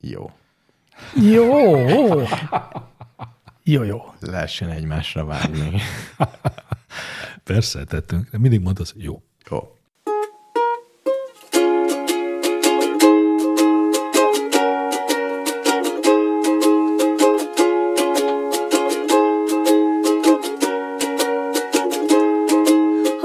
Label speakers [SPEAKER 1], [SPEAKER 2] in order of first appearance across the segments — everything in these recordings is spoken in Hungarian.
[SPEAKER 1] Jó.
[SPEAKER 2] Jó! Jó, jó.
[SPEAKER 1] Lehessen egymásra vágni.
[SPEAKER 3] Persze, tettünk. De mindig mondta, hogy jó.
[SPEAKER 1] Jó.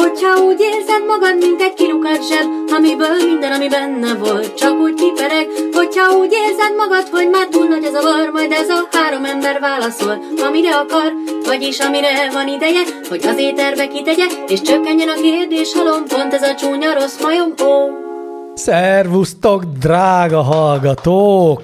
[SPEAKER 4] Hogyha úgy érzed magad, mint egy kilukat zseb, amiből minden, ami benne volt, csak úgy kipereg. Hogyha úgy érzed magad, hogy már túl nagy az a var, majd ez a három ember válaszol, amire akar, vagyis amire van ideje, hogy az éterbe kitegye, és csökkenjen a kérdés halom, pont ez a csúnya rossz majom, ó.
[SPEAKER 2] Szervusztok, drága hallgatók!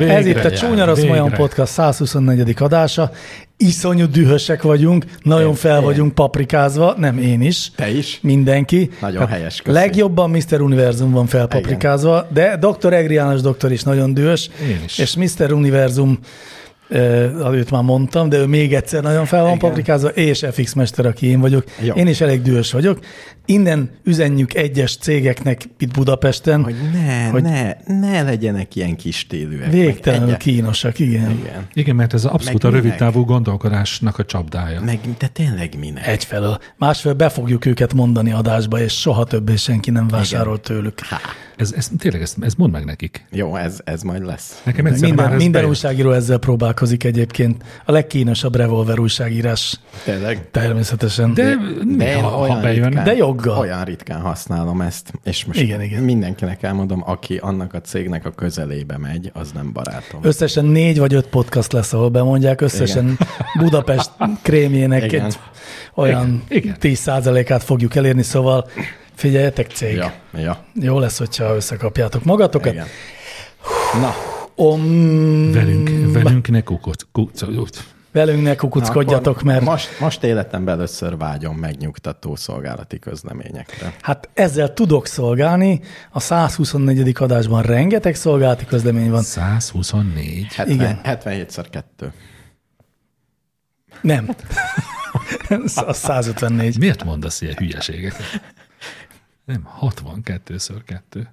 [SPEAKER 2] Ez itt a Csúnya Rossz
[SPEAKER 3] végre.
[SPEAKER 2] Majom Podcast 124. adása. Iszonyú dühösek vagyunk, nagyon fel vagyunk paprikázva, nem én is.
[SPEAKER 1] Te is?
[SPEAKER 2] Mindenki. Hát
[SPEAKER 1] Nagyon helyes, köszi.
[SPEAKER 2] Legjobban Mr. Univerzum van felpaprikázva, de dr. Egri János doktor is nagyon dühös.
[SPEAKER 3] Én is.
[SPEAKER 2] És Mr. Univerzum, eh, őt már mondtam, de ő még egyszer nagyon fel van paprikázva, és FX Mester, aki én vagyok.
[SPEAKER 1] Jó.
[SPEAKER 2] Én is elég dühös vagyok. Innen üzenjük egyes cégeknek itt Budapesten,
[SPEAKER 1] Hogy ne, hogy ne, ne legyenek ilyen kis télűek.
[SPEAKER 2] Végtelenül
[SPEAKER 1] meg, egye-
[SPEAKER 2] kínosak, igen.
[SPEAKER 1] Igen.
[SPEAKER 3] Igen, mert ez abszolút
[SPEAKER 1] Meg
[SPEAKER 3] a
[SPEAKER 1] minek?
[SPEAKER 3] rövidtávú gondolkodásnak a csapdája.
[SPEAKER 1] Meg, de tényleg minek?
[SPEAKER 2] Egyfelől. Másfelől be fogjuk őket mondani adásba, és soha többé senki nem vásárol tőlük. Hát
[SPEAKER 3] Ez, ez tényleg, ez, ez mondd meg nekik.
[SPEAKER 1] Jó, ez, ez majd lesz.
[SPEAKER 3] Nekem egyszer
[SPEAKER 2] Minden,
[SPEAKER 3] már ez
[SPEAKER 2] minden
[SPEAKER 3] bejött.
[SPEAKER 2] újságíró ezzel próbálkozik egyébként. A legkínosabb revolver újságírás
[SPEAKER 1] Tényleg.
[SPEAKER 2] természetesen.
[SPEAKER 3] De,
[SPEAKER 1] De
[SPEAKER 3] de
[SPEAKER 1] én
[SPEAKER 3] ha, ha
[SPEAKER 1] olyan
[SPEAKER 3] bejön,
[SPEAKER 1] ritkán,
[SPEAKER 3] de
[SPEAKER 2] De joggal.
[SPEAKER 1] Olyan ritkán használom ezt, és most
[SPEAKER 2] Igen, igen.
[SPEAKER 1] mindenkinek elmondom, aki annak a cégnek a közelébe megy, az nem barátom.
[SPEAKER 2] Összesen négy vagy öt podcast lesz, ahol bemondják, összesen Igen. Budapest krémjének
[SPEAKER 1] Igen.
[SPEAKER 2] egy olyan
[SPEAKER 3] Igen.
[SPEAKER 2] 10%-át fogjuk elérni, szóval figyeljetek cég.
[SPEAKER 1] ja, ja,
[SPEAKER 2] Jó lesz, hogyha összekapjátok magatokat.
[SPEAKER 1] igen. Na,
[SPEAKER 2] Om,
[SPEAKER 1] Mm.
[SPEAKER 3] velünk, velünk ne kukoc, kukoc,
[SPEAKER 2] velünk ne kukuckodjatok,
[SPEAKER 1] akkor
[SPEAKER 2] mert
[SPEAKER 1] Most, most életemben először vágyom megnyugtató szolgálati közleményekre.
[SPEAKER 2] Hát ezzel tudok szolgálni. A 124. adásban rengeteg szolgálati közlemény van.
[SPEAKER 3] 124.
[SPEAKER 1] 70,
[SPEAKER 2] Igen.
[SPEAKER 1] 77x2.
[SPEAKER 2] Nem. Ez A 154.
[SPEAKER 3] Miért mondasz ilyen hülyeségeket? Nem, 62x2.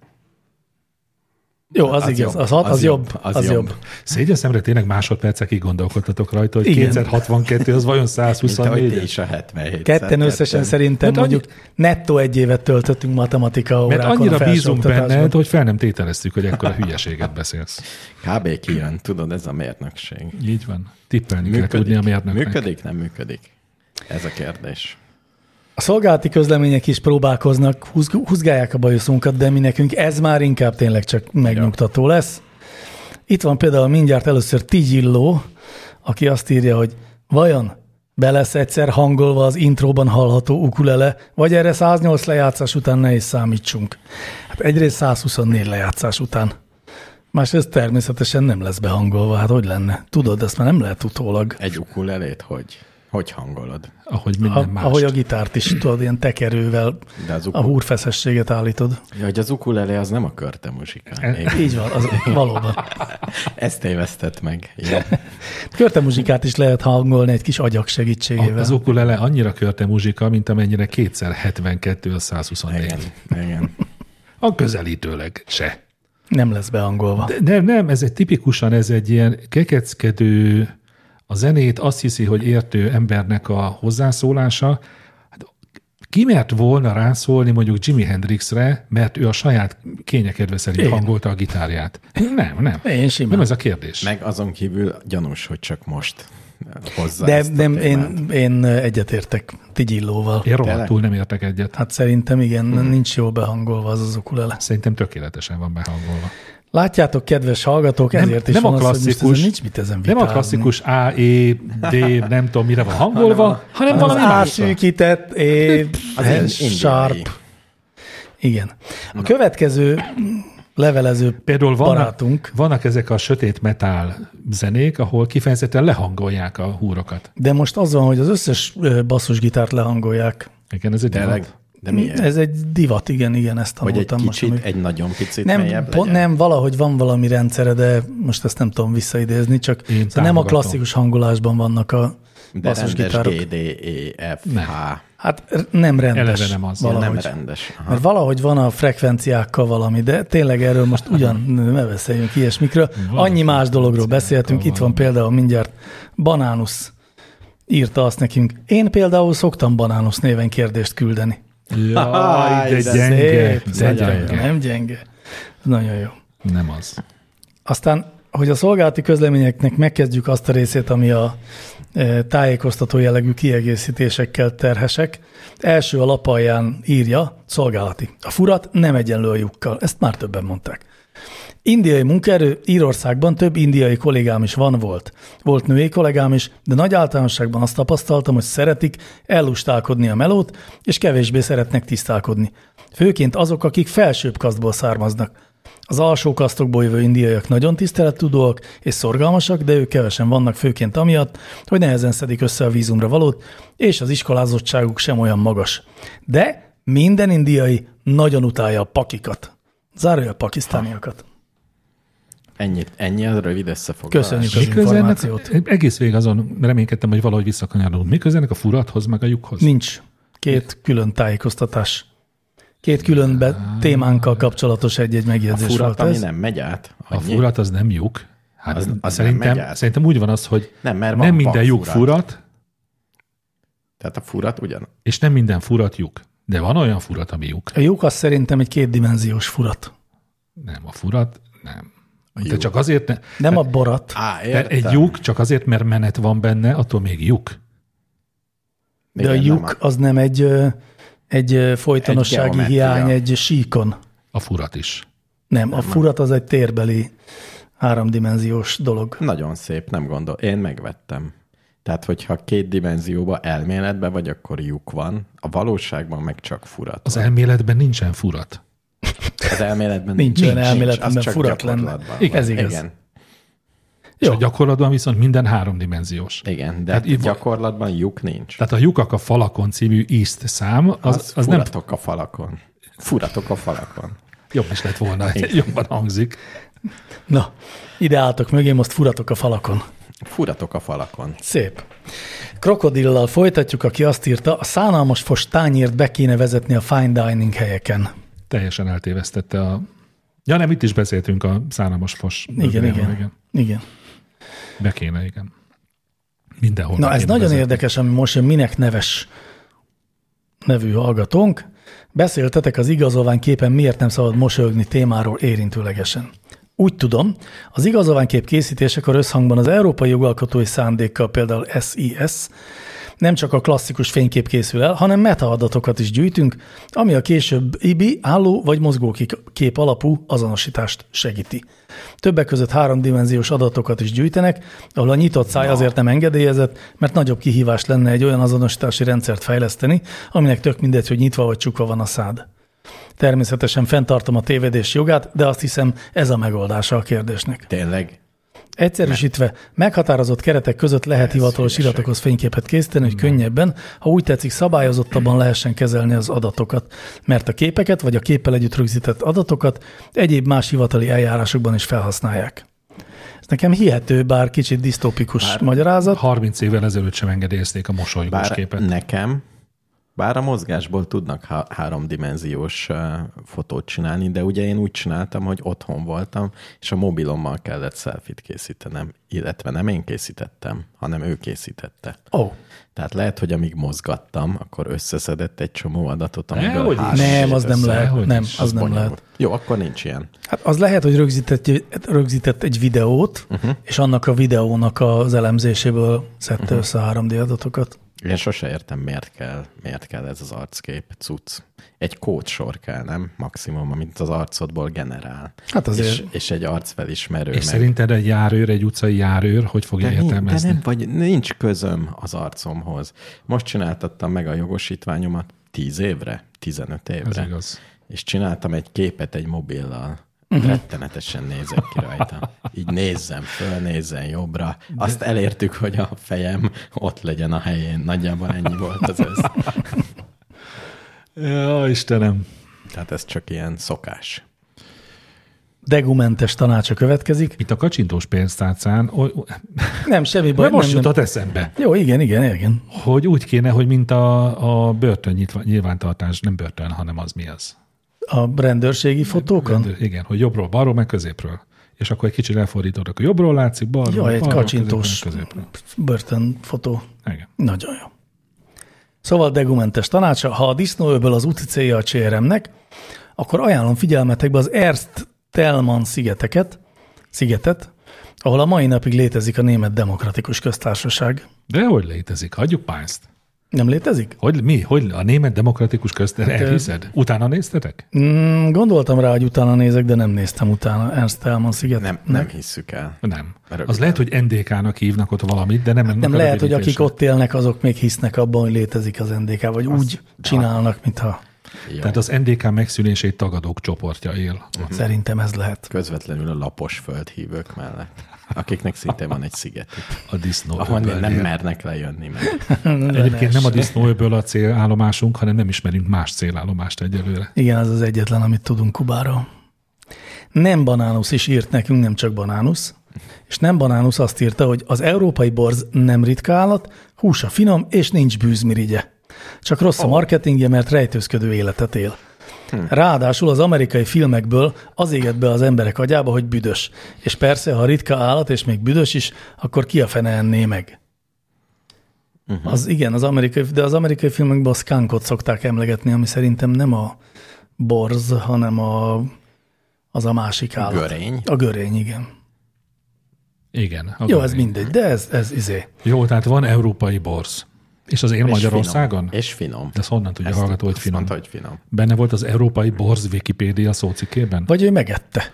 [SPEAKER 2] Jó, az,
[SPEAKER 1] Az
[SPEAKER 2] igaz.
[SPEAKER 1] jobb.
[SPEAKER 2] Az, hat, az,
[SPEAKER 1] Az
[SPEAKER 2] jobb.
[SPEAKER 1] jobb.
[SPEAKER 2] Az,
[SPEAKER 1] Az
[SPEAKER 2] jobb.
[SPEAKER 1] jobb.
[SPEAKER 3] Szégyen szemre tényleg másodpercekig gondolkodtatok rajta, hogy
[SPEAKER 2] Igen.
[SPEAKER 3] 2062 az vajon
[SPEAKER 1] Mint ahogy ti
[SPEAKER 3] 124
[SPEAKER 1] is a 77
[SPEAKER 2] Ketten összesen szerintem
[SPEAKER 3] Hát annyi-
[SPEAKER 2] mondjuk nettó egy évet töltöttünk matematika
[SPEAKER 3] mert
[SPEAKER 2] órákon a
[SPEAKER 3] annyira bízunk
[SPEAKER 2] felsőoktatásban.
[SPEAKER 3] benned, hogy fel nem tételeztük, hogy ekkora hülyeséget beszélsz.
[SPEAKER 1] Kb. kijön, tudod, ez a mérnökség.
[SPEAKER 3] Így van. Tippelni kell tudni a mérnöknek.
[SPEAKER 1] működik, nem működik? Ez a kérdés.
[SPEAKER 2] A szolgálati közlemények is próbálkoznak, húz- húzgálják a bajuszunkat, de mi nekünk ez már inkább tényleg csak megnyugtató lesz. Itt van például mindjárt először Tigilló, aki azt írja, hogy vajon be lesz egyszer hangolva az intróban hallható ukulele, vagy erre 108 lejátszás után ne is számítsunk. Hát egyrészt 124 lejátszás után. Másrészt természetesen nem lesz behangolva, hát hogy lenne? Tudod, ezt már nem lehet utólag.
[SPEAKER 1] Egy ukulelét hogy? Hogy hangolod?
[SPEAKER 3] Ahogy minden
[SPEAKER 2] A,
[SPEAKER 3] más.
[SPEAKER 2] ahogy a gitárt is, tudod, ilyen tekerővel
[SPEAKER 1] De az
[SPEAKER 2] a
[SPEAKER 1] ukul...
[SPEAKER 2] húrfeszességet állítod.
[SPEAKER 1] ja, hogy az ukulele az nem a körte muzsikán.
[SPEAKER 3] E-
[SPEAKER 1] Én-
[SPEAKER 2] Így van, az valóban.
[SPEAKER 1] Ezt tévesztett meg. Jó.
[SPEAKER 2] Körtemuzsikát is lehet hangolni egy kis agyak segítségével.
[SPEAKER 3] Az ukulele annyira körte muzsika, mint amennyire kétszer 72 a 124.
[SPEAKER 1] Igen, igen.
[SPEAKER 3] A közelítőleg se.
[SPEAKER 2] Nem lesz behangolva. De...
[SPEAKER 3] De Nem, nem, ez egy tipikusan, ez egy ilyen kekeckedő, a zenét azt hiszi, hogy értő embernek a hozzászólása. Hát Ki mert volna rászólni mondjuk Jimi Hendrixre, mert ő a saját kényekedve szerint
[SPEAKER 2] Én.
[SPEAKER 3] hangolta a gitárját? Nem, nem.
[SPEAKER 2] Én simán.
[SPEAKER 3] Nem ez a kérdés.
[SPEAKER 1] Meg azon kívül gyanús, hogy csak most hozzá
[SPEAKER 2] De
[SPEAKER 1] ezt a
[SPEAKER 2] nem,
[SPEAKER 1] témát.
[SPEAKER 2] én, én egyetértek Tigyillóval.
[SPEAKER 3] Én rohadtul nem értek egyet.
[SPEAKER 2] Hát szerintem igen,
[SPEAKER 3] Mhm.
[SPEAKER 2] hmm. nincs jól behangolva az az ukulele.
[SPEAKER 3] Szerintem tökéletesen van behangolva.
[SPEAKER 2] Látjátok, kedves hallgatók,
[SPEAKER 3] Nem-
[SPEAKER 2] ezért is
[SPEAKER 3] nem a
[SPEAKER 2] van az, hogy most
[SPEAKER 3] klasszikus-
[SPEAKER 2] ezen nincs mit ezen
[SPEAKER 3] Nem
[SPEAKER 2] vitázni.
[SPEAKER 3] a klasszikus A, E, D, nem tudom mire van hangolva, hanem
[SPEAKER 2] az
[SPEAKER 3] valami más.
[SPEAKER 2] átszűkített, é,
[SPEAKER 1] Az indiai.
[SPEAKER 2] sharp. Igen. A következő levelező
[SPEAKER 3] Például vannak,
[SPEAKER 2] barátunk,
[SPEAKER 3] vannak ezek a sötét metál zenék, ahol kifejezetten lehangolják a húrokat.
[SPEAKER 2] de most az van, hogy az összes ö, basszusgitárt lehangolják.
[SPEAKER 3] Igen, ez egy
[SPEAKER 1] Tényleg?
[SPEAKER 3] divat.
[SPEAKER 1] De miért?
[SPEAKER 2] Ez egy divat, igen, igen, ezt
[SPEAKER 1] Hogy egy
[SPEAKER 2] tanultam most.
[SPEAKER 1] kicsit,
[SPEAKER 2] amíg-
[SPEAKER 1] egy nagyon picit
[SPEAKER 2] nem,
[SPEAKER 1] mélyebb
[SPEAKER 2] pont,
[SPEAKER 1] legyen?
[SPEAKER 2] nem, valahogy van valami rendszere, de most ezt nem tudom visszaidézni, csak
[SPEAKER 3] Én
[SPEAKER 2] szóval nem a
[SPEAKER 3] támogatom.
[SPEAKER 2] klasszikus hangolásban vannak a
[SPEAKER 1] De
[SPEAKER 2] basszus
[SPEAKER 1] rendes
[SPEAKER 2] gitárok.
[SPEAKER 1] G, D, E, F,
[SPEAKER 3] Nem.
[SPEAKER 1] H.
[SPEAKER 2] Hát r- nem rendes.
[SPEAKER 3] Eleve nem az. Ja,
[SPEAKER 2] Valahogy.
[SPEAKER 1] Nem rendes. Aha.
[SPEAKER 2] Mert valahogy van a frekvenciákkal valami, de tényleg erről most ugyan ne beszéljünk ilyesmikről.
[SPEAKER 3] Van
[SPEAKER 2] Annyi más dologról
[SPEAKER 3] frekvenciákkal
[SPEAKER 2] beszéltünk, itt van
[SPEAKER 3] valami.
[SPEAKER 2] például mindjárt Banánusz írta azt nekünk. Én például szoktam Banánusz néven kérdést küldeni.
[SPEAKER 3] Jaj, de
[SPEAKER 1] de
[SPEAKER 3] gyenge.
[SPEAKER 2] Szép,
[SPEAKER 3] De
[SPEAKER 2] nagyon jó,
[SPEAKER 3] gyenge.
[SPEAKER 2] nem gyenge. Ez Nagyon jó.
[SPEAKER 3] Nem az.
[SPEAKER 2] Aztán, hogy a szolgálati közleményeknek megkezdjük azt a részét, ami a e, tájékoztató jellegű kiegészítésekkel terhesek. Első a lapalján írja, szolgálati. A furat nem egyenlő a lyukkal. Ezt már többen mondták. Indiai munkaerő Írországban több indiai kollégám is van volt. Volt női kollégám is, de nagy általánosságban azt tapasztaltam, hogy szeretik ellustálkodni a melót, és kevésbé szeretnek tisztálkodni. Főként azok, akik felsőbb kasztból származnak. Az alsó kasztokból jövő indiaiak nagyon tisztelettudóak és szorgalmasak, de ők kevesen vannak főként amiatt, hogy nehezen szedik össze a vízumra valót, és az iskolázottságuk sem olyan magas. De minden indiai nagyon utálja a pakikat. Zárója a pakisztániakat.
[SPEAKER 1] Ennyit, ennyi a rövid összefoglalás.
[SPEAKER 2] Köszönjük az
[SPEAKER 3] Miközben
[SPEAKER 2] információt.
[SPEAKER 3] ennek, egész végig azon reménykedtem, hogy valahogy visszakanyarodunk. Miközben ennek a furathoz, meg a lyukhoz.
[SPEAKER 2] Nincs. Két külön tájékoztatás. Két külön be- témánkkal kapcsolatos egy-egy
[SPEAKER 1] A
[SPEAKER 2] megjegyzés
[SPEAKER 1] furat,
[SPEAKER 2] volt
[SPEAKER 1] ami
[SPEAKER 2] ez.
[SPEAKER 1] nem megy át.
[SPEAKER 3] A
[SPEAKER 1] annyi.
[SPEAKER 3] furat az nem lyuk. Hát
[SPEAKER 1] Az-
[SPEAKER 3] az,
[SPEAKER 1] az nem
[SPEAKER 3] az szerintem,
[SPEAKER 1] megy át.
[SPEAKER 3] szerintem úgy van az, hogy
[SPEAKER 1] Nem, mert van
[SPEAKER 3] nem minden lyuk
[SPEAKER 1] pakfurat.
[SPEAKER 3] furat,
[SPEAKER 1] Tehát a furat ugyan.
[SPEAKER 3] és nem minden furat lyuk. De van olyan furat, ami lyuk.
[SPEAKER 2] A lyuk az szerintem egy kétdimenziós furat.
[SPEAKER 3] Nem, a furat nem. De
[SPEAKER 1] lyuk.
[SPEAKER 3] csak azért ne,
[SPEAKER 2] Nem a borat.
[SPEAKER 1] Á,
[SPEAKER 3] mert
[SPEAKER 1] értem.
[SPEAKER 3] egy lyuk csak azért, mert menet van benne, attól még lyuk.
[SPEAKER 2] De a
[SPEAKER 1] Igen, nem
[SPEAKER 2] lyuk az nem egy, ö, egy ö, folytonossági
[SPEAKER 1] Egy
[SPEAKER 2] egy
[SPEAKER 1] geometria.
[SPEAKER 2] hiány, egy síkon.
[SPEAKER 3] A furat is.
[SPEAKER 2] Nem, a furat az egy térbeli háromdimenziós dolog.
[SPEAKER 1] Nagyon szép, nem gondol. Én megvettem. Tehát, hogyha két dimenzióba elméletbe vagy, akkor lyuk van, a valóságban meg csak furat.
[SPEAKER 3] Az
[SPEAKER 1] van.
[SPEAKER 3] elméletben nincsen furat.
[SPEAKER 1] az elméletben
[SPEAKER 2] Nincs olyan elmélet,
[SPEAKER 1] az
[SPEAKER 2] amiben
[SPEAKER 1] csak
[SPEAKER 2] furat lenne.
[SPEAKER 1] gyakorlatban
[SPEAKER 2] Igen,
[SPEAKER 1] van.
[SPEAKER 2] ez igaz.
[SPEAKER 1] Igen,
[SPEAKER 3] És
[SPEAKER 2] Jó.
[SPEAKER 3] a gyakorlatban viszont minden háromdimenziós.
[SPEAKER 1] igen de
[SPEAKER 3] Hát
[SPEAKER 1] hát
[SPEAKER 3] itt van-
[SPEAKER 1] gyakorlatban lyuk nincs.
[SPEAKER 3] Tehát a lyukak a falakon című ízt szám, az, az, az nem
[SPEAKER 1] furatok a falakon. Furatok a falakon.
[SPEAKER 3] jobb is lett volna, jobban hangzik.
[SPEAKER 2] Na, ide álltok mögé, most furatok a falakon.
[SPEAKER 1] Furatok a falakon.
[SPEAKER 2] Szép. Krokodillal folytatjuk, aki azt írta, a szánalmas fos tányért be kéne vezetni a fine dining helyeken.
[SPEAKER 3] Teljesen eltévesztette a... Ja nem, itt is beszéltünk a szánalmas fos.
[SPEAKER 2] Igen,
[SPEAKER 3] bőrnél,
[SPEAKER 2] igen. igen. igen.
[SPEAKER 3] Be kéne, igen. Mindenhol.
[SPEAKER 2] Na,
[SPEAKER 3] be
[SPEAKER 2] ez
[SPEAKER 3] kéne
[SPEAKER 2] nagyon
[SPEAKER 3] vezetni.
[SPEAKER 2] érdekes, ami most jön, minek neves nevű hallgatónk. Beszéltetek az igazolványképen miért nem szabad mosolyogni témáról érintőlegesen. Úgy tudom, az igazolványkép készítésekor összhangban az európai jogalkotói szándékkal, például SIS, nem csak a klasszikus fénykép készül el, hanem metaadatokat is gyűjtünk, ami a később IBI álló vagy mozgókép alapú azonosítást segíti. Többek között háromdimenziós adatokat is gyűjtenek, ahol a nyitott száj azért nem engedélyezett, mert nagyobb kihívás lenne egy olyan azonosítási rendszert fejleszteni, aminek tök mindegy, hogy nyitva vagy csukva van a szád. Természetesen fenntartom a tévedés jogát, de azt hiszem ez a megoldása a kérdésnek.
[SPEAKER 1] Tényleg?
[SPEAKER 2] Egyszerűsítve, meghatározott keretek között lehet hivatalos
[SPEAKER 1] hülyeség.
[SPEAKER 2] iratokhoz fényképet készíteni, hogy könnyebben, ha úgy tetszik, szabályozottabban lehessen kezelni az adatokat, mert a képeket vagy a képpel együtt rögzített adatokat egyéb más hivatali eljárásokban is felhasználják. Ez nekem hihető, bár kicsit disztópikus bár, magyarázat.
[SPEAKER 3] 30 évvel ezelőtt sem engedélyezték a mosolygós
[SPEAKER 1] Bár
[SPEAKER 3] képet.
[SPEAKER 1] nekem, bár a mozgásból tudnak há- háromdimenziós ö, fotót csinálni, de ugye én úgy csináltam, hogy otthon voltam, és a mobilommal kellett selfit készítenem, illetve nem én készítettem, hanem ő készítette.
[SPEAKER 2] Ó, oh,
[SPEAKER 1] Tehát lehet, hogy amíg mozgattam, akkor összeszedett egy csomó adatot,
[SPEAKER 3] Ne,
[SPEAKER 1] amiből
[SPEAKER 3] hogy
[SPEAKER 1] három
[SPEAKER 3] is.
[SPEAKER 2] nem, az
[SPEAKER 1] jött
[SPEAKER 2] nem
[SPEAKER 1] össze.
[SPEAKER 2] lehet.
[SPEAKER 3] hogy
[SPEAKER 2] Nem,
[SPEAKER 3] is,
[SPEAKER 2] az nem
[SPEAKER 1] Bonyolult.
[SPEAKER 2] lehet.
[SPEAKER 1] Jó, akkor nincs ilyen.
[SPEAKER 2] Hát az lehet, hogy rögzített, egy- rögzített egy videót, uh-huh. és annak a videónak az elemzéséből szedte uh-huh. össze a 3D adatokat.
[SPEAKER 1] Én sose értem, miért kell, miért kell ez az arckép, cucc. Egy kódsor kell, nem? Maximum, amit az arcodból generál.
[SPEAKER 2] Hát azért-
[SPEAKER 1] És, és egy arcfelismerő.
[SPEAKER 3] És szerinted egy járőr, egy utcai járőr, hogy fogja
[SPEAKER 1] de, nincs, de
[SPEAKER 3] értelmezni?
[SPEAKER 1] nem vagy, nincs közöm az arcomhoz. Most csináltattam meg a jogosítványomat 10 évre, 15
[SPEAKER 3] Ez
[SPEAKER 1] évre.
[SPEAKER 3] igaz.
[SPEAKER 1] És csináltam egy képet egy mobillal. Rettenetesen nézek ki rajta. Így nézzem föl, nézzen jobbra. Azt elértük, hogy a fejem ott legyen a helyén. Nagyjából ennyi volt az össz.
[SPEAKER 3] Ja, Istenem.
[SPEAKER 1] Tehát ez csak ilyen szokás.
[SPEAKER 2] Degumentes tanácsa következik.
[SPEAKER 3] Itt a kacsintós pénztárcán, oly, oly,
[SPEAKER 2] Nem, semmi baj.
[SPEAKER 3] mert most
[SPEAKER 2] nem, nem.
[SPEAKER 3] jutott eszembe,
[SPEAKER 2] Jó, igen, igen, igen.
[SPEAKER 3] hogy úgy kéne, hogy mint a, a börtön nyitva- nyilvántartás, nem börtön, hanem az mi az.
[SPEAKER 2] A rendőrségi fotókon?
[SPEAKER 3] Igen, hogy jobbról, balról, meg középről. És akkor egy kicsit elfordítod, akkor jobbról látszik, balról,
[SPEAKER 2] Jaj, egy
[SPEAKER 3] balról,
[SPEAKER 2] kacsintós
[SPEAKER 3] középről, meg középről.
[SPEAKER 2] börtönfotó.
[SPEAKER 3] Igen.
[SPEAKER 2] Nagyon jó. Szóval degumentes tanácsa, ha a disznóöböl az úti célja a CRM-nek, akkor ajánlom figyelmetekbe az Erst Telman szigeteket, szigetet, ahol a mai napig létezik a Német Demokratikus Köztársaság.
[SPEAKER 3] De hogy létezik? Hagyjuk pánzt.
[SPEAKER 2] Nem létezik?
[SPEAKER 3] Hogy mi? Hogy a német demokratikus közter
[SPEAKER 2] Hát,
[SPEAKER 3] elhiszed? Utána néztetek?
[SPEAKER 2] Mm, gondoltam rá, hogy utána nézek, de nem néztem utána Ernst Telman sziget.
[SPEAKER 1] Nem, nem hisszük el.
[SPEAKER 3] Nem.
[SPEAKER 1] Röviden.
[SPEAKER 3] Az lehet, hogy NDK-nak hívnak ott valamit, de nem ennek
[SPEAKER 2] Hát Nem
[SPEAKER 3] a
[SPEAKER 2] lehet, hogy akik
[SPEAKER 3] rövidítése.
[SPEAKER 2] ott élnek, azok még hisznek abban, hogy létezik az Hm. NDK, vagy úgy csinálnak, mintha
[SPEAKER 1] Jó.
[SPEAKER 3] Tehát az NDK megszülését tagadók csoportja él.
[SPEAKER 1] Mhm.
[SPEAKER 2] szerintem ez lehet.
[SPEAKER 1] Közvetlenül a lapos földhívők mellett, akiknek szinte van egy sziget.
[SPEAKER 3] A disznó.
[SPEAKER 1] Ahonnan nem
[SPEAKER 3] öbölnél.
[SPEAKER 1] mernek lejönni meg.
[SPEAKER 3] Egyébként nem a disznóöböl a célállomásunk, hanem nem ismerünk más célállomást egyelőre.
[SPEAKER 2] Igen, az az egyetlen, amit tudunk Kubáról. Nem banánusz is írt nekünk, nem csak banánusz. És nem banánusz azt írta, hogy az európai borz nem ritka állat, húsa finom és nincs bűzmirigye. Csak rossz a marketingje, mert rejtőzködő életet él. Ráadásul az amerikai filmekből az éget be az emberek agyába, hogy büdös. És persze, ha ritka állat és még büdös is, akkor ki a fene enné meg? Az igen, az amerikai, de az amerikai filmekben a skunkot szokták emlegetni, ami szerintem nem a borz, hanem a, az a másik állat.
[SPEAKER 1] Görény.
[SPEAKER 2] A görény, igen.
[SPEAKER 3] Igen. a
[SPEAKER 2] Jó,
[SPEAKER 3] görény.
[SPEAKER 2] ez mindegy, de ez, ez izé.
[SPEAKER 3] Jó, tehát van európai borz. És az én
[SPEAKER 1] És
[SPEAKER 3] Magyarországon?
[SPEAKER 1] Finom. És finom.
[SPEAKER 3] De ezt honnan tudja
[SPEAKER 1] Ezt-
[SPEAKER 3] hallgató, hogy
[SPEAKER 1] azt
[SPEAKER 3] finom?
[SPEAKER 1] Mondta, hogy finom.
[SPEAKER 3] Benne volt az európai borz Wikipédia szócikkében?
[SPEAKER 2] Vagy ő megette.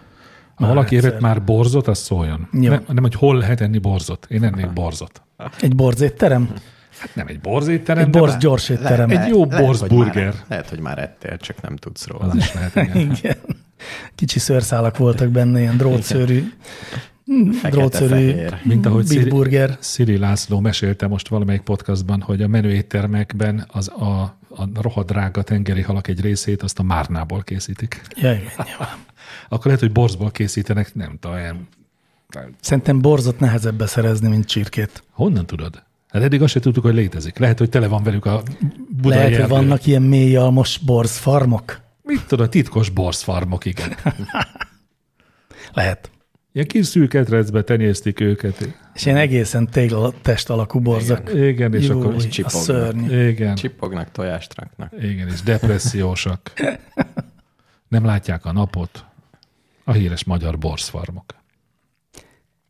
[SPEAKER 3] Ha valaki
[SPEAKER 2] egyszer.
[SPEAKER 3] evett már borzot, az szóljon.
[SPEAKER 2] Jó.
[SPEAKER 3] Nem, nem, hogy hol lehet enni borzot. Én ennék borzot.
[SPEAKER 2] Egy borzétterem?
[SPEAKER 3] Hát nem egy borzétterem,
[SPEAKER 2] Egy
[SPEAKER 3] de
[SPEAKER 2] borz
[SPEAKER 3] bár-
[SPEAKER 2] gyorsétterem.
[SPEAKER 3] egy jó borzburger.
[SPEAKER 1] Lehet, lehet, hogy már ettél, csak nem tudsz róla.
[SPEAKER 3] Az is lehet, igen.
[SPEAKER 2] Igen. Kicsi szőrszálak voltak benne, ilyen drótszörű, drótszörű
[SPEAKER 1] fehér.
[SPEAKER 3] Mint ahogy Szili,
[SPEAKER 2] bitburger.
[SPEAKER 3] Szili László mesélte most valamelyik podcastban, hogy a menőéttermekben az a, a rohadrága tengeri halak egy részét azt a márnából készítik.
[SPEAKER 2] Ja, igen, nyilván.
[SPEAKER 3] Akkor lehet, hogy borzból készítenek, nem tudom, ilyen-
[SPEAKER 2] Szerintem borzot nehezebb beszerezni, mint csirkét.
[SPEAKER 3] honnan tudod? Hát eddig azt se tudtuk, hogy létezik. Lehet, hogy tele van velük a budai
[SPEAKER 2] Lehet, hogy
[SPEAKER 3] erdő.
[SPEAKER 2] vannak ilyen mély almos borzfarmok?
[SPEAKER 3] Mit tudod, titkos borzfarmok, igen.
[SPEAKER 2] Lehet.
[SPEAKER 3] Ilyen kis szűk ketrecbe tenyésztik őket.
[SPEAKER 2] És ilyen egészen tégla test alakú borzak.
[SPEAKER 3] Igen, és
[SPEAKER 2] Jó,
[SPEAKER 3] akkor...
[SPEAKER 2] a
[SPEAKER 1] csipognak.
[SPEAKER 2] szörnyű.
[SPEAKER 3] Igen,
[SPEAKER 1] Csipognak, tojást raknak.
[SPEAKER 3] igen, és depressziósak. Nem látják a napot. A híres magyar borzfarmok.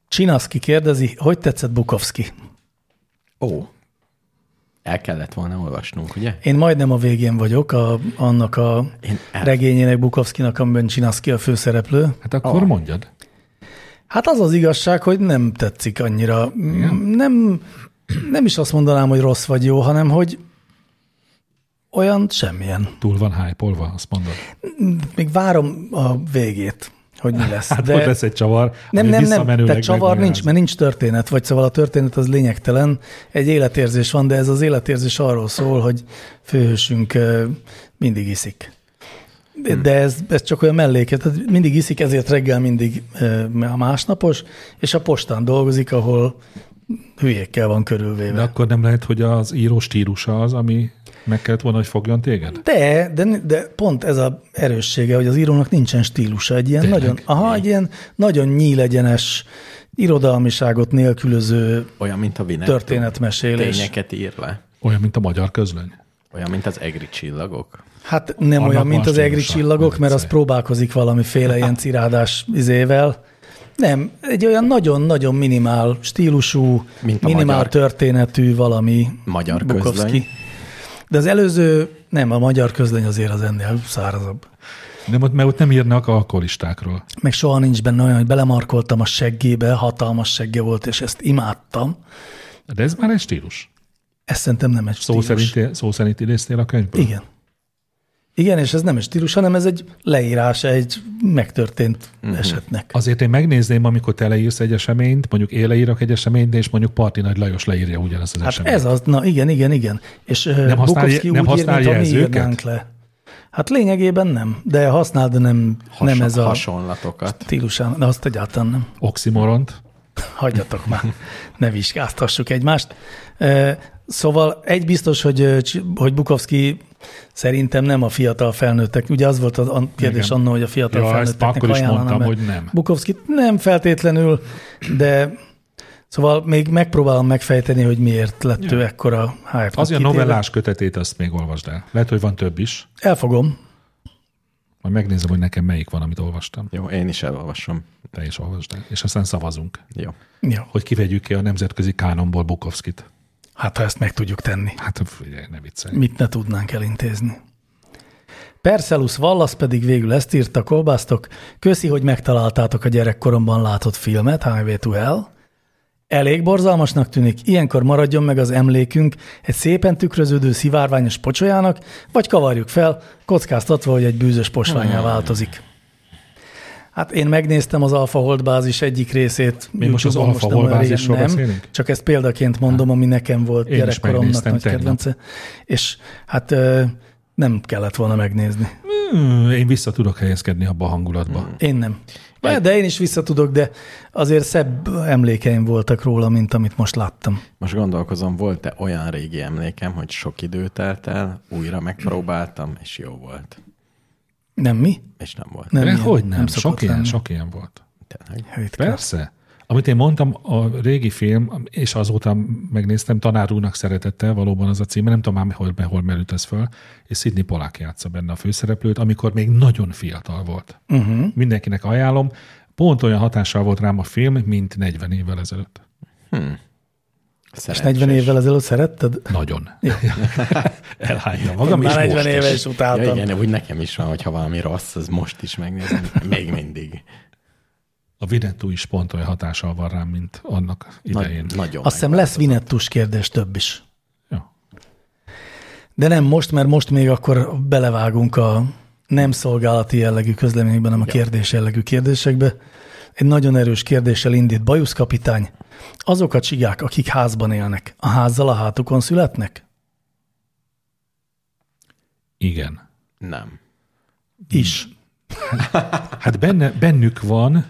[SPEAKER 2] Csinaszki kérdezi, hogy tetszett Bukowski?
[SPEAKER 1] Ó, el kellett volna olvasnunk, ugye?
[SPEAKER 2] Én majdnem a végén vagyok, a, annak a
[SPEAKER 1] Én el-
[SPEAKER 2] regényének, Bukowskinak, amiben Csinaszki a főszereplő.
[SPEAKER 3] Hát akkor
[SPEAKER 1] Ah.
[SPEAKER 3] mondjad.
[SPEAKER 2] Hát az az igazság, hogy nem tetszik annyira. M- Nem, nem is azt mondanám, hogy rossz vagy jó, hanem hogy olyan semmilyen.
[SPEAKER 3] Túl van hájpolva, azt mondod.
[SPEAKER 2] Hát Még várom a végét, hogy mi lesz.
[SPEAKER 3] Hát De... ott lesz egy csavar,
[SPEAKER 2] Nem,
[SPEAKER 3] ami
[SPEAKER 2] nem, nem,
[SPEAKER 3] visszamenőleg
[SPEAKER 2] tehát csavar nincs,
[SPEAKER 3] megmagyaráz.
[SPEAKER 2] mert nincs történet, vagy szóval a történet az lényegtelen, egy életérzés van, de ez az életérzés arról szól, hogy főhősünk ö, mindig iszik. De-
[SPEAKER 3] Hmm.
[SPEAKER 2] De ez, ez csak olyan melléke, tehát mindig iszik, ezért reggel mindig ö, a másnapos, és a postán dolgozik, ahol hülyékkel van
[SPEAKER 3] De
[SPEAKER 2] körülvéve.
[SPEAKER 3] akkor nem lehet, hogy az író stílusa az, ami meg kellett volna, hogy fogjon téged?
[SPEAKER 2] De, de, de pont ez a erőssége, hogy az írónak nincsen stílusa, egy ilyen,
[SPEAKER 3] Tényleg?
[SPEAKER 2] nagyon, aha, egy ilyen nagyon nyílegyenes, irodalmiságot nélkülöző
[SPEAKER 1] Olyan, mint a Vinetto.
[SPEAKER 2] Történetmesélés.
[SPEAKER 1] Tényeket ír le.
[SPEAKER 3] Olyan, mint a magyar közlöny.
[SPEAKER 1] Olyan, mint az egri csillagok.
[SPEAKER 2] Hát nem
[SPEAKER 3] Annak
[SPEAKER 2] olyan,
[SPEAKER 3] van
[SPEAKER 2] mint az egri
[SPEAKER 3] stílusa,
[SPEAKER 2] csillagok,
[SPEAKER 3] ne
[SPEAKER 2] mert az
[SPEAKER 3] viccelj.
[SPEAKER 2] próbálkozik valamiféle ilyen cirádás izével. Nem, egy olyan nagyon-nagyon minimál stílusú,
[SPEAKER 1] Mint a
[SPEAKER 2] minimál
[SPEAKER 1] magyar-
[SPEAKER 2] történetű valami
[SPEAKER 1] Magyar
[SPEAKER 2] Bukowski.
[SPEAKER 1] közlöny.
[SPEAKER 2] De az előző, nem, a magyar közlöny azért az ennél szárazabb.
[SPEAKER 3] Nem, ott, mert ott nem írnak alkoholistákról.
[SPEAKER 2] Meg soha nincs benne olyan, hogy belemarkoltam a seggébe, hatalmas segge volt, és ezt imádtam.
[SPEAKER 3] De ez már egy stílus.
[SPEAKER 2] Ez szerintem nem egy
[SPEAKER 3] Szó
[SPEAKER 2] stílus.
[SPEAKER 3] szerint, szó szerint idéztél a könyvből?
[SPEAKER 2] Igen. Igen, és ez nem egy stílus, hanem ez egy leírása egy megtörtént
[SPEAKER 3] Mhm.
[SPEAKER 2] esetnek.
[SPEAKER 3] Azért én megnézném, amikor te leírsz egy eseményt, mondjuk én leírok egy eseményt, és mondjuk Parti Nagy Lajos leírja ugyanezt az
[SPEAKER 2] Hát
[SPEAKER 3] eseményt.
[SPEAKER 2] ez az, na igen, igen, igen. És nem
[SPEAKER 3] használ-
[SPEAKER 2] Bukowski
[SPEAKER 3] nem
[SPEAKER 2] úgy ír,
[SPEAKER 3] használ
[SPEAKER 2] mint ha mi
[SPEAKER 3] jelzőket?
[SPEAKER 2] írnánk le. Hát lényegében nem, de használd, de nem,
[SPEAKER 1] Hason,
[SPEAKER 2] nem ez a
[SPEAKER 1] Hasonlatokat.
[SPEAKER 2] stílusán, de azt egyáltalán nem.
[SPEAKER 3] Oximoront.
[SPEAKER 2] Hagyjatok már, ne vizsgáztassuk egymást. Ö, Szóval egy biztos, hogy, ö, Cs- hogy Bukowski szerintem nem a fiatal felnőttek. Ugye az volt a a kérdés
[SPEAKER 3] Igen.
[SPEAKER 2] annó, hogy a fiatal
[SPEAKER 3] Ja, ezt
[SPEAKER 2] felnőtteknek
[SPEAKER 3] akkor is
[SPEAKER 2] ajánlanám
[SPEAKER 3] mondtam,
[SPEAKER 2] el.
[SPEAKER 3] hogy nem.
[SPEAKER 2] Bukowski nem feltétlenül, de szóval még megpróbálom megfejteni, hogy miért lett ő ekkora hype
[SPEAKER 3] Az a novellás kötetét azt még olvasd el. Lehet, hogy van több is.
[SPEAKER 2] Elfogom.
[SPEAKER 3] Majd megnézem, hogy nekem melyik van, amit olvastam.
[SPEAKER 1] Jó, én is elolvasom.
[SPEAKER 3] Te is olvasd el. És aztán szavazunk,
[SPEAKER 1] Jó.
[SPEAKER 2] Jó.
[SPEAKER 3] hogy kivegyük ki a nemzetközi kánonból Bukowskit.
[SPEAKER 2] Hát ha ezt meg tudjuk tenni.
[SPEAKER 3] Hát figyelj, ne viccelj.
[SPEAKER 2] mit ne tudnánk elintézni. Perselus Wallace pedig végül ezt írta, kolbásztok, köszi, hogy megtaláltátok a gyerekkoromban látott filmet, Highway to Hell. Elég borzalmasnak tűnik, ilyenkor maradjon meg az emlékünk egy szépen tükröződő szivárványos pocsolyának, vagy kavarjuk fel, kockáztatva, hogy egy bűzös
[SPEAKER 3] Hmm.
[SPEAKER 2] posványá változik. Hát én megnéztem az Alfa Hold bázis egyik részét.
[SPEAKER 3] Mi most az
[SPEAKER 2] YouTube-on,
[SPEAKER 3] Alpha
[SPEAKER 2] nem
[SPEAKER 3] Hold
[SPEAKER 2] olyan
[SPEAKER 3] bázisról
[SPEAKER 2] régen,
[SPEAKER 3] beszélünk?
[SPEAKER 2] Csak ezt példaként mondom, ami nekem volt
[SPEAKER 3] Hát, Én is
[SPEAKER 2] gyerekkoromnak
[SPEAKER 3] megnéztem
[SPEAKER 2] nagy
[SPEAKER 3] tegnap.
[SPEAKER 2] kedvence. És hát ö, nem kellett volna megnézni.
[SPEAKER 3] Hmm, Én vissza tudok helyezkedni abba a hangulatba. Hmm.
[SPEAKER 2] Én nem. De, de én is visszatudok, de azért szebb emlékeim voltak róla, mint amit most láttam.
[SPEAKER 1] Most gondolkozom, volt-e olyan régi emlékem, hogy sok idő telt el, újra megpróbáltam, és jó volt.
[SPEAKER 2] Nem mi?
[SPEAKER 1] És nem volt.
[SPEAKER 2] Nem,
[SPEAKER 3] De
[SPEAKER 2] ilyen.
[SPEAKER 3] hogy nem?
[SPEAKER 2] Nem
[SPEAKER 3] nem
[SPEAKER 2] szokott
[SPEAKER 3] sok, ilyen,
[SPEAKER 2] lenni. Hát
[SPEAKER 3] sok ilyen volt.
[SPEAKER 1] Tényleg.
[SPEAKER 2] Ritkán.
[SPEAKER 3] Persze. Amit én mondtam, a régi film, és azóta megnéztem, Tanár úrnak szeretettel, valóban az a címe, nem tudom már hol, hol merült ez föl, és Sidney Polák játsza benne a főszereplőt, amikor még nagyon fiatal volt. Uh-huh. Mindenkinek ajánlom. Pont olyan hatással volt rám a film, mint 40 évvel ezelőtt.
[SPEAKER 2] És
[SPEAKER 1] Szerencsés.
[SPEAKER 2] 40 évvel ezelőtt szeretted?
[SPEAKER 3] Nagyon. Elhányja magam, és
[SPEAKER 2] Már 40
[SPEAKER 3] most
[SPEAKER 2] éve
[SPEAKER 3] is.
[SPEAKER 2] is utáltam.
[SPEAKER 1] Ja, igen, úgy nekem is van, hogyha valami rossz, az most is megnézem, még mindig.
[SPEAKER 3] A Vinetú is pont olyan hatással van rám, mint annak idején.
[SPEAKER 1] Nagy, nagyon.
[SPEAKER 2] Azt hiszem lesz vinettus kérdés több is.
[SPEAKER 3] Ja.
[SPEAKER 2] De nem most, mert most még akkor belevágunk a nem szolgálati jellegű közleményekben, hanem a kérdés jellegű kérdésekbe. Egy nagyon erős kérdéssel indít Bajusz kapitány. Azok a csigák, akik házban élnek, a házzal a hátukon születnek?
[SPEAKER 3] Igen.
[SPEAKER 1] Nem.
[SPEAKER 2] Is.
[SPEAKER 3] Hát benne, bennük van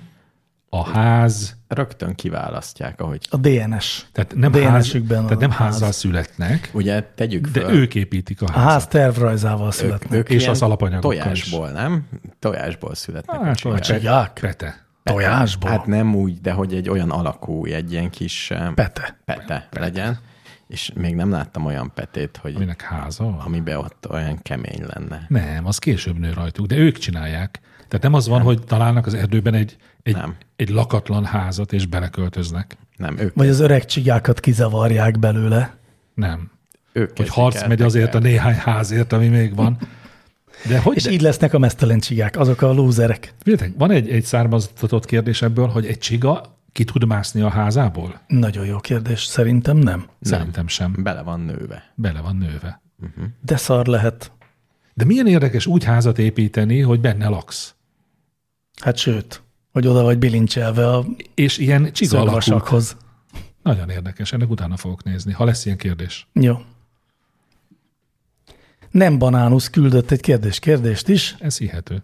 [SPEAKER 3] a ház,
[SPEAKER 1] Rögtön kiválasztják, ahogy...
[SPEAKER 2] A DNS.
[SPEAKER 3] Tehát nem,
[SPEAKER 2] De
[SPEAKER 3] ház,
[SPEAKER 2] énesükben
[SPEAKER 3] tehát nem
[SPEAKER 2] a ház.
[SPEAKER 3] házzal születnek,
[SPEAKER 1] Ugye tegyük
[SPEAKER 3] de
[SPEAKER 1] föl,
[SPEAKER 3] ők építik a
[SPEAKER 2] A
[SPEAKER 3] házat.
[SPEAKER 2] ház tervrajzával születnek.
[SPEAKER 1] ők
[SPEAKER 3] és
[SPEAKER 1] ilyen
[SPEAKER 3] az alapanyagokkal is.
[SPEAKER 1] Tojásból, nem? Tojásból születnek. a
[SPEAKER 3] Hát,
[SPEAKER 1] csigák.
[SPEAKER 3] a
[SPEAKER 2] csigák.
[SPEAKER 3] Pete.
[SPEAKER 2] Tojásból.
[SPEAKER 1] Hát nem úgy, de hogy egy olyan alakú, egy ilyen kis eh,
[SPEAKER 2] Pete.
[SPEAKER 1] pete legyen, és még nem láttam olyan petét, hogy
[SPEAKER 3] Aminek háza van?
[SPEAKER 1] amiben ott olyan kemény lenne.
[SPEAKER 3] Nem, az később nő rajtuk, de ők csinálják. Tehát nem az van, hogy találnak az erdőben egy, egy,
[SPEAKER 1] Nem.
[SPEAKER 3] egy lakatlan házat, és beleköltöznek.
[SPEAKER 1] Nem, ők,
[SPEAKER 2] Vagy az öreg csigákat kizavarják belőle.
[SPEAKER 3] Nem.
[SPEAKER 1] ők
[SPEAKER 3] Hogy
[SPEAKER 1] kezdik
[SPEAKER 3] harc
[SPEAKER 1] el
[SPEAKER 3] megy azért a
[SPEAKER 1] tekerni.
[SPEAKER 3] néhány házért, ami még van. De hogy
[SPEAKER 2] És
[SPEAKER 3] de,
[SPEAKER 2] így lesznek a mesztelen csigák, azok a lúzerek.
[SPEAKER 3] Figyeljetek, van egy, egy származtatott kérdés ebből, hogy egy csiga ki tud mászni a házából?
[SPEAKER 2] Nagyon jó kérdés, szerintem nem.
[SPEAKER 3] Szerintem sem.
[SPEAKER 1] Bele van nőve.
[SPEAKER 3] Bele van nőve.
[SPEAKER 2] De szar lehet.
[SPEAKER 3] De milyen érdekes úgy házat építeni, hogy benne laksz.
[SPEAKER 2] Hát sőt, hogy oda vagy bilincselve a
[SPEAKER 3] És ilyen csiga alakú.
[SPEAKER 2] szörvasakhoz.
[SPEAKER 3] Nagyon érdekes, ennek utána fogok nézni, ha lesz ilyen kérdés.
[SPEAKER 2] Jó. Nem banánusz küldött egy kérdés kérdést is.
[SPEAKER 3] Ez hihető.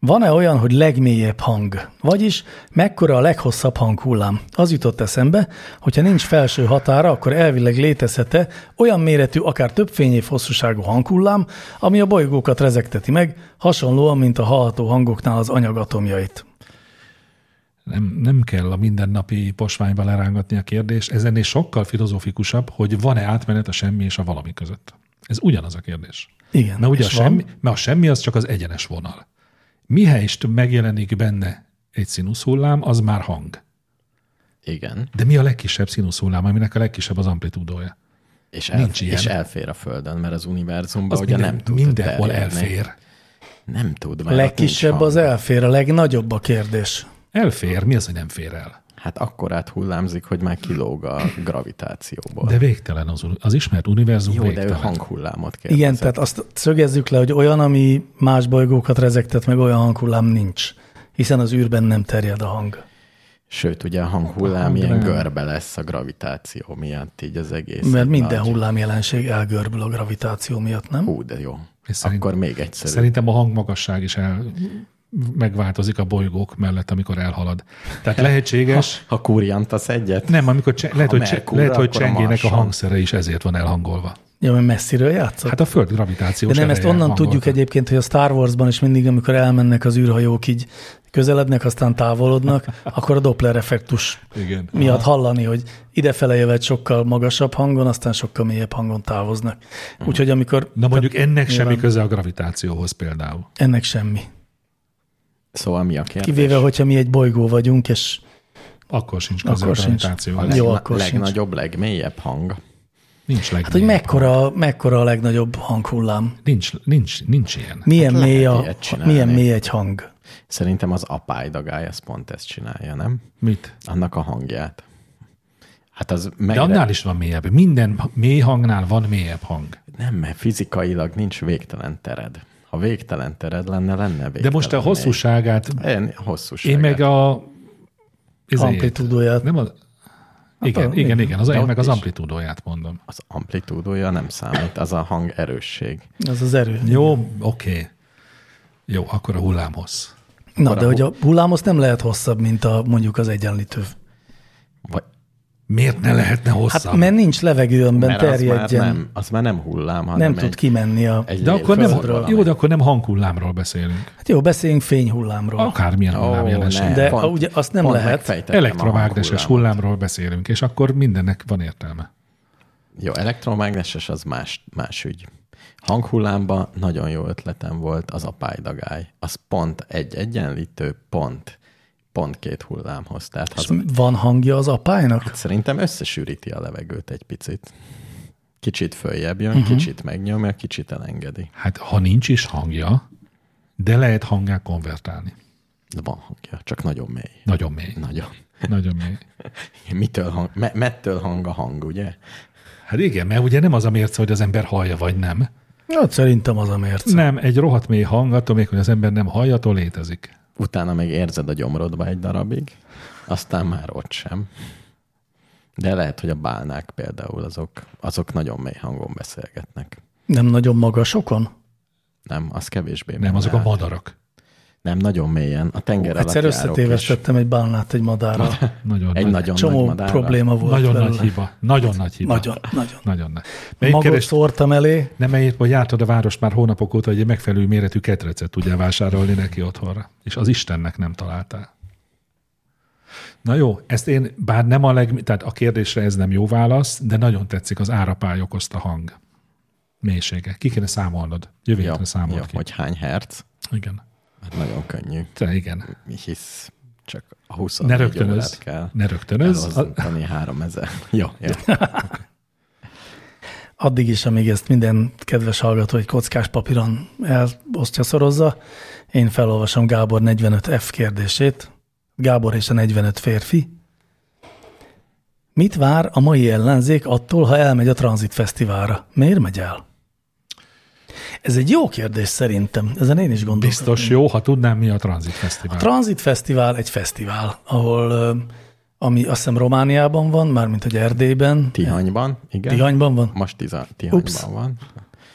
[SPEAKER 2] Van-e olyan, hogy legmélyebb hang? Vagyis mekkora a leghosszabb hanghullám? Az jutott eszembe, hogyha nincs felső határa, akkor elvileg létezhet-e olyan méretű, akár több fényév hosszúságú hanghullám, ami a bolygókat rezekteti meg, hasonlóan, mint a hallható hangoknál az anyagatomjait.
[SPEAKER 3] Nem, nem kell a mindennapi posványba lerángatni a kérdést, ez ennél sokkal filozófikusabb, hogy van-e átmenet a semmi és a valami között. Ez ugyanaz a kérdés.
[SPEAKER 2] Igen,
[SPEAKER 3] Na ugye a
[SPEAKER 2] és van.
[SPEAKER 3] semmi, mert a semmi az csak az egyenes vonal. Mihelyst megjelenik benne egy színuszhullám, az már hang.
[SPEAKER 1] Igen.
[SPEAKER 3] De mi a legkisebb színuszhullám, aminek a legkisebb az amplitúdója?
[SPEAKER 1] És, el,
[SPEAKER 3] Nincs ilyen.
[SPEAKER 1] és elfér a Földön, mert az univerzumban
[SPEAKER 3] Az
[SPEAKER 1] ugye
[SPEAKER 3] minden,
[SPEAKER 1] nem tud
[SPEAKER 3] mindenhol
[SPEAKER 1] terjedni.
[SPEAKER 3] elfér.
[SPEAKER 1] Nem tud.
[SPEAKER 2] A
[SPEAKER 1] mert ott
[SPEAKER 2] legkisebb
[SPEAKER 1] nincs hang.
[SPEAKER 2] az elfér, a legnagyobb a kérdés.
[SPEAKER 3] Elfér, mi az, hogy nem fér el?
[SPEAKER 1] Hát akkor át hullámzik, hogy már kilóg a gravitációból.
[SPEAKER 3] De végtelen az, uni- az ismert univerzum
[SPEAKER 1] Jó, de ő
[SPEAKER 3] végtelen.
[SPEAKER 1] hanghullámot kérdez.
[SPEAKER 2] Igen, tehát azt szögezzük le, hogy olyan, ami más bolygókat rezektet, meg olyan hanghullám nincs, hiszen az űrben nem terjed a hang.
[SPEAKER 1] Sőt, ugye a hanghullám
[SPEAKER 3] de
[SPEAKER 1] ilyen
[SPEAKER 3] nem.
[SPEAKER 1] görbe lesz a gravitáció miatt, így az egész.
[SPEAKER 2] Mert
[SPEAKER 1] egy
[SPEAKER 2] minden
[SPEAKER 1] nagy-
[SPEAKER 2] hullámjelenség elgörbül a gravitáció miatt, nem?
[SPEAKER 1] Hú, de jó.
[SPEAKER 3] És szerint,
[SPEAKER 1] Akkor még egyszerű.
[SPEAKER 3] Szerintem a hangmagasság is el megváltozik a bolygók mellett, amikor elhalad. Tehát lehetséges,
[SPEAKER 1] Ha kurjantasz egyet?
[SPEAKER 3] nem, amikor cse, lehet,
[SPEAKER 1] Ha
[SPEAKER 3] hogy, cse,
[SPEAKER 1] Merkurra,
[SPEAKER 3] lehet, hogy
[SPEAKER 1] akkor a
[SPEAKER 3] csengének a
[SPEAKER 1] Marson.
[SPEAKER 3] hangszere is ezért van elhangolva.
[SPEAKER 2] Ja, mert messziről játszol.
[SPEAKER 3] Hát a Föld gravitációs
[SPEAKER 2] De nem,
[SPEAKER 3] ereje
[SPEAKER 2] ezt onnan
[SPEAKER 3] hangolta.
[SPEAKER 2] tudjuk egyébként, hogy a Star Warsban is mindig, amikor elmennek az űrhajók, így közelednek, aztán távolodnak, akkor a Doppler effektus
[SPEAKER 3] Igen.
[SPEAKER 2] miatt hallani, hogy idefele jövet sokkal magasabb hangon, aztán sokkal mélyebb hangon távoznak.
[SPEAKER 3] Mhm.
[SPEAKER 2] Úgyhogy amikor
[SPEAKER 3] Na mondjuk ennek semmi
[SPEAKER 2] Nyilván.
[SPEAKER 3] köze a gravitációhoz például.
[SPEAKER 2] ennek semmi.
[SPEAKER 1] Szóval mi a kérdés?
[SPEAKER 2] Kivéve, hogyha mi egy bolygó vagyunk, és
[SPEAKER 3] Akkor sincs
[SPEAKER 2] Akkor
[SPEAKER 3] köze a
[SPEAKER 2] sincs.
[SPEAKER 1] a
[SPEAKER 3] gravitációhoz.
[SPEAKER 1] legna-
[SPEAKER 2] Jó, akkor sincs.
[SPEAKER 1] legnagyobb, legmélyebb hang.
[SPEAKER 3] Nincs
[SPEAKER 2] hát hogy mekkora, mekkora a legnagyobb hanghullám?
[SPEAKER 3] Nincs, nincs, nincs ilyen.
[SPEAKER 2] Milyen,
[SPEAKER 1] Hát
[SPEAKER 2] hát
[SPEAKER 1] lehet
[SPEAKER 2] mély, a,
[SPEAKER 1] ilyet csinálni.
[SPEAKER 2] milyen mély egy hang?
[SPEAKER 1] Szerintem az apálydagály ezt pont ezt csinálja, nem?
[SPEAKER 3] Mit?
[SPEAKER 1] Annak a hangját. Hát az
[SPEAKER 3] De
[SPEAKER 1] meg...
[SPEAKER 3] annál is van mélyebb. Minden mély hangnál van mélyebb hang.
[SPEAKER 1] Nem, mert fizikailag nincs végtelen tered. Ha végtelen tered lenne, lenne végtelen.
[SPEAKER 3] De most a
[SPEAKER 1] mély.
[SPEAKER 3] hosszúságát,
[SPEAKER 1] Én, a hosszúságát.
[SPEAKER 3] én meg a... izéjét.
[SPEAKER 2] Amplitúdóját.
[SPEAKER 3] Nem az, igen,
[SPEAKER 2] a-
[SPEAKER 3] Hát igen, igen, az,
[SPEAKER 1] De
[SPEAKER 3] én
[SPEAKER 1] ott
[SPEAKER 3] meg az
[SPEAKER 1] is.
[SPEAKER 3] amplitúdóját mondom.
[SPEAKER 1] Az amplitúdója nem számít, az a hang erősség.
[SPEAKER 2] Az az erő.
[SPEAKER 3] Jó, oké. Okay. Jó, akkor a hullámhoz.
[SPEAKER 2] Na, de hogy a hullám az nem lehet hosszabb, mint a mondjuk az egyenlítő.
[SPEAKER 1] Vagy,
[SPEAKER 3] Miért ne lehetne hosszabb?
[SPEAKER 2] Hát mert nincs levegő, amiben
[SPEAKER 1] mert az már,
[SPEAKER 2] terjedjen.
[SPEAKER 1] nem, az már nem hullám, hanem
[SPEAKER 2] nem
[SPEAKER 1] egy,
[SPEAKER 2] tud kimenni a...
[SPEAKER 1] egy
[SPEAKER 3] de akkor nem,
[SPEAKER 1] légkör valami.
[SPEAKER 3] jó, de akkor nem hanghullámról beszélünk.
[SPEAKER 2] Hát jó, beszéljünk fényhullámról.
[SPEAKER 3] Akármilyen hullám jelenség.
[SPEAKER 2] ne. De ha ugye azt nem lehet,
[SPEAKER 1] megfejtettem a
[SPEAKER 3] Elektromágneses
[SPEAKER 1] hanghullámot.
[SPEAKER 3] hullámról beszélünk, és akkor mindennek van értelme.
[SPEAKER 1] Jó, elektromágneses az más, más ügy. Hanghullámban nagyon jó ötletem volt az apálydagály. Az pont egy egyenlítő, pont, pont két hullámhoz. Tehát
[SPEAKER 2] És
[SPEAKER 1] az,
[SPEAKER 2] van hangja az apálynak?
[SPEAKER 1] szerintem összesűríti a levegőt egy picit. Kicsit följebb jön, uh-huh. kicsit megnyomja, kicsit elengedi.
[SPEAKER 3] Hát ha nincs is hangja, de lehet hangá konvertálni.
[SPEAKER 1] De van hangja, csak nagyon mély.
[SPEAKER 3] Nagyon mély.
[SPEAKER 1] Nagyon.
[SPEAKER 3] Nagyon mély.
[SPEAKER 1] Mitől hang, me, mettől hang a hang, ugye?
[SPEAKER 3] Hát igen, mert ugye nem az a mérce, hogy az ember hallja vagy nem.
[SPEAKER 2] Hát szerintem az a mérce.
[SPEAKER 3] Nem, egy rohadt mély hang, attól még, hogy az ember nem hallja, attól létezik.
[SPEAKER 1] Utána még érzed a gyomrodba egy darabig, aztán már ott sem. De lehet, hogy a bálnák például azok, azok nagyon mély hangon beszélgetnek.
[SPEAKER 2] Nem nagyon magasokon?
[SPEAKER 1] Nem, az kevésbé.
[SPEAKER 3] Nem, azok a
[SPEAKER 1] megy el.
[SPEAKER 3] madarak.
[SPEAKER 1] Nem, nagyon mélyen. A tenger alatt
[SPEAKER 2] Egyszer
[SPEAKER 1] járok is.
[SPEAKER 2] összetévesztettem egy bálnát egy madárral.
[SPEAKER 3] Nagyon
[SPEAKER 1] Egy
[SPEAKER 3] nagy,
[SPEAKER 1] nagyon
[SPEAKER 2] Csomó
[SPEAKER 1] nagy
[SPEAKER 2] nagy
[SPEAKER 1] madárral.
[SPEAKER 2] probléma volt
[SPEAKER 3] nagyon
[SPEAKER 2] belőle.
[SPEAKER 3] nagy hiba. Nagyon nagy hiba.
[SPEAKER 2] Nagyon, nagyon.
[SPEAKER 3] Nagyon nagy. Melyik
[SPEAKER 2] Magot
[SPEAKER 3] keres,
[SPEAKER 2] szórtam elé,
[SPEAKER 3] nem melyik, vagy jártad a várost már hónapok óta, hogy egy megfelelő méretű ketrecet tudjál vásárolni neki otthonra. És az Istennek nem találtál. Na jó, ezt én bár nem a leg... Tehát a kérdésre ez nem jó válasz, de nagyon tetszik az árapály okozta hang mélysége. Ki kéne számolnod? Jövő
[SPEAKER 1] Ja,
[SPEAKER 3] hétre számolt
[SPEAKER 1] ja,
[SPEAKER 3] ki.
[SPEAKER 1] hogy hány herc?
[SPEAKER 3] Igen.
[SPEAKER 1] Hát nagyon könnyű.
[SPEAKER 3] Te, igen.
[SPEAKER 1] Hisz csak a
[SPEAKER 3] Ne
[SPEAKER 1] 24 órát
[SPEAKER 3] rögtönöz.
[SPEAKER 1] kell.
[SPEAKER 3] Ne rögtönöz. A-
[SPEAKER 1] Elhozzantani 3000. Jó, jó.
[SPEAKER 2] addig is, amíg ezt minden kedves hallgató egy kockás papíron elosztja, szorozza, én felolvasom Gábor 45 F kérdését. Gábor és a 45 férfi. Mit vár a mai ellenzék attól, ha elmegy a Transit Fesztiválra? Miért megy el? Ez egy jó kérdés szerintem. Ezen én is gondolom.
[SPEAKER 3] Biztos jó, ha tudnám, mi a Transit Fesztivál.
[SPEAKER 2] Transit Fesztivál egy fesztivál, ahol, ö, ami azt hiszem Romániában van, mármint hogy Erdélyben.
[SPEAKER 1] Tihanyban, igen.
[SPEAKER 2] Tihanyban van?
[SPEAKER 1] Most tiza, Tihanyban
[SPEAKER 2] Ups.
[SPEAKER 1] van.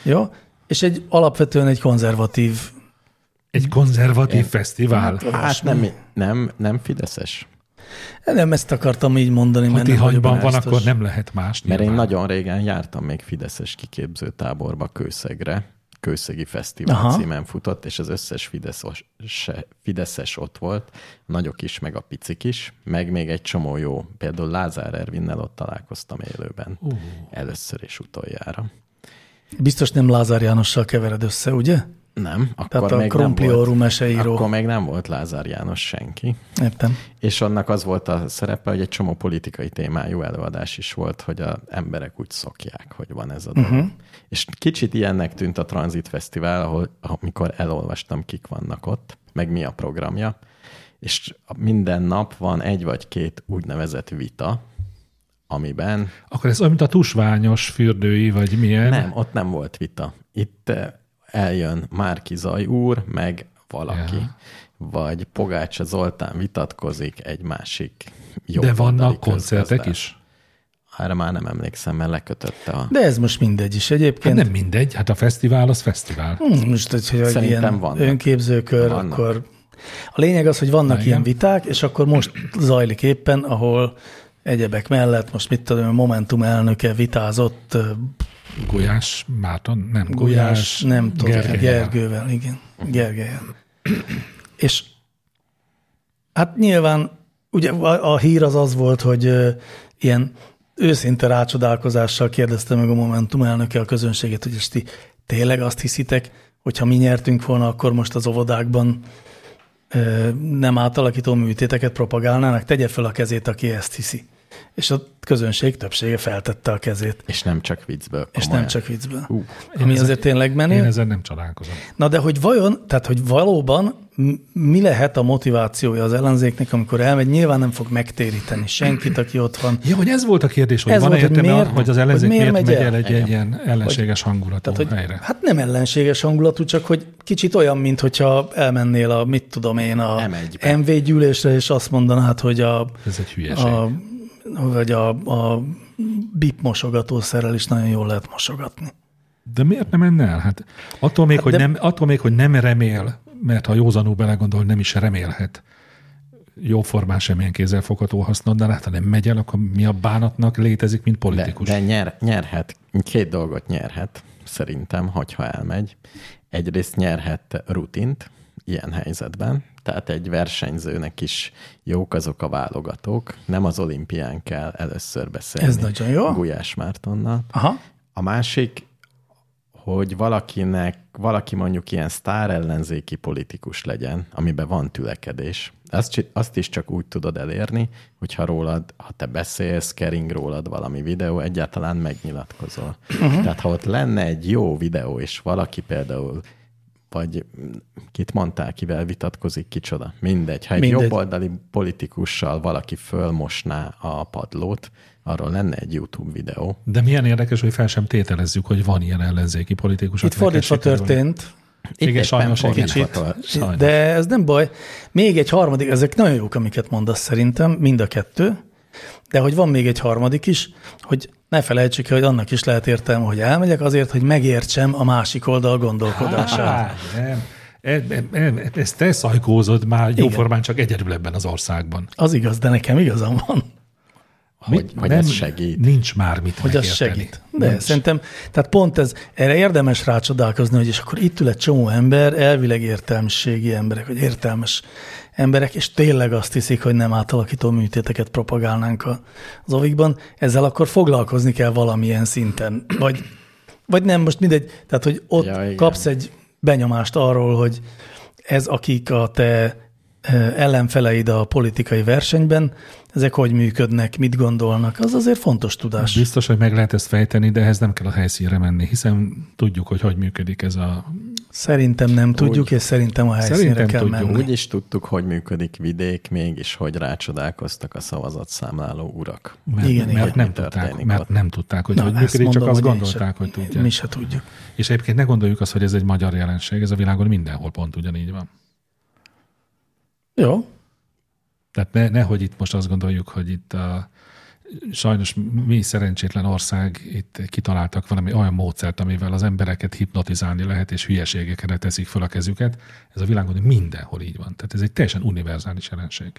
[SPEAKER 2] Jó. És egy alapvetően egy konzervatív
[SPEAKER 3] egy konzervatív fesztivál.
[SPEAKER 1] Hát nem, nem, nem Fideszes.
[SPEAKER 2] Eh, Nem ezt akartam így mondani,
[SPEAKER 3] Ha
[SPEAKER 2] mert nem vagyok
[SPEAKER 3] Tihanyban van,
[SPEAKER 2] biztos.
[SPEAKER 3] akkor nem lehet más.
[SPEAKER 1] Mert én
[SPEAKER 3] nyilván.
[SPEAKER 1] nagyon régen jártam még Fideszes kiképzőtáborba Kőszegre, Kőszegi Fesztivál
[SPEAKER 2] Aha.
[SPEAKER 1] Aha. címen futott, és az összes fideszes, se- fideszes ott volt, a nagyok is, meg a picik is, meg még egy csomó jó. Például Lázár Ervinnel ott találkoztam élőben. Uh. Először és utoljára.
[SPEAKER 2] Biztos nem Lázár Jánossal kevered össze, ugye?
[SPEAKER 1] Nem,
[SPEAKER 2] Tehát
[SPEAKER 1] akkor
[SPEAKER 2] akkor a
[SPEAKER 1] még nem
[SPEAKER 2] Krumplióru
[SPEAKER 1] volt,
[SPEAKER 2] meseíró.
[SPEAKER 1] akkor még nem volt Lázár János senki.
[SPEAKER 2] Értem.
[SPEAKER 1] És annak az volt a szerepe, hogy egy csomó politikai témájú előadás is volt, hogy az emberek úgy szokják, hogy van ez a dolog. Uh-huh. És kicsit ilyennek tűnt a Transit Fesztivál, ahol, amikor elolvastam, kik vannak ott, meg mi a programja. És minden nap van egy vagy két úgynevezett vita, amiben
[SPEAKER 3] Akkor ez olyan, mint a tusványos fürdői, vagy milyen.
[SPEAKER 1] nem, ott nem volt vita. Itt eh, eljön Márki Zaj úr, meg valaki.
[SPEAKER 3] Ja.
[SPEAKER 1] Ja. Vagy Pogácsa Zoltán vitatkozik egy másik jó
[SPEAKER 3] De vannak koncertek is? Hát
[SPEAKER 1] Erre már nem emlékszem, mert lekötötte a...
[SPEAKER 2] De ez most mindegy is
[SPEAKER 3] Hát
[SPEAKER 2] egyébként.
[SPEAKER 3] nem mindegy, hát a fesztivál az fesztivál.
[SPEAKER 2] Hmm, Most, hogy, hogy
[SPEAKER 1] Szerintem
[SPEAKER 2] ilyen
[SPEAKER 1] vannak.
[SPEAKER 2] önképzőkör,
[SPEAKER 1] Vannak.
[SPEAKER 2] akkor... A lényeg az, hogy vannak
[SPEAKER 3] Na,
[SPEAKER 2] ilyen
[SPEAKER 3] igen.
[SPEAKER 2] viták, és akkor most zajlik éppen, ahol egyebek mellett, most mit tudom, a Momentum elnöke vitázott ö,
[SPEAKER 3] Gulyás Márton, nem
[SPEAKER 2] Gulyás,
[SPEAKER 3] Gulyás,
[SPEAKER 2] nem tudom,
[SPEAKER 3] Gergely.
[SPEAKER 2] Gergely. Gergővel, igen, Gergelyen. És hát nyilván ugye a, a hír az az volt, hogy ö, ilyen őszinte rácsodálkozással kérdezte meg a Momentum elnöke a közönséget, hogy és ti tényleg azt hiszitek, hogyha mi nyertünk volna, akkor most az óvodákban ö, nem átalakító műtéteket propagálnának? Tegye fel a kezét, aki ezt hiszi. És a közönség többsége feltette a kezét,
[SPEAKER 1] És nem csak viccből.
[SPEAKER 2] és
[SPEAKER 1] komolyan.
[SPEAKER 2] nem csak viccből.
[SPEAKER 1] Hú,
[SPEAKER 2] Ami azért tényleg
[SPEAKER 3] Én
[SPEAKER 2] menő.
[SPEAKER 3] ezzel nem csodálkozom.
[SPEAKER 2] Na de hogy vajon, tehát hogy valóban m- mi lehet a motivációja az ellenzéknek, amikor elmegy, nyilván nem fog megtéríteni senkit, aki ott van.
[SPEAKER 3] Ja, hogy ez volt a kérdés, hogy
[SPEAKER 2] Ez
[SPEAKER 3] van-e
[SPEAKER 2] volt, hogy
[SPEAKER 3] értelme,
[SPEAKER 2] miért-
[SPEAKER 3] hogy az ellenzék
[SPEAKER 2] hogy
[SPEAKER 3] miért,
[SPEAKER 2] miért
[SPEAKER 3] megy
[SPEAKER 2] megy
[SPEAKER 3] el
[SPEAKER 2] el?
[SPEAKER 3] egy, egy ilyen ellenséges hangulatú
[SPEAKER 2] Tehát, hogy,
[SPEAKER 3] helyre.
[SPEAKER 2] hát nem ellenséges hangulatú, csak hogy kicsit olyan, mint hogyha elmennél a, mit tudom én, a
[SPEAKER 1] M1-be.
[SPEAKER 2] MV gyűlésre, és azt mondanád, hogy a,
[SPEAKER 3] Ez egy hülyeség.
[SPEAKER 2] a vagy a, a bip mosogatószerrel is nagyon jól lehet mosogatni.
[SPEAKER 3] De miért nem menne el? Hát attól még, hát hogy
[SPEAKER 2] de-
[SPEAKER 3] nem, attól még, hogy nem remél, mert ha józanul belegondol, nem is remélhet jóformán semmilyen kézzelfogható hasznod, de hát ha nem megy el, akkor mi a bánatnak létezik, mint
[SPEAKER 1] de,
[SPEAKER 3] politikus?
[SPEAKER 1] de nyer, nyerhet, két dolgot nyerhet, szerintem, hogyha elmegy. Egyrészt nyerhet rutint ilyen helyzetben, tehát egy versenyzőnek is jók azok a válogatók. Nem az olimpián kell először beszélni.
[SPEAKER 2] Ez nagyon jó.
[SPEAKER 1] Gulyás Mártonnal.
[SPEAKER 2] Aha.
[SPEAKER 1] A másik, hogy valakinek, valaki mondjuk ilyen sztár ellenzéki politikus legyen, amiben van tülekedés. Azt, csi- azt is csak úgy tudod elérni, hogyha rólad, ha te beszélsz, kering rólad valami videó, egyáltalán megnyilatkozol. Uh-huh. Tehát ha ott lenne egy jó videó, és valaki például vagy mm, kit mondtál, kivel vitatkozik, kicsoda. Mindegy. Ha egy
[SPEAKER 2] Mindegy.
[SPEAKER 1] jobboldali politikussal valaki fölmosná a padlót, arról lenne egy YouTube videó,
[SPEAKER 3] De milyen érdekes, hogy fel sem tételezzük, hogy van ilyen ellenzéki politikus.
[SPEAKER 2] Itt
[SPEAKER 3] akinek ez
[SPEAKER 2] fordítva
[SPEAKER 3] sikerül.
[SPEAKER 2] történt.
[SPEAKER 3] Igen,
[SPEAKER 1] éppen
[SPEAKER 3] sajnos igen.
[SPEAKER 1] fordítható.
[SPEAKER 3] Sajnos.
[SPEAKER 2] De ez nem baj. Még egy harmadik, ezek nagyon jók, amiket mondasz szerintem, mind a kettő, de hogy van még egy harmadik is, hogy ne felejtsük el, hogy annak is lehet értelme, hogy elmegyek azért, hogy megértsem a másik oldal gondolkodását.
[SPEAKER 3] Á, nem. E- e- e- Ezt te szajkózod már jóformán csak egyedül ebben az országban.
[SPEAKER 2] Az igaz, de nekem igazam van,
[SPEAKER 1] Hogy, hogy ez segít.
[SPEAKER 3] Nincs már mit
[SPEAKER 2] hogy az
[SPEAKER 3] megérteni.
[SPEAKER 2] segít. De
[SPEAKER 3] Nincs.
[SPEAKER 2] szerintem, tehát pont ez, erre érdemes rácsodálkozni, hogy és akkor itt ül egy csomó ember, elvileg értelmiségi emberek, vagy értelmes emberek, és tényleg azt hiszik, hogy nem átalakító műtéteket propagálnánk a- az ovikban, ezzel akkor foglalkozni kell valamilyen szinten. Vagy, vagy nem, most mindegy, tehát hogy ott
[SPEAKER 1] Ja,
[SPEAKER 2] ja,
[SPEAKER 1] igen.
[SPEAKER 2] kapsz egy benyomást arról, hogy ez, akik a te ö, ellenfeleid a politikai versenyben, ezek hogy működnek, mit gondolnak, az azért fontos tudás.
[SPEAKER 3] Biztos, hogy meg lehet ezt fejteni, de ehhez nem kell a helyszínre menni, hiszen tudjuk, hogy hogy működik ez a...
[SPEAKER 2] Szerintem nem tudjuk, és szerintem a helyszínre
[SPEAKER 3] Szerintem
[SPEAKER 2] kell
[SPEAKER 3] tudjuk.
[SPEAKER 2] menni.
[SPEAKER 1] Úgy is tudtuk, hogy működik vidék, mégis hogy rácsodálkoztak a szavazatszámláló urak.
[SPEAKER 3] Mert,
[SPEAKER 2] Igen,
[SPEAKER 3] mert
[SPEAKER 2] igen.
[SPEAKER 3] nem
[SPEAKER 1] Mi
[SPEAKER 3] tudták,
[SPEAKER 1] történik
[SPEAKER 3] mert
[SPEAKER 1] ott?
[SPEAKER 3] nem tudták, hogy hogy
[SPEAKER 2] hát ezt
[SPEAKER 3] működik, csak azt
[SPEAKER 2] hogy én
[SPEAKER 3] gondolták,
[SPEAKER 2] se,
[SPEAKER 3] hogy tudják.
[SPEAKER 2] Mi se tudjuk.
[SPEAKER 3] És egyébként ne gondoljuk azt, hogy ez egy magyar jelenség, ez a világon mindenhol pont ugyanígy van.
[SPEAKER 2] Jó,
[SPEAKER 3] Tehát ne, nehogy itt most azt gondoljuk, hogy itt a, sajnos mi szerencsétlen ország, itt kitaláltak valami olyan módszert, amivel az embereket hipnotizálni lehet, és hülyeségekre teszik fel a kezüket. Ez a világon mindenhol így van. Tehát ez egy teljesen univerzális jelenség.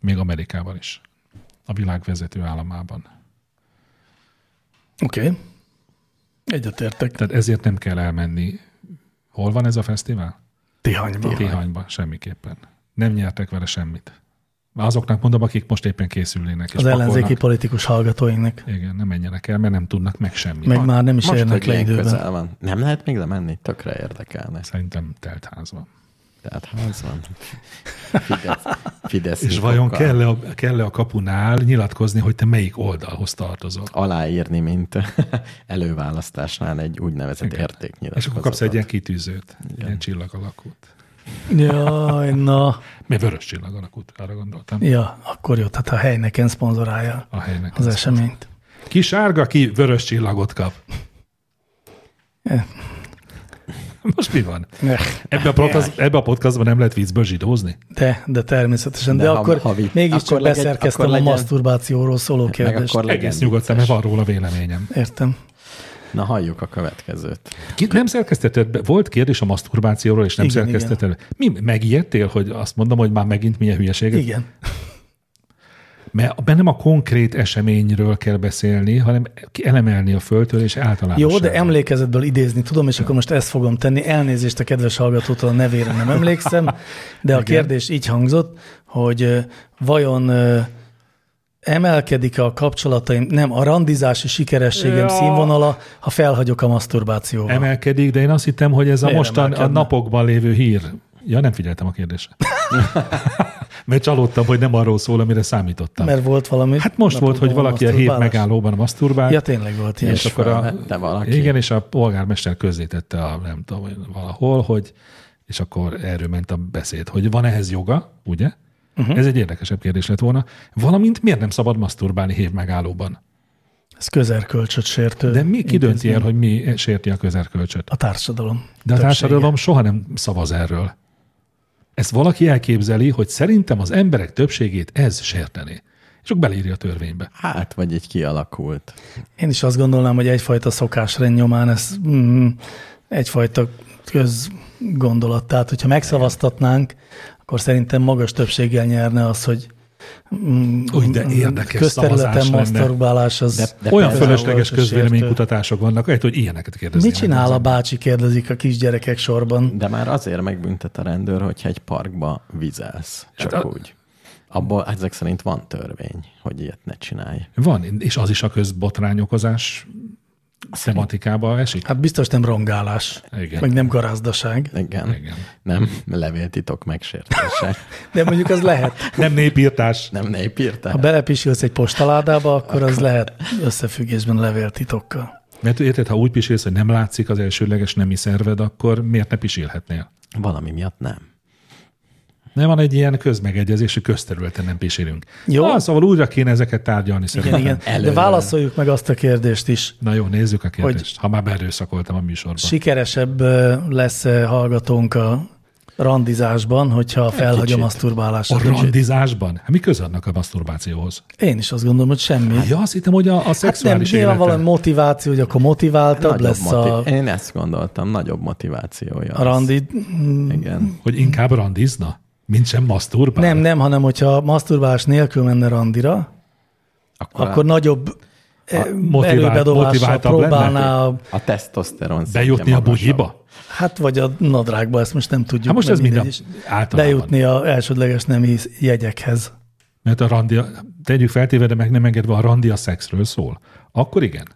[SPEAKER 3] Még Amerikában is. A világ vezető államában.
[SPEAKER 2] oké. Okay. Egyetértek.
[SPEAKER 3] Tehát ezért nem kell elmenni. Hol van ez a fesztivál?
[SPEAKER 2] Tihanyban.
[SPEAKER 3] Tihanyban, semmiképpen. Nem nyertek vele semmit. Azoknak mondom, akik most éppen készülnének. és
[SPEAKER 2] Az ellenzéki
[SPEAKER 3] pakolnak.
[SPEAKER 2] politikus hallgatóinknak.
[SPEAKER 3] Igen, nem menjenek el, mert nem tudnak meg semmit.
[SPEAKER 2] Meg már nem is
[SPEAKER 1] Most,
[SPEAKER 2] érnek
[SPEAKER 1] hogy
[SPEAKER 2] le
[SPEAKER 1] ilyen
[SPEAKER 2] időben.
[SPEAKER 1] közel van. Nem lehet még lemenni? Tökre érdekelne.
[SPEAKER 3] Szerintem telt ház van.
[SPEAKER 1] Tehát ha az van. Fidesz, Fidesz
[SPEAKER 3] És vajon kell-e a, kell-e a kapunál nyilatkozni, hogy te melyik oldalhoz tartozol?
[SPEAKER 1] aláírni, mint előválasztásnál egy úgynevezett értéknyilatkozatot.
[SPEAKER 3] És akkor kapsz egy ilyen kitűzőt, Igen. ilyen csillag alakút.
[SPEAKER 2] Jaj, na.
[SPEAKER 3] Mert vörös csillag alakút, arra gondoltam.
[SPEAKER 2] Ja, akkor jó, tehát a helyneken szponzorálja
[SPEAKER 3] A helynek.
[SPEAKER 1] Hát,
[SPEAKER 2] az eseményt.
[SPEAKER 3] Ki sárga, ki vörös csillagot kap. Most mi van?
[SPEAKER 2] Eh, Ne.
[SPEAKER 3] Ebbe a, podcast, ebbe a podcastban nem lehet viccből zsidózni?
[SPEAKER 2] De, de természetesen. De,
[SPEAKER 1] De
[SPEAKER 2] de
[SPEAKER 1] ha-
[SPEAKER 2] akkor
[SPEAKER 1] ha vi-
[SPEAKER 2] mégiscsak
[SPEAKER 1] akkor legyen-
[SPEAKER 2] beszerkeztem
[SPEAKER 1] akkor
[SPEAKER 2] a
[SPEAKER 1] legyen-
[SPEAKER 2] maszturbációról szóló
[SPEAKER 1] Meg
[SPEAKER 2] kérdést.
[SPEAKER 1] akkor legyen.
[SPEAKER 3] Egész nyugodtan, mert van róla véleményem.
[SPEAKER 2] Értem.
[SPEAKER 1] Na, halljuk a következőt.
[SPEAKER 3] Ki, nem szerkesztetted be? Volt kérdés a maszturbációról, és nem
[SPEAKER 2] Igen,
[SPEAKER 3] szerkesztetted be. Mi, megijedtél, hogy azt mondom, hogy már megint milyen hülyeséget?
[SPEAKER 2] Igen.
[SPEAKER 3] Mert bennem a konkrét eseményről kell beszélni, hanem elemelni a földtől, és általánosságban.
[SPEAKER 2] Jó, de emlékezetből idézni tudom, és akkor most ezt fogom tenni. Elnézést a kedves hallgatótól, a nevére nem emlékszem, de a kérdés így hangzott, hogy ö, vajon ö, emelkedik a kapcsolataim, nem, a randizási sikerességem
[SPEAKER 3] Ja.
[SPEAKER 2] színvonala, ha felhagyok a maszturbációval.
[SPEAKER 3] Emelkedik, de én azt hittem, hogy ez a
[SPEAKER 2] Miért
[SPEAKER 3] mostan a
[SPEAKER 2] emelkedne?
[SPEAKER 3] napokban lévő hír. Ja, nem figyeltem a kérdésre. Mert csalódtam, hogy nem arról szól, amire számítottam.
[SPEAKER 2] Mert volt valami...
[SPEAKER 3] hát most volt, hogy
[SPEAKER 2] napokban
[SPEAKER 3] valaki a hét
[SPEAKER 2] maszturbálás.
[SPEAKER 3] megállóban maszturbált,
[SPEAKER 2] Ja, tényleg volt ilyen.
[SPEAKER 3] és akkor a,
[SPEAKER 1] fölvette valaki.
[SPEAKER 3] igen, és a polgármester közzétette a, nem tudom, valahol, hogy, és akkor erről ment a beszéd, hogy van ehhez joga, ugye? Uh-huh. Ez egy érdekesebb kérdés lett volna. Valamint miért nem szabad maszturbálni hét megállóban?
[SPEAKER 2] Ez közerkölcsöt sértő.
[SPEAKER 3] De mi kidönti
[SPEAKER 2] intézmény.
[SPEAKER 3] el, hogy mi sérti a közerkölcsöt?
[SPEAKER 2] A társadalom.
[SPEAKER 3] De a
[SPEAKER 2] többsége.
[SPEAKER 3] társadalom soha nem szavaz erről. Ezt valaki elképzeli, hogy szerintem az emberek többségét ez sérteni. És akkor belírja a törvénybe.
[SPEAKER 1] Hát, vagy így kialakult.
[SPEAKER 2] Én is azt gondolnám, hogy egyfajta szokásrend nyomán ez mm, egyfajta közgondolat. Tehát, hogyha megszavaztatnánk, akkor szerintem magas többséggel nyerne az, hogy mm,
[SPEAKER 3] Úgy, de érdekes
[SPEAKER 2] közterületen
[SPEAKER 3] szavazás lenne.
[SPEAKER 2] masztorbálás az...
[SPEAKER 1] De- de
[SPEAKER 3] Olyan
[SPEAKER 1] persze.
[SPEAKER 3] fölösleges
[SPEAKER 2] Sértő.
[SPEAKER 3] közvéleménykutatások vannak, lehet, hogy ilyeneket kérdeznek.
[SPEAKER 2] Mit csinál a bácsi, kérdezik a kisgyerekek sorban.
[SPEAKER 1] De már azért megbüntet a rendőr, hogyha egy parkba vizelsz. Csak
[SPEAKER 3] Hát
[SPEAKER 1] hát
[SPEAKER 3] a-
[SPEAKER 1] a... úgy. Abból ezek szerint van törvény, hogy ilyet ne csinálj.
[SPEAKER 3] Van, és az is a közbotrányokozás tematikába esik?
[SPEAKER 2] Hát biztos nem rongálás,
[SPEAKER 3] Igen.
[SPEAKER 2] meg nem garázdaság.
[SPEAKER 1] Igen.
[SPEAKER 3] Igen.
[SPEAKER 1] Igen. Nem levéltitok megsértése.
[SPEAKER 2] De mondjuk az lehet.
[SPEAKER 3] Nem népírtás.
[SPEAKER 1] Nem
[SPEAKER 2] Ha
[SPEAKER 1] népírtás.
[SPEAKER 2] belepisilsz egy postaládába, akkor az lehet összefüggésben levéltitokkal.
[SPEAKER 3] Mert érted, ha úgy pisilsz, hogy nem látszik az elsőleges nemi szerved, akkor miért ne pisilhetnél?
[SPEAKER 1] Valami miatt nem.
[SPEAKER 3] Nem van egy ilyen közmegegyezés, hogy közterületen nem pisilünk. Jó.
[SPEAKER 2] Jó.
[SPEAKER 3] Ah, szóval újra kéne ezeket tárgyalni
[SPEAKER 2] Igen,
[SPEAKER 3] szerintem.
[SPEAKER 2] igen. De
[SPEAKER 1] Előre.
[SPEAKER 2] válaszoljuk meg azt a kérdést is.
[SPEAKER 3] Na jó, nézzük a kérdést, hogy ha már berőszakoltam a műsorban.
[SPEAKER 2] Sikeresebb ö, lesz ö, hallgatónk a randizásban, hogyha felhagyom a maszturbálást.
[SPEAKER 3] a randizásban? Hát mi köz annak a maszturbációhoz?
[SPEAKER 2] Én is azt gondolom, hogy semmi.
[SPEAKER 3] Ja, azt hittem, hogy a, a
[SPEAKER 2] Hát nem,
[SPEAKER 3] Hát, szexuális
[SPEAKER 2] nyilván
[SPEAKER 3] életen.
[SPEAKER 2] valami motiváció, hogy akkor motiváltabb
[SPEAKER 1] Nagyobb
[SPEAKER 2] lesz a,
[SPEAKER 1] motiv- Én ezt gondoltam, nagyobb motivációja.
[SPEAKER 2] a
[SPEAKER 1] lesz.
[SPEAKER 2] randi.
[SPEAKER 1] Igen.
[SPEAKER 3] Hogy inkább randizna? Mint sem maszturbál?
[SPEAKER 2] Nem, nem, hanem hogyha maszturbálás nélkül menne randira,
[SPEAKER 1] Akkor, hát
[SPEAKER 2] akkor
[SPEAKER 1] akkor
[SPEAKER 2] nagyobb eh,
[SPEAKER 3] motivált-
[SPEAKER 2] erőbedobással
[SPEAKER 3] motiváltabb lenne?
[SPEAKER 2] próbálná, a,
[SPEAKER 1] a tesztoszteron szintje
[SPEAKER 3] Bejutni a
[SPEAKER 1] magasabb.
[SPEAKER 3] bugyiba?
[SPEAKER 2] hát vagy a nadrágba, ezt most nem tudjuk.
[SPEAKER 3] Hát most
[SPEAKER 2] mert
[SPEAKER 3] ez minden
[SPEAKER 2] mindegy is.
[SPEAKER 3] általában.
[SPEAKER 2] Bejutni a elsődleges nemi jegyekhez.
[SPEAKER 3] Mert a randi, tegyük feltéve, de meg nem engedve, a randi a szexről szól. Akkor igen.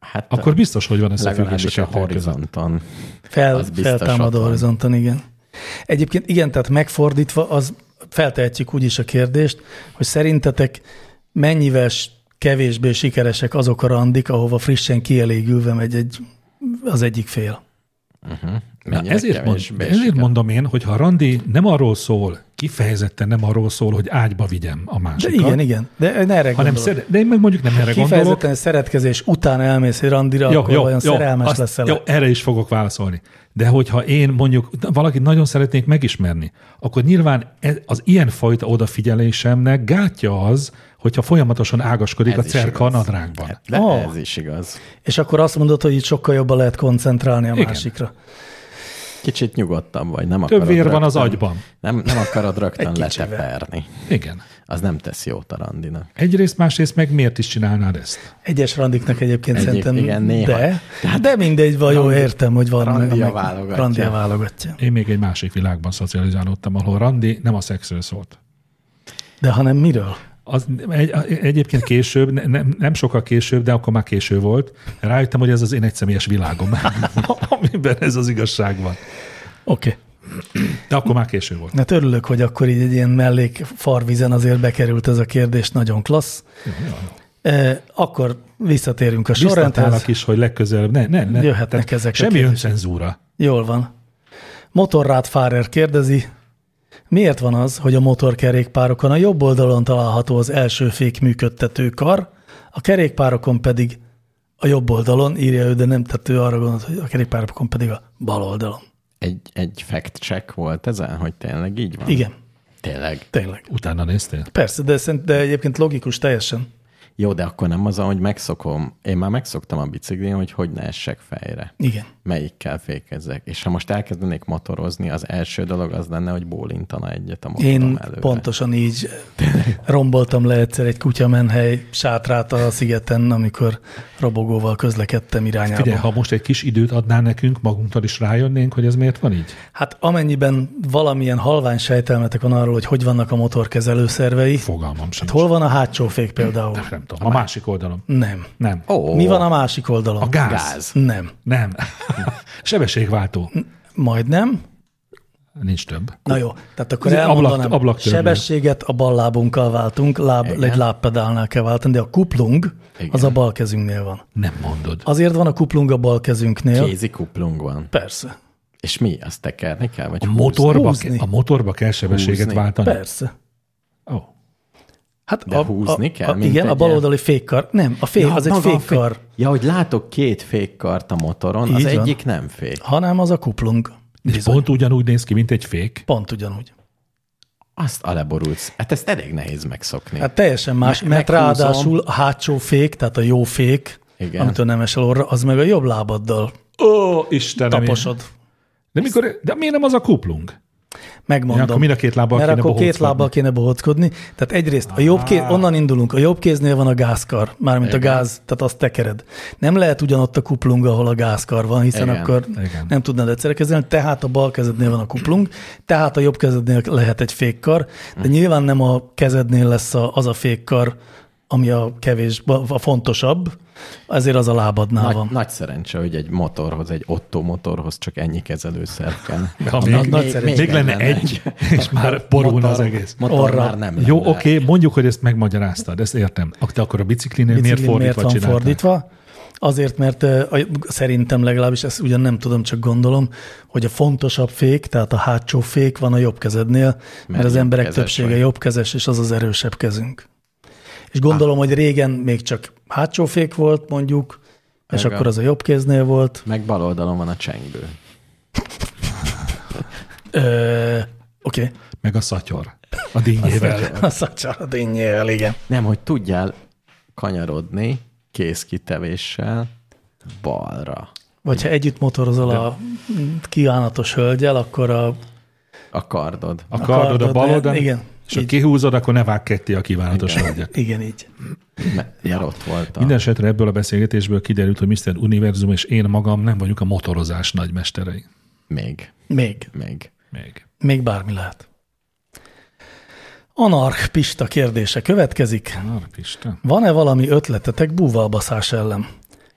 [SPEAKER 1] Hát
[SPEAKER 3] Akkor biztos, hogy van összefüggés a
[SPEAKER 1] legalábbis a
[SPEAKER 3] kettő között.
[SPEAKER 1] horizonton.
[SPEAKER 2] Fel,
[SPEAKER 1] Az biztos ott
[SPEAKER 2] feltámadó
[SPEAKER 1] van.
[SPEAKER 2] horizonton, igen. Egyébként igen, tehát megfordítva, az feltehetjük úgy is a kérdést, hogy szerintetek mennyivel s- kevésbé sikeresek azok a randik, ahova frissen kielégülve megy egy, az egyik fél.
[SPEAKER 3] Na,
[SPEAKER 1] Mennyire
[SPEAKER 3] ezért, mond,
[SPEAKER 1] kevésbé
[SPEAKER 3] ezért
[SPEAKER 1] siker-
[SPEAKER 3] mondom én, hogy ha a randi nem arról szól, kifejezetten nem arról szól, hogy ágyba vigyem a
[SPEAKER 2] De
[SPEAKER 3] másikat,
[SPEAKER 2] igen, igen. De én erre
[SPEAKER 3] hanem
[SPEAKER 2] gondolok.
[SPEAKER 3] szere, de én meg mondjuk nem erre gondolok.
[SPEAKER 2] Kifejezetten szeretkezés után elmész egy randira, jó, akkor jó, vajon jó, szerelmes
[SPEAKER 3] azt-
[SPEAKER 2] leszel.
[SPEAKER 3] jó, erre is fogok válaszolni. De hogyha én mondjuk valakit nagyon szeretnék megismerni, akkor nyilván ez, az ilyenfajta odafigyelésemnek gátja az, hogyha folyamatosan ágaskodik
[SPEAKER 1] Ez
[SPEAKER 3] a
[SPEAKER 1] is
[SPEAKER 3] cerka a
[SPEAKER 1] igaz. Hát.
[SPEAKER 3] nadrágban.
[SPEAKER 1] De
[SPEAKER 2] Ah.
[SPEAKER 1] ez is igaz.
[SPEAKER 2] És akkor azt mondod, hogy itt sokkal jobban lehet koncentrálni a
[SPEAKER 3] Igen.
[SPEAKER 2] igen. másikra.
[SPEAKER 1] Kicsit nyugodtabb vagy, nem
[SPEAKER 3] Több
[SPEAKER 1] akarod
[SPEAKER 3] vér van az
[SPEAKER 1] rögtön-
[SPEAKER 3] agyban.
[SPEAKER 1] Nem, nem akarod rögtön
[SPEAKER 2] Egy kicsivel.
[SPEAKER 1] leteperni.
[SPEAKER 3] Igen.
[SPEAKER 1] Az nem tesz jót a randinak.
[SPEAKER 3] Egyrészt, másrészt meg miért is csinálnád ezt?
[SPEAKER 2] Egyes randiknak egyébként
[SPEAKER 1] Egyéb-
[SPEAKER 2] szerintem,
[SPEAKER 1] igen, néha.
[SPEAKER 2] de, de mindegy, vagy jó, értem, hogy van.
[SPEAKER 1] randia
[SPEAKER 2] amelyik-
[SPEAKER 1] válogatja.
[SPEAKER 2] Randia válogatja.
[SPEAKER 3] Én még egy másik világban szocializálódtam, ahol randi nem a szexről szólt.
[SPEAKER 2] De hanem miről?
[SPEAKER 3] Az egy, egyébként később, ne- nem, nem sokkal később, de akkor már késő volt, rájöttem, hogy ez az én egyszemélyes világom, amiben ez az igazság van.
[SPEAKER 2] Oké. Okay.
[SPEAKER 3] De akkor már késő volt.
[SPEAKER 2] Hát örülök, hogy akkor így egy ilyen mellék farvizen azért bekerült ez a kérdés, nagyon klassz. E, akkor visszatérünk a sorrendhez.
[SPEAKER 3] Biztatálak is, hogy legközelebb. Ne, ne, ne.
[SPEAKER 2] Jöhetnek
[SPEAKER 3] Tehát
[SPEAKER 2] ezek a
[SPEAKER 3] Semmi
[SPEAKER 2] kérdések.
[SPEAKER 3] öncenzúra.
[SPEAKER 2] Jól van. Motorrát Fárer kérdezi, miért van az, hogy a motorkerékpárokon a jobb oldalon található az első fék működtető kar, a kerékpárokon pedig a jobb oldalon, írja ő, de nem, tehát ő arra gondolt, hogy a kerékpárokon pedig a bal oldalon.
[SPEAKER 1] egy, egy fact check volt ezen, hogy tényleg így van?
[SPEAKER 2] Igen,
[SPEAKER 1] Tényleg.
[SPEAKER 2] tényleg.
[SPEAKER 3] Utána néztél?
[SPEAKER 2] Persze, de, szerint, de egyébként logikus teljesen.
[SPEAKER 1] Jó, de akkor nem az, hogy megszokom. Én már megszoktam a biciklin, hogy hogy ne essek fejre.
[SPEAKER 2] Igen.
[SPEAKER 1] Melyikkel fékezzek. És ha most elkezdenék motorozni, az első dolog az lenne, hogy bólintana egyet a motorom
[SPEAKER 2] Én
[SPEAKER 1] előre.
[SPEAKER 2] pontosan így romboltam le egyszer egy kutyamenhely sátrát a szigeten, amikor robogóval közlekedtem irányába.
[SPEAKER 3] Figyelj, ha most egy kis időt adnál nekünk, magunktól is rájönnénk, hogy ez miért van így?
[SPEAKER 2] Hát amennyiben valamilyen halvány sejtelmetek van arról, hogy hogy vannak a motorkezelő szervei,
[SPEAKER 3] Fogalmam sincs.
[SPEAKER 2] Hát hol van a hátsó fék például?
[SPEAKER 3] Nem tudom. A másik oldalon.
[SPEAKER 2] Nem.
[SPEAKER 3] Nem.
[SPEAKER 1] Ó,
[SPEAKER 2] Mi van a másik oldalon?
[SPEAKER 3] A gáz.
[SPEAKER 1] gáz?
[SPEAKER 2] Nem.
[SPEAKER 3] Nem. Sebességváltó.
[SPEAKER 2] Majdnem.
[SPEAKER 3] Nincs több.
[SPEAKER 2] Na jó, tehát akkor
[SPEAKER 3] Ez egy ablak-
[SPEAKER 2] elmondanám,
[SPEAKER 3] ablaktörlő.
[SPEAKER 2] sebességet a bal lábunkkal váltunk, láb,
[SPEAKER 1] Igen.
[SPEAKER 2] egy lábpedálnál kell váltani, de a kuplung
[SPEAKER 1] Igen.
[SPEAKER 2] az a bal kezünknél van.
[SPEAKER 3] Nem mondod.
[SPEAKER 2] Azért van a kuplung a bal kezünknél.
[SPEAKER 1] Kézi kuplung van.
[SPEAKER 2] Persze,
[SPEAKER 1] És mi? Azt tekerni kell? Vagy
[SPEAKER 3] A
[SPEAKER 1] húzni?
[SPEAKER 3] motorba,
[SPEAKER 2] Húzni.
[SPEAKER 3] a motorba kell sebességet
[SPEAKER 1] Húzni.
[SPEAKER 3] váltani?
[SPEAKER 2] persze.
[SPEAKER 3] Ó.
[SPEAKER 2] Hát
[SPEAKER 1] De húzni kell,
[SPEAKER 2] A, a,
[SPEAKER 1] mint
[SPEAKER 2] igen, a
[SPEAKER 1] egy
[SPEAKER 2] baloldali fékkar. Nem, a fék, ja, az egy
[SPEAKER 1] maga a
[SPEAKER 2] fékkar,
[SPEAKER 1] fék- Ja, hogy látok két fékkart a motoron, az
[SPEAKER 2] Így van.
[SPEAKER 1] egyik nem fék.
[SPEAKER 2] hanem az a kuplung.
[SPEAKER 3] És pont ugyanúgy néz ki, mint egy fék.
[SPEAKER 2] Pont ugyanúgy.
[SPEAKER 1] Azt aleborulsz. Hát ezt elég nehéz megszokni.
[SPEAKER 2] Hát teljesen más,
[SPEAKER 1] Me-
[SPEAKER 2] mert
[SPEAKER 1] meghúzom.
[SPEAKER 2] ráadásul a hátsó fék, tehát a jó fék,
[SPEAKER 1] Igen.
[SPEAKER 2] amitől nem esel orra, az meg a jobb lábaddal
[SPEAKER 3] Ó, Istenem!
[SPEAKER 2] taposod.
[SPEAKER 3] De, mikor, de miért nem az a kuplung?
[SPEAKER 2] Megmondom.
[SPEAKER 3] Ja, akkor mind a két lábbal
[SPEAKER 2] Mert
[SPEAKER 3] kéne
[SPEAKER 2] akkor két
[SPEAKER 3] bohóckodni. Ah.
[SPEAKER 2] lábbal kéne bohóckodni. Tehát egyrészt a jobb kéz, onnan indulunk, a jobb kéznél van a gázkar, mármint a gáz, tehát azt tekered. Nem lehet ugyanott a kuplung, ahol a gázkar van, hiszen
[SPEAKER 1] Igen,
[SPEAKER 2] akkor
[SPEAKER 3] igen.
[SPEAKER 2] nem tudnád egyszerre kezelni, tehát a bal kezednél van a kuplung, tehát a jobb kezednél lehet egy fékkar,
[SPEAKER 1] Hm.
[SPEAKER 2] de nyilván nem a kezednél lesz a, az a fékkar, ami a kevés, a fontosabb, ezért az a lábadnál
[SPEAKER 1] Nagy,
[SPEAKER 2] van.
[SPEAKER 1] nagy szerencse, hogy egy motorhoz, egy Otto motorhoz csak ennyi kezelőszer kell.
[SPEAKER 3] Ha
[SPEAKER 1] Ami
[SPEAKER 3] még-
[SPEAKER 1] még-
[SPEAKER 2] nagy
[SPEAKER 1] még
[SPEAKER 2] szerencse.
[SPEAKER 3] Még lenne egy, és már borulna az
[SPEAKER 1] Motor-
[SPEAKER 3] egész.
[SPEAKER 1] Motor
[SPEAKER 2] Orra.
[SPEAKER 1] már nem
[SPEAKER 3] Jó,
[SPEAKER 1] lenne.
[SPEAKER 3] oké, mondjuk, hogy ezt megmagyaráztad, ezt értem. Ak- De akkor a biciklinél miért
[SPEAKER 2] biciklin
[SPEAKER 3] fordítva
[SPEAKER 2] miért van
[SPEAKER 3] csinálták?
[SPEAKER 2] fordítva? Azért, mert ö, a- szerintem legalábbis, ezt ugyan nem tudom, csak gondolom, hogy a fontosabb fék, tehát a hátsó fék van a jobb kezednél, mert, mert az
[SPEAKER 1] jobb
[SPEAKER 2] emberek
[SPEAKER 1] kezes
[SPEAKER 2] többsége
[SPEAKER 1] vagy.
[SPEAKER 2] jobbkezes, és az az erősebb kezünk. És gondolom, hogy régen még csak hátsó fék volt mondjuk, és
[SPEAKER 1] Igen.
[SPEAKER 2] akkor az a jobb kéznél volt.
[SPEAKER 1] Meg bal oldalon van a csengő.
[SPEAKER 2] Ö, Oké, okay.
[SPEAKER 3] Meg a szatyor. A dinnyével.
[SPEAKER 2] a szacsaradényével, igen.
[SPEAKER 1] Nem, hogy tudjál kanyarodni kézkitevéssel balra.
[SPEAKER 2] Vagy ha együtt motorozol a kívánatos hölgyel, akkor a,
[SPEAKER 1] A kardod.
[SPEAKER 3] A kardod a
[SPEAKER 2] kardod,
[SPEAKER 3] bal oldalon,
[SPEAKER 2] igen,
[SPEAKER 3] és ha
[SPEAKER 2] így.
[SPEAKER 3] kihúzod, akkor ne vágj ketté a kívánatos hölgyet.
[SPEAKER 2] igen, Ah. így.
[SPEAKER 1] Mert ja. ott voltam.
[SPEAKER 3] Minden esetre ebből a beszélgetésből kiderült, hogy Mr. Univerzum és én magam nem vagyunk a motorozás nagymesterei.
[SPEAKER 1] Még.
[SPEAKER 2] Még.
[SPEAKER 1] Még.
[SPEAKER 3] Még.
[SPEAKER 2] Még bármi lehet. Anarchpista kérdése következik.
[SPEAKER 3] Narpista.
[SPEAKER 2] Van-e valami ötletetek búvalbaszás ellen?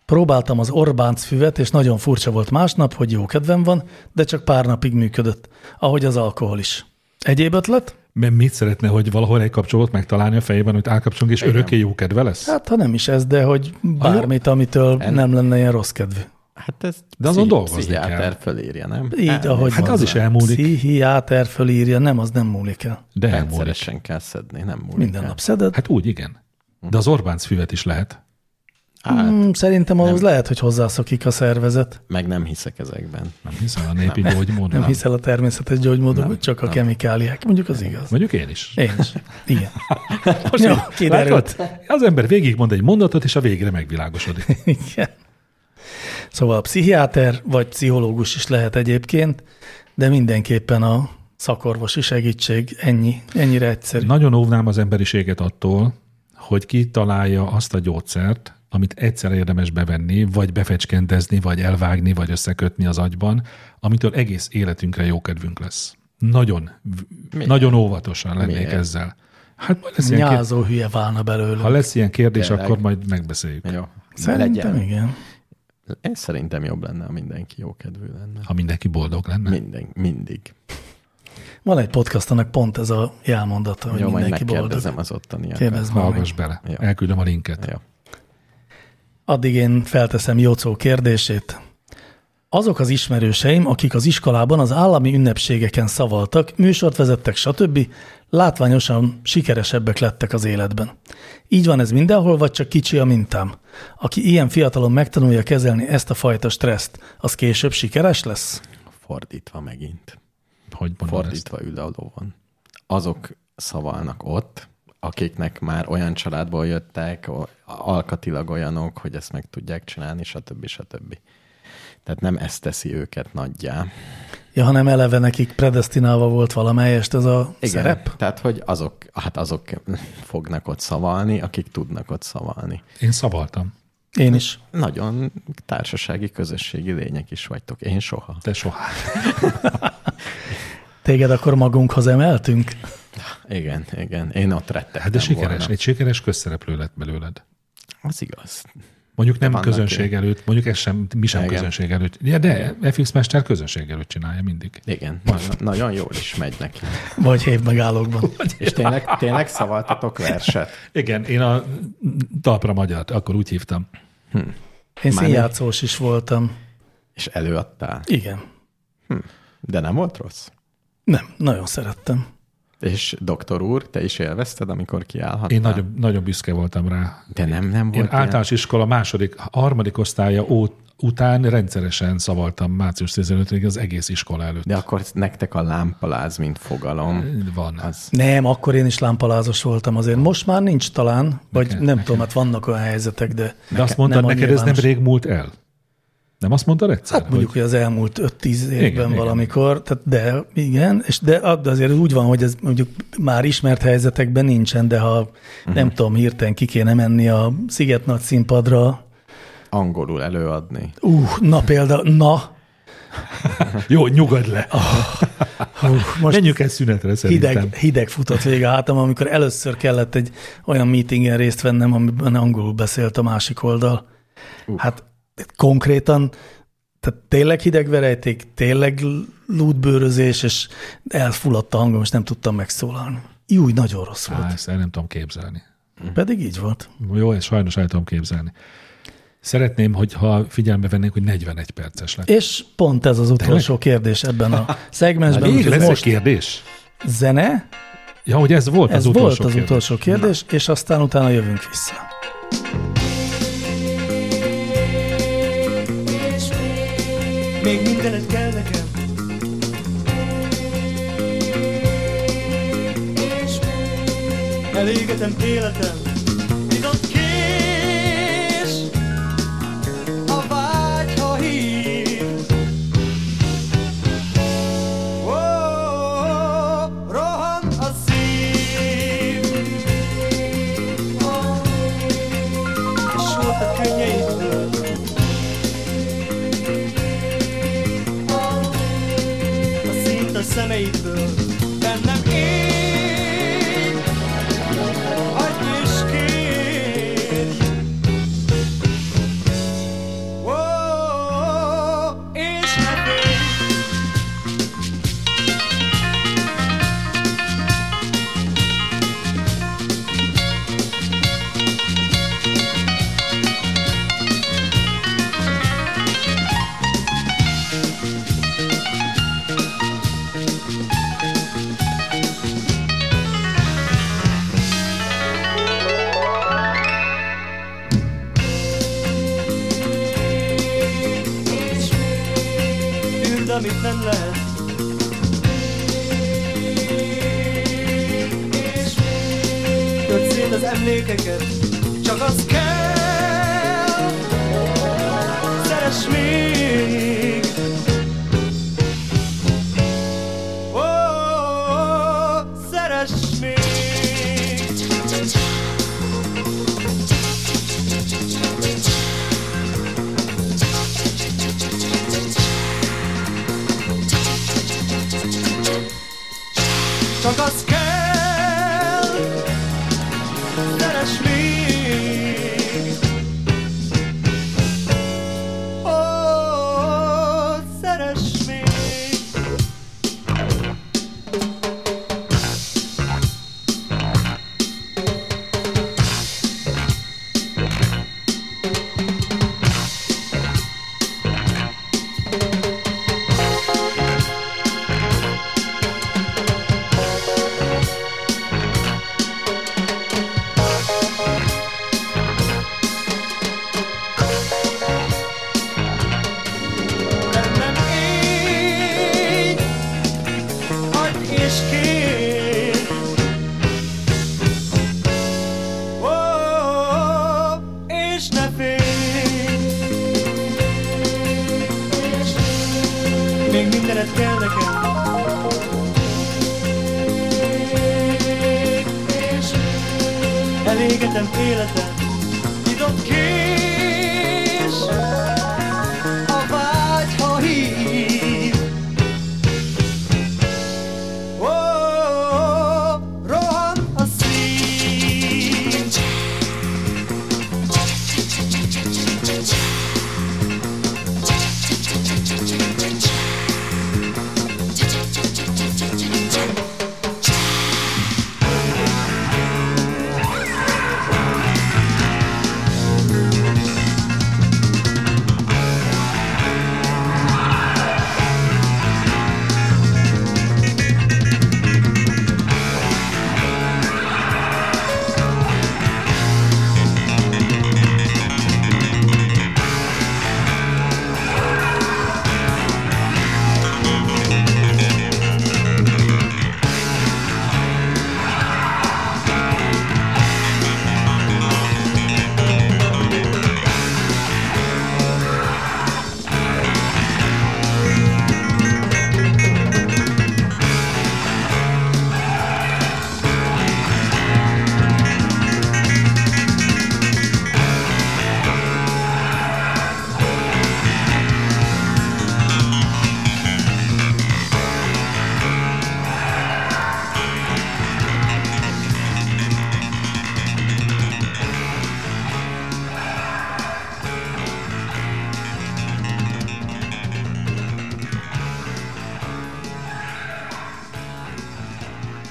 [SPEAKER 2] Próbáltam az Orbánc füvet, és nagyon furcsa volt másnap, hogy jó kedvem van, de csak pár napig működött, ahogy az alkohol is. Egyéb ötlet?
[SPEAKER 3] Mert mit szeretne, hogy valahol egy kapcsolót megtalálni a fejében, hogy elkapcsolunk, és örökké jó kedve lesz?
[SPEAKER 2] Hát, ha nem is ez, de hogy bármit, amitől
[SPEAKER 3] Hát,
[SPEAKER 2] nem lenne ilyen rossz kedvű.
[SPEAKER 1] Hát ez
[SPEAKER 3] De azon dolgozni
[SPEAKER 1] pszichiáter
[SPEAKER 3] kell.
[SPEAKER 1] fölírja, nem?
[SPEAKER 2] Így, ahogy
[SPEAKER 3] Hát
[SPEAKER 2] van.
[SPEAKER 3] az is elmúlik,
[SPEAKER 2] Pszichiáter fölírja, er, nem, az nem múlik el.
[SPEAKER 3] de elmúlik.
[SPEAKER 1] Rendszeresen kell szedni, nem múlik.
[SPEAKER 2] Minden
[SPEAKER 1] el.
[SPEAKER 2] nap szeded.
[SPEAKER 3] Hát úgy, igen. De az Orbánc füvet is lehet.
[SPEAKER 1] Hát,
[SPEAKER 2] Hmm, Szerintem ahhoz lehet, hogy hozzászokik a szervezet.
[SPEAKER 1] meg nem hiszek ezekben.
[SPEAKER 3] Nem hiszem a népi gyógymódon.
[SPEAKER 2] Nem hiszel a természetes gyógymódokban, csak a kemikáliák. Mondjuk az igaz.
[SPEAKER 3] Mondjuk én is.
[SPEAKER 2] Én is. Igen. Jó, kiderült.
[SPEAKER 3] Látod? Az ember végigmond egy mondatot, és a végre megvilágosodik.
[SPEAKER 2] Igen. Szóval a pszichiáter vagy pszichológus is lehet egyébként, de mindenképpen a szakorvosi segítség ennyi, ennyire egyszerű.
[SPEAKER 3] Nagyon óvnám az emberiséget attól, hogy ki találja azt a gyógyszert, amit egyszer érdemes bevenni, vagy befecskendezni, vagy elvágni, vagy összekötni az agyban, amitől egész életünkre jókedvünk lesz. Nagyon, Miért? nagyon óvatosan lennék
[SPEAKER 1] Miért?
[SPEAKER 3] ezzel. Hát majd lesz ilyen kérdés,
[SPEAKER 2] Nyázó hülye válna
[SPEAKER 3] ha
[SPEAKER 2] belőle.
[SPEAKER 3] lesz ilyen kérdés,
[SPEAKER 1] Tényleg.
[SPEAKER 3] akkor majd megbeszéljük.
[SPEAKER 1] Jó.
[SPEAKER 2] Szerintem
[SPEAKER 1] Legyen.
[SPEAKER 2] igen.
[SPEAKER 1] Én szerintem jobb lenne, ha mindenki jókedvű lenne.
[SPEAKER 3] Ha mindenki boldog lenne.
[SPEAKER 1] Minden, mindig.
[SPEAKER 2] Van egy podcastának pont ez a jelmondata, hogy
[SPEAKER 1] Jó, majd
[SPEAKER 2] mindenki boldog.
[SPEAKER 1] megkérdezem az ottaniakat.
[SPEAKER 2] Kérdezz már meg.
[SPEAKER 3] Hallgass bele.
[SPEAKER 1] Jó.
[SPEAKER 3] Elküldöm a linket.
[SPEAKER 1] Jó.
[SPEAKER 2] Addig én felteszem Jocó kérdését. Azok az ismerőseim, akik az iskolában az állami ünnepségeken szavaltak, műsort vezettek, stb., látványosan sikeresebbek lettek az életben. Így van ez mindenhol, vagy csak kicsi a mintám? Aki ilyen fiatalon megtanulja kezelni ezt a fajta stresszt, az később sikeres lesz?
[SPEAKER 1] fordítva megint.
[SPEAKER 3] Hogy mondod ezt?
[SPEAKER 1] Fordítva ülaló van. Azok szavalnak ott, akiknek már olyan családból jöttek, o- alkatilag olyanok, hogy ezt meg tudják csinálni, stb. stb. Tehát nem ezt teszi őket nagyjá.
[SPEAKER 2] Ja, hanem eleve nekik predestinálva volt valamelyest ez a Igen. szerep.
[SPEAKER 1] Tehát, hogy azok, hát azok fognak ott szavalni, akik tudnak ott szavalni.
[SPEAKER 3] Én szavaltam.
[SPEAKER 2] Én is.
[SPEAKER 1] Nagyon társasági, közösségi lények is vagytok. Én soha.
[SPEAKER 3] Te soha.
[SPEAKER 2] Téged akkor magunkhoz emeltünk?
[SPEAKER 1] Igen, igen. Én ott rettegtem
[SPEAKER 3] Hát de sikeres,
[SPEAKER 1] volna.
[SPEAKER 3] egy sikeres közszereplő lett belőled.
[SPEAKER 1] Az igaz.
[SPEAKER 3] Mondjuk nem
[SPEAKER 1] vannak
[SPEAKER 3] közönség előtt, mondjuk ez sem, mi sem
[SPEAKER 1] Igen.
[SPEAKER 3] közönség előtt. Ja, de FX Mester közönség előtt csinálja mindig.
[SPEAKER 1] Igen, nagyon, nagyon jól is megy neki.
[SPEAKER 2] Vagy hív megállókban.
[SPEAKER 1] És tényleg, tényleg szavaltatok verset?
[SPEAKER 3] Igen, én a talpra magyar, akkor úgy hívtam.
[SPEAKER 2] Én
[SPEAKER 1] Már mi?
[SPEAKER 2] színjátszós is voltam.
[SPEAKER 1] És előadtál.
[SPEAKER 2] Igen.
[SPEAKER 1] De nem volt rossz.
[SPEAKER 2] Nem, nagyon szerettem.
[SPEAKER 1] És doktor úr, te is élvezted, amikor kiállhattál?
[SPEAKER 3] Én nagyon, nagyon büszke voltam rá.
[SPEAKER 1] De nem, nem
[SPEAKER 3] Én
[SPEAKER 1] volt ilyen?
[SPEAKER 3] általános iskola második, harmadik osztálya ó- után rendszeresen szavaltam március 15-ig az egész iskola előtt.
[SPEAKER 1] De akkor nektek a lámpaláz, mint fogalom,
[SPEAKER 3] Van.
[SPEAKER 1] az
[SPEAKER 2] Nem, akkor én is lámpalázos voltam azért. Most már nincs talán, vagy nem tudom, hát vannak olyan helyzetek, de
[SPEAKER 3] De azt
[SPEAKER 2] nem
[SPEAKER 3] mondtad,
[SPEAKER 2] a
[SPEAKER 3] neked ez nem
[SPEAKER 2] nyilvános.
[SPEAKER 3] rég múlt el? Nem azt mondtad egyszer?
[SPEAKER 2] Hát mondjuk, hogy az elmúlt 5-10 évben
[SPEAKER 3] igen.
[SPEAKER 2] igen, valamikor, tehát de igen, és de ab- de azért úgy van, hogy ez mondjuk már ismert helyzetekben nincsen, de ha
[SPEAKER 3] Mhm.
[SPEAKER 2] uh-huh. nem tudom, hirtelen ki kéne menni a Sziget nagy színpadra,
[SPEAKER 1] angolul előadni.
[SPEAKER 2] ú, na például, na,
[SPEAKER 3] hogy... Jó, nyugodj le.
[SPEAKER 2] hú, most
[SPEAKER 3] Menjünk el szünetre szerintem.
[SPEAKER 2] hideg, hideg futott végig a hátam, amikor először kellett egy olyan meetingen részt vennem, amiben angolul beszélt a másik oldal. Uh. Hát konkrétan, tehát tényleg hidegverejték, tényleg lútbőrözés, és elfulladt a hangom, és nem tudtam megszólalni. Júj, nagyon rossz volt.
[SPEAKER 3] Á, ezt el nem tudom képzelni.
[SPEAKER 2] Pedig így volt.
[SPEAKER 3] Jó, ezt sajnos el tudom képzelni. Szeretném, hogyha figyelembe vennénk, hogy 41 perces lett.
[SPEAKER 2] És pont ez az utolsó kérdés ebben a szegmensben.
[SPEAKER 3] Még
[SPEAKER 2] úgyhogy
[SPEAKER 3] lesz egy
[SPEAKER 2] most
[SPEAKER 3] kérdés?
[SPEAKER 2] zene,
[SPEAKER 3] Ja, hogy ez volt
[SPEAKER 2] ez
[SPEAKER 3] az utolsó
[SPEAKER 2] volt az
[SPEAKER 3] kérdés.
[SPEAKER 2] utolsó kérdés, és aztán utána jövünk vissza.
[SPEAKER 5] Még mindenet kell nekem Elégetem életem Nyitott kés A vágy, ha hív Ó, rohan a szív Ó, És volt a könnyeitől a szint a szemeidből Bennem ég Adj és kérj Ó, és ne félj Tűnt, amit nem lehet Több szét az emlékeket Csak az kell Szeres még Ó, szeres még Csak az kell Szeres még Ó, szeres még
[SPEAKER 6] tőled kell nekem. És elégetem életem, nyitott kés. A vágy, ha hív. Ó,
[SPEAKER 5] Oh,
[SPEAKER 6] rohan a szív.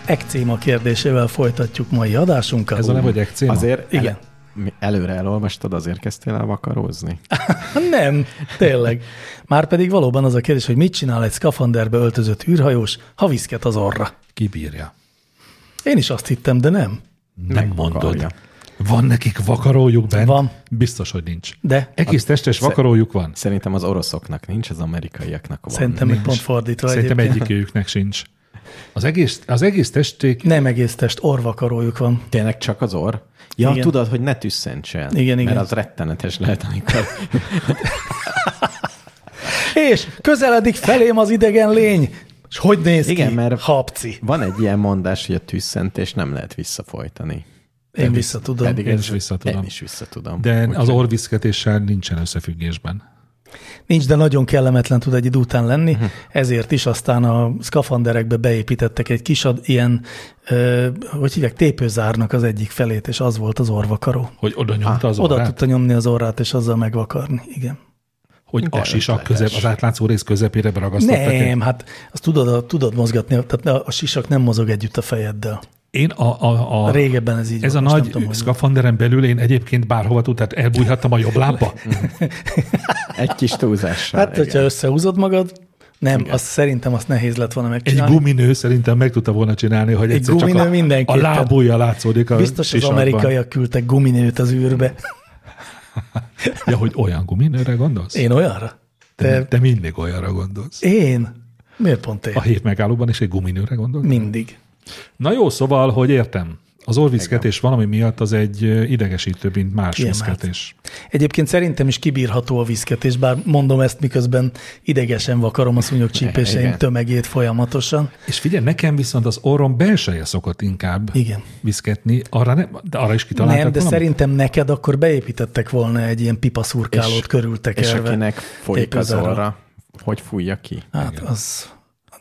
[SPEAKER 2] Ekcéma kérdésével folytatjuk mai adásunkat.
[SPEAKER 3] Ez a nem, hogy ekcéma?
[SPEAKER 1] Azért
[SPEAKER 2] Igen.
[SPEAKER 1] igen. mi előre elolvastad, azért kezdtél el vakarózni?
[SPEAKER 2] Hát Nem, tényleg. Márpedig valóban az a kérdés, hogy mit csinál egy szkafanderbe öltözött űrhajós, ha viszket az orra.
[SPEAKER 3] Kibírja.
[SPEAKER 2] Én is azt hittem, de nem.
[SPEAKER 3] Nem
[SPEAKER 1] Megvakarja.
[SPEAKER 3] mondod. Van nekik vakarójuk bent?
[SPEAKER 2] Van.
[SPEAKER 3] Biztos, hogy nincs.
[SPEAKER 2] De
[SPEAKER 3] Egész testes vakarójuk van.
[SPEAKER 1] Szerintem az oroszoknak nincs, az amerikaiaknak van.
[SPEAKER 2] szerintem még pont fordítva
[SPEAKER 3] Szerintem
[SPEAKER 2] Szóval egyébként.
[SPEAKER 3] egyikőjüknek sincs. Az egész, az egész testék
[SPEAKER 2] Nem egész test, orvakarójuk van.
[SPEAKER 1] Tényleg csak az orr? Ja,
[SPEAKER 2] Igen.
[SPEAKER 1] igen. tudod, hogy ne tüsszents el.
[SPEAKER 2] Igen, igen.
[SPEAKER 1] Mert az rettenetes lehet, amikor
[SPEAKER 2] És közeledik felém az idegen lény. És hogy néz
[SPEAKER 1] Igen,
[SPEAKER 2] ki?
[SPEAKER 1] mert-
[SPEAKER 2] Hapci.
[SPEAKER 1] van egy ilyen mondás, hogy a tüsszentés nem lehet visszafolytani.
[SPEAKER 2] Én vissza tudom.
[SPEAKER 1] Pedig
[SPEAKER 3] Én
[SPEAKER 1] ez-
[SPEAKER 3] is visszatudom.
[SPEAKER 1] Én is visszatudom.
[SPEAKER 3] De
[SPEAKER 1] Úgyhogy-
[SPEAKER 3] az orviszketéssel nincsen összefüggésben.
[SPEAKER 2] Nincs, de nagyon kellemetlen tud egy idő után lenni,
[SPEAKER 1] Hm.
[SPEAKER 2] ezért is aztán a szkafanderekbe beépítettek egy kis ad, ilyen, ö, hogy hívják, tépőzárnak az egyik felét, és az volt az orvakaró.
[SPEAKER 3] Hogy oda nyomta az
[SPEAKER 2] Oda
[SPEAKER 3] orrát,
[SPEAKER 2] tudta nyomni az orrát, és azzal megvakarni, igen.
[SPEAKER 3] hogy a
[SPEAKER 1] Teremtleges.
[SPEAKER 3] sisak közep, az átlátszó rész közepére beragasztottak. egy-
[SPEAKER 2] Nem, hát azt tudod, a- tudod mozgatni, tehát a, a sisak nem mozog együtt a fejeddel.
[SPEAKER 3] Én a, a, a
[SPEAKER 2] Régebben ez így
[SPEAKER 3] ez a
[SPEAKER 2] volt, most nem
[SPEAKER 3] nagy
[SPEAKER 2] tudom, hogy-
[SPEAKER 3] szkafanderen belül én egyébként bárhova tud, tehát elbújhattam a jobb lábba.
[SPEAKER 1] Egy kis túlzással.
[SPEAKER 2] Hát, hogyha
[SPEAKER 1] igen.
[SPEAKER 2] összehúzod magad, nem, azt szerintem azt nehéz lett volna
[SPEAKER 3] Egy
[SPEAKER 2] megcsinálni.
[SPEAKER 3] guminő szerintem meg tudta volna csinálni, hogy
[SPEAKER 2] Egy
[SPEAKER 3] egyszer csak
[SPEAKER 2] guminő
[SPEAKER 3] a, a
[SPEAKER 2] mindenképpen.
[SPEAKER 3] lábúja látszódik a
[SPEAKER 2] Biztos az
[SPEAKER 3] sisakban.
[SPEAKER 2] amerikaiak küldtek guminőt az űrbe.
[SPEAKER 3] Ja, hogy olyan guminőre gondolsz?
[SPEAKER 2] Én olyanra?
[SPEAKER 3] te,
[SPEAKER 2] Te,
[SPEAKER 3] te mindig olyanra gondolsz.
[SPEAKER 2] én? Miért pont én?
[SPEAKER 3] A hét megállóban is egy guminőre gondolsz?
[SPEAKER 2] Mindig.
[SPEAKER 3] Na jó, szóval, hogy értem. Az orviszketés valami miatt az egy ö, idegesítőbb, mint más
[SPEAKER 2] Kiemelt.
[SPEAKER 3] viszketés.
[SPEAKER 2] Egyébként szerintem is kibírható a viszketés, bár mondom ezt, miközben idegesen vakarom a szúnyog csípéseim
[SPEAKER 1] Igen.
[SPEAKER 2] tömegét folyamatosan.
[SPEAKER 3] És figyelj, nekem viszont az orrom belseje szokott inkább
[SPEAKER 2] Igen.
[SPEAKER 3] viszketni. Arra, nem, de arra is
[SPEAKER 2] Nem, de
[SPEAKER 3] kitaláltak valamit?
[SPEAKER 2] szerintem neked akkor beépítettek volna egy ilyen
[SPEAKER 1] És-
[SPEAKER 2] pipaszurkálót
[SPEAKER 1] És
[SPEAKER 2] körültekerve.
[SPEAKER 1] akinek folyik az
[SPEAKER 2] tépőzárral.
[SPEAKER 1] orra, hogy fújja ki?
[SPEAKER 2] Hát az...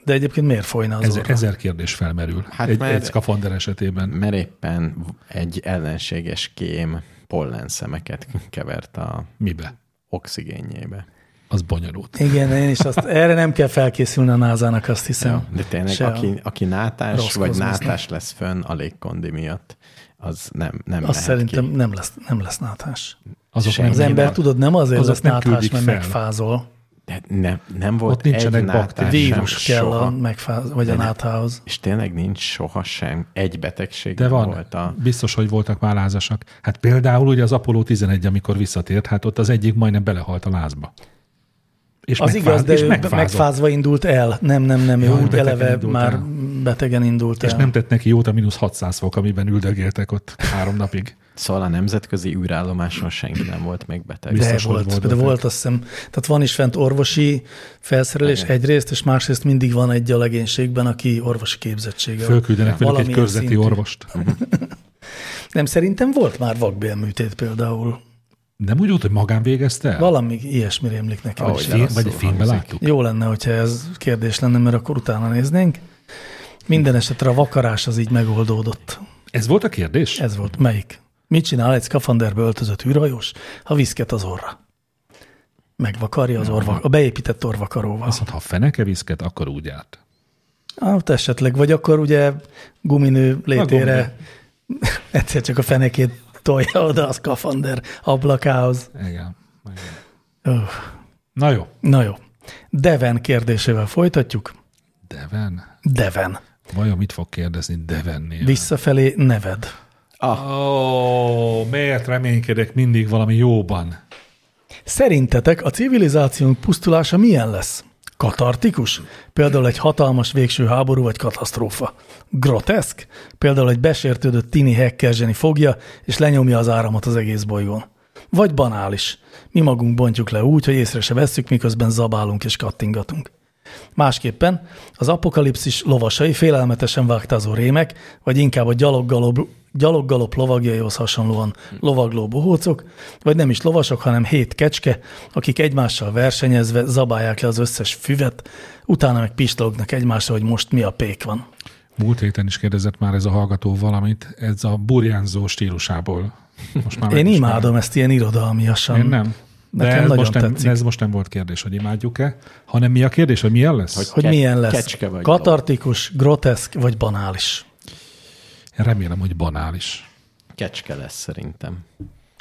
[SPEAKER 2] De egyébként miért folyna az
[SPEAKER 3] Ezer,
[SPEAKER 2] orra?
[SPEAKER 3] ezer kérdés felmerül hát
[SPEAKER 1] Hát
[SPEAKER 3] egy,
[SPEAKER 1] mert-
[SPEAKER 3] egy szkafander esetében.
[SPEAKER 1] Mert éppen egy ellenséges kém pollenszemeket kevert a
[SPEAKER 3] Mibe?
[SPEAKER 1] oxigénjébe.
[SPEAKER 3] Az bonyolult.
[SPEAKER 2] Igen, én is azt, erre nem kell felkészülni a názának, azt hiszem.
[SPEAKER 1] Ja, de tényleg,
[SPEAKER 2] Se a-
[SPEAKER 1] aki, aki
[SPEAKER 2] rossz
[SPEAKER 1] nátás vagy
[SPEAKER 2] kozmosznak.
[SPEAKER 1] nátás lesz fönn a légkondi miatt, az nem, nem
[SPEAKER 2] Azt
[SPEAKER 1] mehet
[SPEAKER 2] szerintem
[SPEAKER 1] ki.
[SPEAKER 2] nem lesz, nem lesz nátás.
[SPEAKER 3] Azok
[SPEAKER 1] Senki
[SPEAKER 3] nem
[SPEAKER 2] Az ember,
[SPEAKER 1] nem.
[SPEAKER 2] tudod, nem azért
[SPEAKER 3] Azok
[SPEAKER 2] lesz
[SPEAKER 3] nem
[SPEAKER 2] nátás,
[SPEAKER 3] küldik
[SPEAKER 2] mert
[SPEAKER 3] fel.
[SPEAKER 2] megfázol.
[SPEAKER 1] De nem, nem volt
[SPEAKER 3] Ott nincsenek
[SPEAKER 1] egy nátás
[SPEAKER 3] baktériumok.
[SPEAKER 1] sem
[SPEAKER 2] Vírus kell
[SPEAKER 1] soha.
[SPEAKER 2] a megfáz, vagy a náthához.
[SPEAKER 1] És tényleg nincs soha sem egy betegség
[SPEAKER 3] De
[SPEAKER 1] nem
[SPEAKER 3] van,
[SPEAKER 1] volt a...
[SPEAKER 3] biztos, hogy voltak már lázasak. Hát például ugye az Apollo 11, amikor visszatért, hát ott az egyik majdnem belehalt a lázba. És
[SPEAKER 2] Az igaz, de
[SPEAKER 3] és
[SPEAKER 2] ő
[SPEAKER 3] megfázott.
[SPEAKER 2] megfázva indult el. Nem, nem, nem, ő
[SPEAKER 3] Jaj,
[SPEAKER 2] úgy
[SPEAKER 3] betegen
[SPEAKER 2] eleve
[SPEAKER 3] indult
[SPEAKER 2] már
[SPEAKER 3] el.
[SPEAKER 2] betegen indult
[SPEAKER 3] És
[SPEAKER 2] el.
[SPEAKER 3] nem tett neki jót a mínusz 600 fok, amiben üldögéltek ott három napig.
[SPEAKER 1] Szóval a nemzetközi űrállomáson senki nem volt még beteg.
[SPEAKER 2] De
[SPEAKER 3] Biztos, hogy
[SPEAKER 2] volt,
[SPEAKER 3] volt
[SPEAKER 2] de
[SPEAKER 3] beteg.
[SPEAKER 2] volt, azt hiszem. Tehát van is fent orvosi felszerelés
[SPEAKER 1] Igen.
[SPEAKER 2] egyrészt, és másrészt mindig van egy a legénységben, aki orvosi képzettsége. van.
[SPEAKER 3] Fölküldenek velük egy
[SPEAKER 2] Valamilyen
[SPEAKER 3] körzeti
[SPEAKER 2] szintű.
[SPEAKER 3] orvost.
[SPEAKER 2] Nem, szerintem volt már vakbélműtét például.
[SPEAKER 3] Nem úgy volt, hogy magán végezte el?
[SPEAKER 2] Valami ilyesmire emlék nekem.
[SPEAKER 1] Ahogy
[SPEAKER 2] is.
[SPEAKER 1] el-
[SPEAKER 3] Film, vagy egy
[SPEAKER 1] Rosszul
[SPEAKER 3] filmben
[SPEAKER 1] hangzik.
[SPEAKER 3] láttuk?
[SPEAKER 2] Jó lenne, hogyha ez kérdés lenne, mert akkor utána néznénk. Minden esetre a vakarás az így megoldódott.
[SPEAKER 3] Ez volt a kérdés?
[SPEAKER 2] Ez volt. Melyik? Mit csinál egy szkafanderbe öltözött űrhajós, ha viszket az orra? Megvakarja az orva, a beépített orvakaróval.
[SPEAKER 3] Azt mondta, ha feneke viszket, akkor úgy állt.
[SPEAKER 2] Hát esetleg, vagy akkor ugye guminő létére egyszer csak a fenekét tolja oda a szkafander ablakához.
[SPEAKER 3] Igen. Igen.
[SPEAKER 2] Öh,
[SPEAKER 3] Na jó,
[SPEAKER 2] Na jó. Deven kérdésével folytatjuk.
[SPEAKER 3] Deven.
[SPEAKER 2] Deven.
[SPEAKER 3] Vajon mit fog kérdezni Devennél?
[SPEAKER 2] Visszafelé neved. Ah.
[SPEAKER 3] Ó, miért reménykedek mindig valami jóban?
[SPEAKER 2] Szerintetek a civilizációnk pusztulása milyen lesz? Katartikus? Például egy hatalmas végső háború vagy katasztrófa. Groteszk? Például egy besértődött tini hacker zseni fogja, és lenyomja az áramot az egész bolygón. Vagy banális. Mi magunk bontjuk le úgy, hogy észre se vesszük, miközben zabálunk és kattingatunk. Másképpen az apokalipszis lovasai félelmetesen vágtázó rémek, vagy inkább a gyaloggalop, gyaloggalop lovagjaihoz hasonlóan lovagló bohócok, vagy nem is lovasok, hanem hét kecske, akik egymással versenyezve zabálják le az összes füvet, utána meg pislognak egymásra, hogy most mi a pék van.
[SPEAKER 3] Múlt héten is kérdezett már ez a hallgató valamit, ez a burjánzó stílusából. Most már
[SPEAKER 2] Én
[SPEAKER 3] megismerem.
[SPEAKER 2] imádom ezt ilyen irodalmiasan.
[SPEAKER 3] Én nem. De
[SPEAKER 2] Nekem
[SPEAKER 3] ez
[SPEAKER 2] nagyon
[SPEAKER 3] most nem,
[SPEAKER 2] tetszik.
[SPEAKER 3] ez most nem volt kérdés, hogy imádjuk-e, hanem mi a kérdés, hogy milyen lesz?
[SPEAKER 1] Hogy-
[SPEAKER 2] Hogy
[SPEAKER 1] Ke-
[SPEAKER 2] milyen lesz?
[SPEAKER 1] kecske vagy
[SPEAKER 2] Katartikus, groteszk vagy banális?
[SPEAKER 3] Én remélem, hogy banális.
[SPEAKER 1] Kecske lesz szerintem,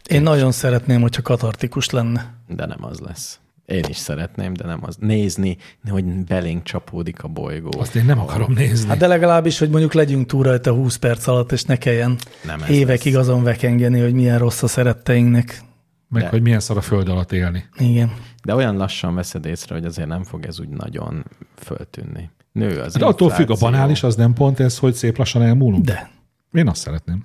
[SPEAKER 2] Én nagyon szeretném, hogyha katartikus lenne.
[SPEAKER 1] de nem az lesz. Én is szeretném, de nem az. Nézni, hogy belénk csapódik a bolygó.
[SPEAKER 3] Azt én nem akarom nézni.
[SPEAKER 2] Hát de legalábbis, hogy mondjuk legyünk túl rajta 20 perc alatt, és ne kelljen
[SPEAKER 1] Nem
[SPEAKER 2] nem
[SPEAKER 1] ez
[SPEAKER 2] évekig azon vekengeni, hogy milyen rossz a szeretteinknek.
[SPEAKER 3] Meg
[SPEAKER 1] de-
[SPEAKER 3] hogy milyen szar a föld alatt élni.
[SPEAKER 2] Igen.
[SPEAKER 1] De olyan lassan veszed észre, hogy azért nem fog ez úgy nagyon föltűnni. Nő az
[SPEAKER 3] De Hát attól függ, a
[SPEAKER 1] infláció.
[SPEAKER 3] banális az nem pont ez, hogy szép lassan elmúlunk.
[SPEAKER 2] De.
[SPEAKER 3] Én azt szeretném.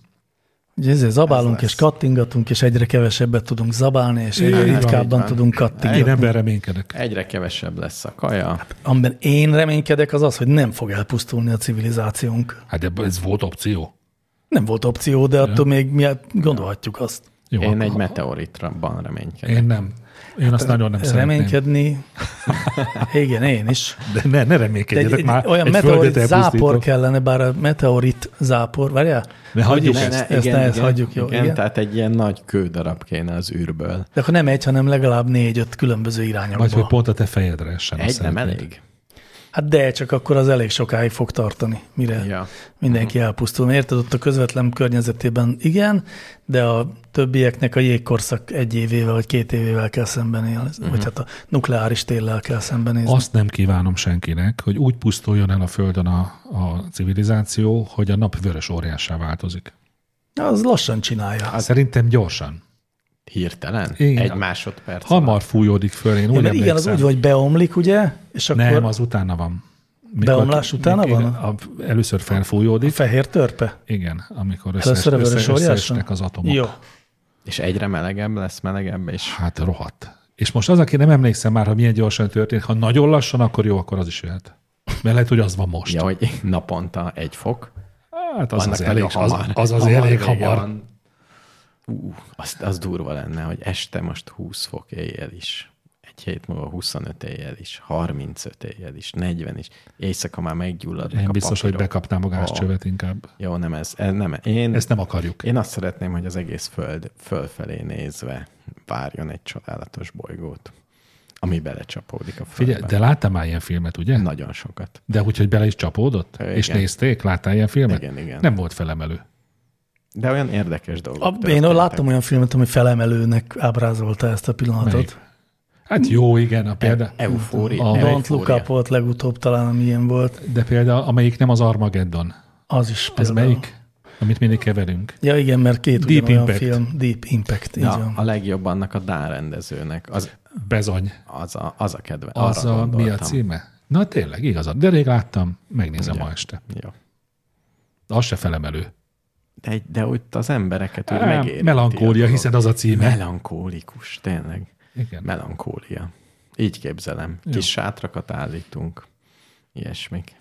[SPEAKER 2] Ugye ezért zabálunk
[SPEAKER 1] lesz.
[SPEAKER 2] és kattingatunk, és egyre kevesebbet tudunk zabálni, és
[SPEAKER 3] Így
[SPEAKER 2] egyre
[SPEAKER 3] van,
[SPEAKER 1] így van.
[SPEAKER 2] ritkábban tudunk
[SPEAKER 3] Én
[SPEAKER 2] kattingatni.
[SPEAKER 3] ebben reménykedek.
[SPEAKER 1] Egyre kevesebb lesz a kaja.
[SPEAKER 3] Hát,
[SPEAKER 2] Amiben én reménykedek, az az, hogy nem fog elpusztulni a civilizációnk.
[SPEAKER 3] Hát de ez volt opció.
[SPEAKER 2] Nem volt opció, de attól még mi gondolhatjuk azt.
[SPEAKER 3] Jó,
[SPEAKER 1] Én
[SPEAKER 3] akkor-
[SPEAKER 1] egy meteoritban reménykedem.
[SPEAKER 3] Én nem. Én azt nagyon nem szeretném.
[SPEAKER 2] Reménykedni, igen, én is.
[SPEAKER 3] De ne, ne
[SPEAKER 2] De egy,
[SPEAKER 3] reménykedjetek
[SPEAKER 2] egy,
[SPEAKER 3] már.
[SPEAKER 2] olyan
[SPEAKER 3] egy
[SPEAKER 2] meteorit
[SPEAKER 3] földet elpusztító.
[SPEAKER 2] zápor kellene, bár a meteorit zápor, várjál?
[SPEAKER 3] Ne hagyjuk
[SPEAKER 1] Ne,
[SPEAKER 3] ezt.
[SPEAKER 1] ne,
[SPEAKER 2] ezt ne, ezt hagyjuk, jó,
[SPEAKER 1] igen,
[SPEAKER 2] igen.
[SPEAKER 1] Tehát egy ilyen nagy kődarab kéne az űrből.
[SPEAKER 2] De akkor nem egy, hanem legalább négy-öt különböző irányokba.
[SPEAKER 3] Vagy hogy pont a te fejedre essen. azt
[SPEAKER 1] Egy nem
[SPEAKER 3] szeretnéd.
[SPEAKER 1] elég?
[SPEAKER 2] Hát de, csak akkor az elég sokáig fog tartani, mire
[SPEAKER 1] Ja. Mhm.
[SPEAKER 2] ja. mindenki elpusztul. Mert Érted, ott a közvetlen környezetében igen, de a többieknek a jégkorszak egy évével vagy két évével kell szembenézni,
[SPEAKER 1] Mhm.
[SPEAKER 2] uh-huh. vagy hát a nukleáris téllel kell szembenézni. Azt
[SPEAKER 3] Azt nem kívánom senkinek, hogy úgy pusztuljon el a Földön a, a civilizáció, hogy a nap vörös óriássá változik.
[SPEAKER 2] az lassan csinálja.
[SPEAKER 3] Hát szerintem gyorsan.
[SPEAKER 1] Hirtelen?
[SPEAKER 3] Igen.
[SPEAKER 1] Egy másodperc.
[SPEAKER 3] Hamar fújódik föl, én
[SPEAKER 2] Ja,
[SPEAKER 3] úgy
[SPEAKER 2] mert igen, az
[SPEAKER 3] emlékszem.
[SPEAKER 2] úgy, hogy beomlik, ugye, és akkor
[SPEAKER 3] Nem, az utána van.
[SPEAKER 2] Beomlás utána
[SPEAKER 3] mikor-
[SPEAKER 2] van?
[SPEAKER 3] A, először felfújódik,
[SPEAKER 2] fehér törpe.
[SPEAKER 3] igen, amikor
[SPEAKER 2] Először
[SPEAKER 3] össze,
[SPEAKER 2] a vörös
[SPEAKER 3] össze,
[SPEAKER 2] óriáson?
[SPEAKER 3] összeesnek az atomok.
[SPEAKER 2] Jó.
[SPEAKER 1] És egyre melegebb lesz, melegebb, és
[SPEAKER 3] Hát rohadt. És most az, aki nem emlékszem már, hogy milyen gyorsan történt, ha nagyon lassan, akkor jó, akkor az is jöhet. Mert lehet, hogy az van most.
[SPEAKER 1] ja, hogy naponta egy fok.
[SPEAKER 3] Hát az
[SPEAKER 1] Annak
[SPEAKER 3] az
[SPEAKER 1] nagyon
[SPEAKER 3] elég hamar. Az, az, az
[SPEAKER 1] hamar
[SPEAKER 3] elég
[SPEAKER 1] vége
[SPEAKER 3] hamar.
[SPEAKER 1] van. Ú, az, az durva lenne, hogy este most 20 fok éjjel is, egy hét múlva 25 éjjel is, 35 éjjel is, 40 is, éjszaka már meggyulladnak
[SPEAKER 3] Én
[SPEAKER 1] a
[SPEAKER 3] biztos, hogy
[SPEAKER 1] papírok.
[SPEAKER 3] bekapnám a
[SPEAKER 1] Ó,
[SPEAKER 3] gázcsövet inkább.
[SPEAKER 1] Jó, nem ez, ez nem, én,
[SPEAKER 3] Ezt nem akarjuk.
[SPEAKER 1] én azt szeretném, hogy az egész föld fölfelé nézve várjon egy csodálatos bolygót, ami belecsapódik a földbe.
[SPEAKER 3] Figyelj, de láttál már ilyen filmet, ugye? Na.
[SPEAKER 1] Nagyon sokat.
[SPEAKER 3] De úgy, hogy bele is csapódott?
[SPEAKER 1] Igen.
[SPEAKER 3] Igen. És nézték? Láttál ilyen filmet?
[SPEAKER 1] Igen, igen.
[SPEAKER 3] Nem volt felemelő.
[SPEAKER 1] De olyan érdekes dolgok.
[SPEAKER 2] A, én
[SPEAKER 1] történtek.
[SPEAKER 2] láttam olyan filmet, ami felemelőnek ábrázolta ezt a pillanatot.
[SPEAKER 3] Melyik? Hát jó, igen, a példa.
[SPEAKER 1] E- Eufóri-
[SPEAKER 3] A,
[SPEAKER 2] Don't Look
[SPEAKER 1] Eufória.
[SPEAKER 2] Up volt legutóbb talán, ami ilyen volt.
[SPEAKER 3] de például, amelyik nem az Armageddon.
[SPEAKER 2] Az is
[SPEAKER 3] Az
[SPEAKER 2] például.
[SPEAKER 3] melyik? Amit mindig keverünk.
[SPEAKER 2] Ja igen, mert két Deep
[SPEAKER 3] Deep
[SPEAKER 2] ugyanolyan
[SPEAKER 3] Impact.
[SPEAKER 2] Impact. film. Deep Impact, így
[SPEAKER 1] Ja,
[SPEAKER 2] van.
[SPEAKER 1] a legjobb annak a Dán rendezőnek. Az,
[SPEAKER 3] Bezony.
[SPEAKER 1] az, a, az a kedve.
[SPEAKER 3] Az
[SPEAKER 1] arra
[SPEAKER 3] a, mi a
[SPEAKER 1] gondoltam.
[SPEAKER 3] címe? Na tényleg, igazad. De rég láttam, megnézem ma este.
[SPEAKER 1] Jó.
[SPEAKER 3] Az se felemelő.
[SPEAKER 1] de, de ott az embereket úgy
[SPEAKER 3] Á,
[SPEAKER 1] Hát megérinti. a
[SPEAKER 3] Melankólia,
[SPEAKER 1] dolog.
[SPEAKER 3] hiszen az a címe.
[SPEAKER 1] Melankólikus, tényleg.
[SPEAKER 3] Igen.
[SPEAKER 1] Melankólia. Így képzelem. Kis sátrakat állítunk. Ilyesmik.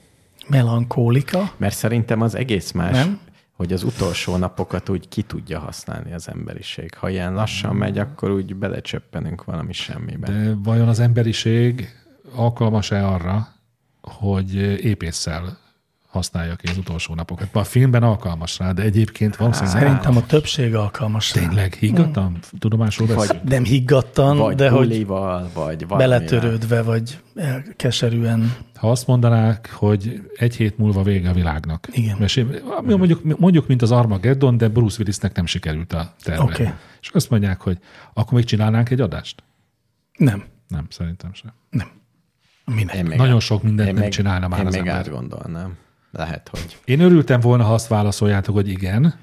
[SPEAKER 2] Melankólika.
[SPEAKER 1] Mert szerintem az egész más,
[SPEAKER 2] Nem?
[SPEAKER 1] Nem? hogy az utolsó napokat úgy ki tudja használni az emberiség. Ha ilyen lassan megy, akkor úgy belecsöppenünk valami semmibe. De...
[SPEAKER 3] De vajon az emberiség alkalmas-e arra, hogy épésszel használja ki az utolsó napokat? Ma a filmben alkalmas rá, de egyébként valószínűleg
[SPEAKER 2] Szerintem a többség alkalmas. rá.
[SPEAKER 3] Tényleg higgadtam? Tudomásul vesz?
[SPEAKER 1] Vagy,
[SPEAKER 2] Nem higgadtan,
[SPEAKER 1] vagy
[SPEAKER 2] de hogy
[SPEAKER 1] bulival, vagy valamivel.
[SPEAKER 2] beletörődve, vagy el- keserűen.
[SPEAKER 3] Ha azt mondanák, hogy egy hét múlva vége a világnak.
[SPEAKER 2] Igen.
[SPEAKER 3] Mesé- ami mondjuk, mondjuk, mint az Armageddon, de Bruce Willisnek nem sikerült a terve.
[SPEAKER 2] Oké.
[SPEAKER 3] És azt mondják, hogy akkor még csinálnánk egy adást?
[SPEAKER 2] Nem,
[SPEAKER 3] Nem, szerintem sem.
[SPEAKER 2] minek.
[SPEAKER 1] Én még-
[SPEAKER 3] Nagyon sok mindent
[SPEAKER 1] én
[SPEAKER 3] nem
[SPEAKER 1] még-
[SPEAKER 3] csinálna már
[SPEAKER 1] Én
[SPEAKER 3] az
[SPEAKER 1] még
[SPEAKER 3] ember.
[SPEAKER 1] átgondolnám. Lehet, hogy.
[SPEAKER 3] Én örültem volna, ha azt válaszoljátok, hogy igen,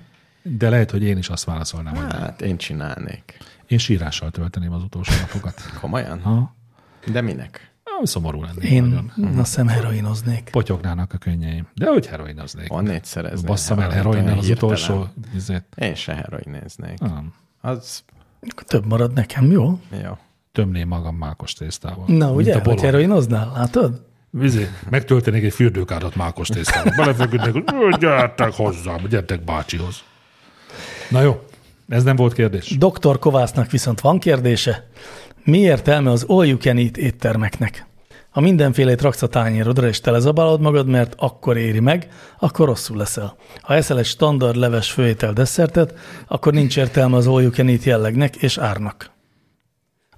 [SPEAKER 3] de lehet, hogy én is azt válaszolnám, hogy
[SPEAKER 1] Hát én csinálnék.
[SPEAKER 3] én sírással tölteném az utolsó napokat.
[SPEAKER 1] Komolyan?
[SPEAKER 3] Ha?
[SPEAKER 1] De minek?
[SPEAKER 3] Ah, Szomorú lennék Én...
[SPEAKER 2] Én
[SPEAKER 3] nagyon.
[SPEAKER 2] azt hiszem heroinoznék.
[SPEAKER 3] Potyognának a könnyeim. De hogy heroinoznék?
[SPEAKER 1] Onnét szerezni.
[SPEAKER 3] Basszam el heroinnal az utolsó izét.
[SPEAKER 1] hát Én se heroinéznék.
[SPEAKER 3] Ah,
[SPEAKER 1] Az
[SPEAKER 2] Akkor Több marad nekem, jó?
[SPEAKER 1] jó.
[SPEAKER 3] tömném magam mákos tésztával.
[SPEAKER 2] Na ugye,
[SPEAKER 3] Mint a
[SPEAKER 2] hogy
[SPEAKER 3] bolond.
[SPEAKER 2] heroinoznál, látod?
[SPEAKER 3] Izé, megtöltenék egy fürdőkádat mákos tésztával. Belefeküdnek, hogy "Ö, gyertek hozzám, gyertek bácsihoz. Na jó, ez nem volt kérdés.
[SPEAKER 2] Dr. Kovásznak viszont van kérdése. Mi értelme az all you can eat éttermeknek? Ha mindenfélét raksz a tányérodra és telezabálod magad, mert akkor éri meg, akkor rosszul leszel. Ha eszel egy standard leves főétel desszertet, akkor nincs értelme az all you can eat jellegnek és árnak.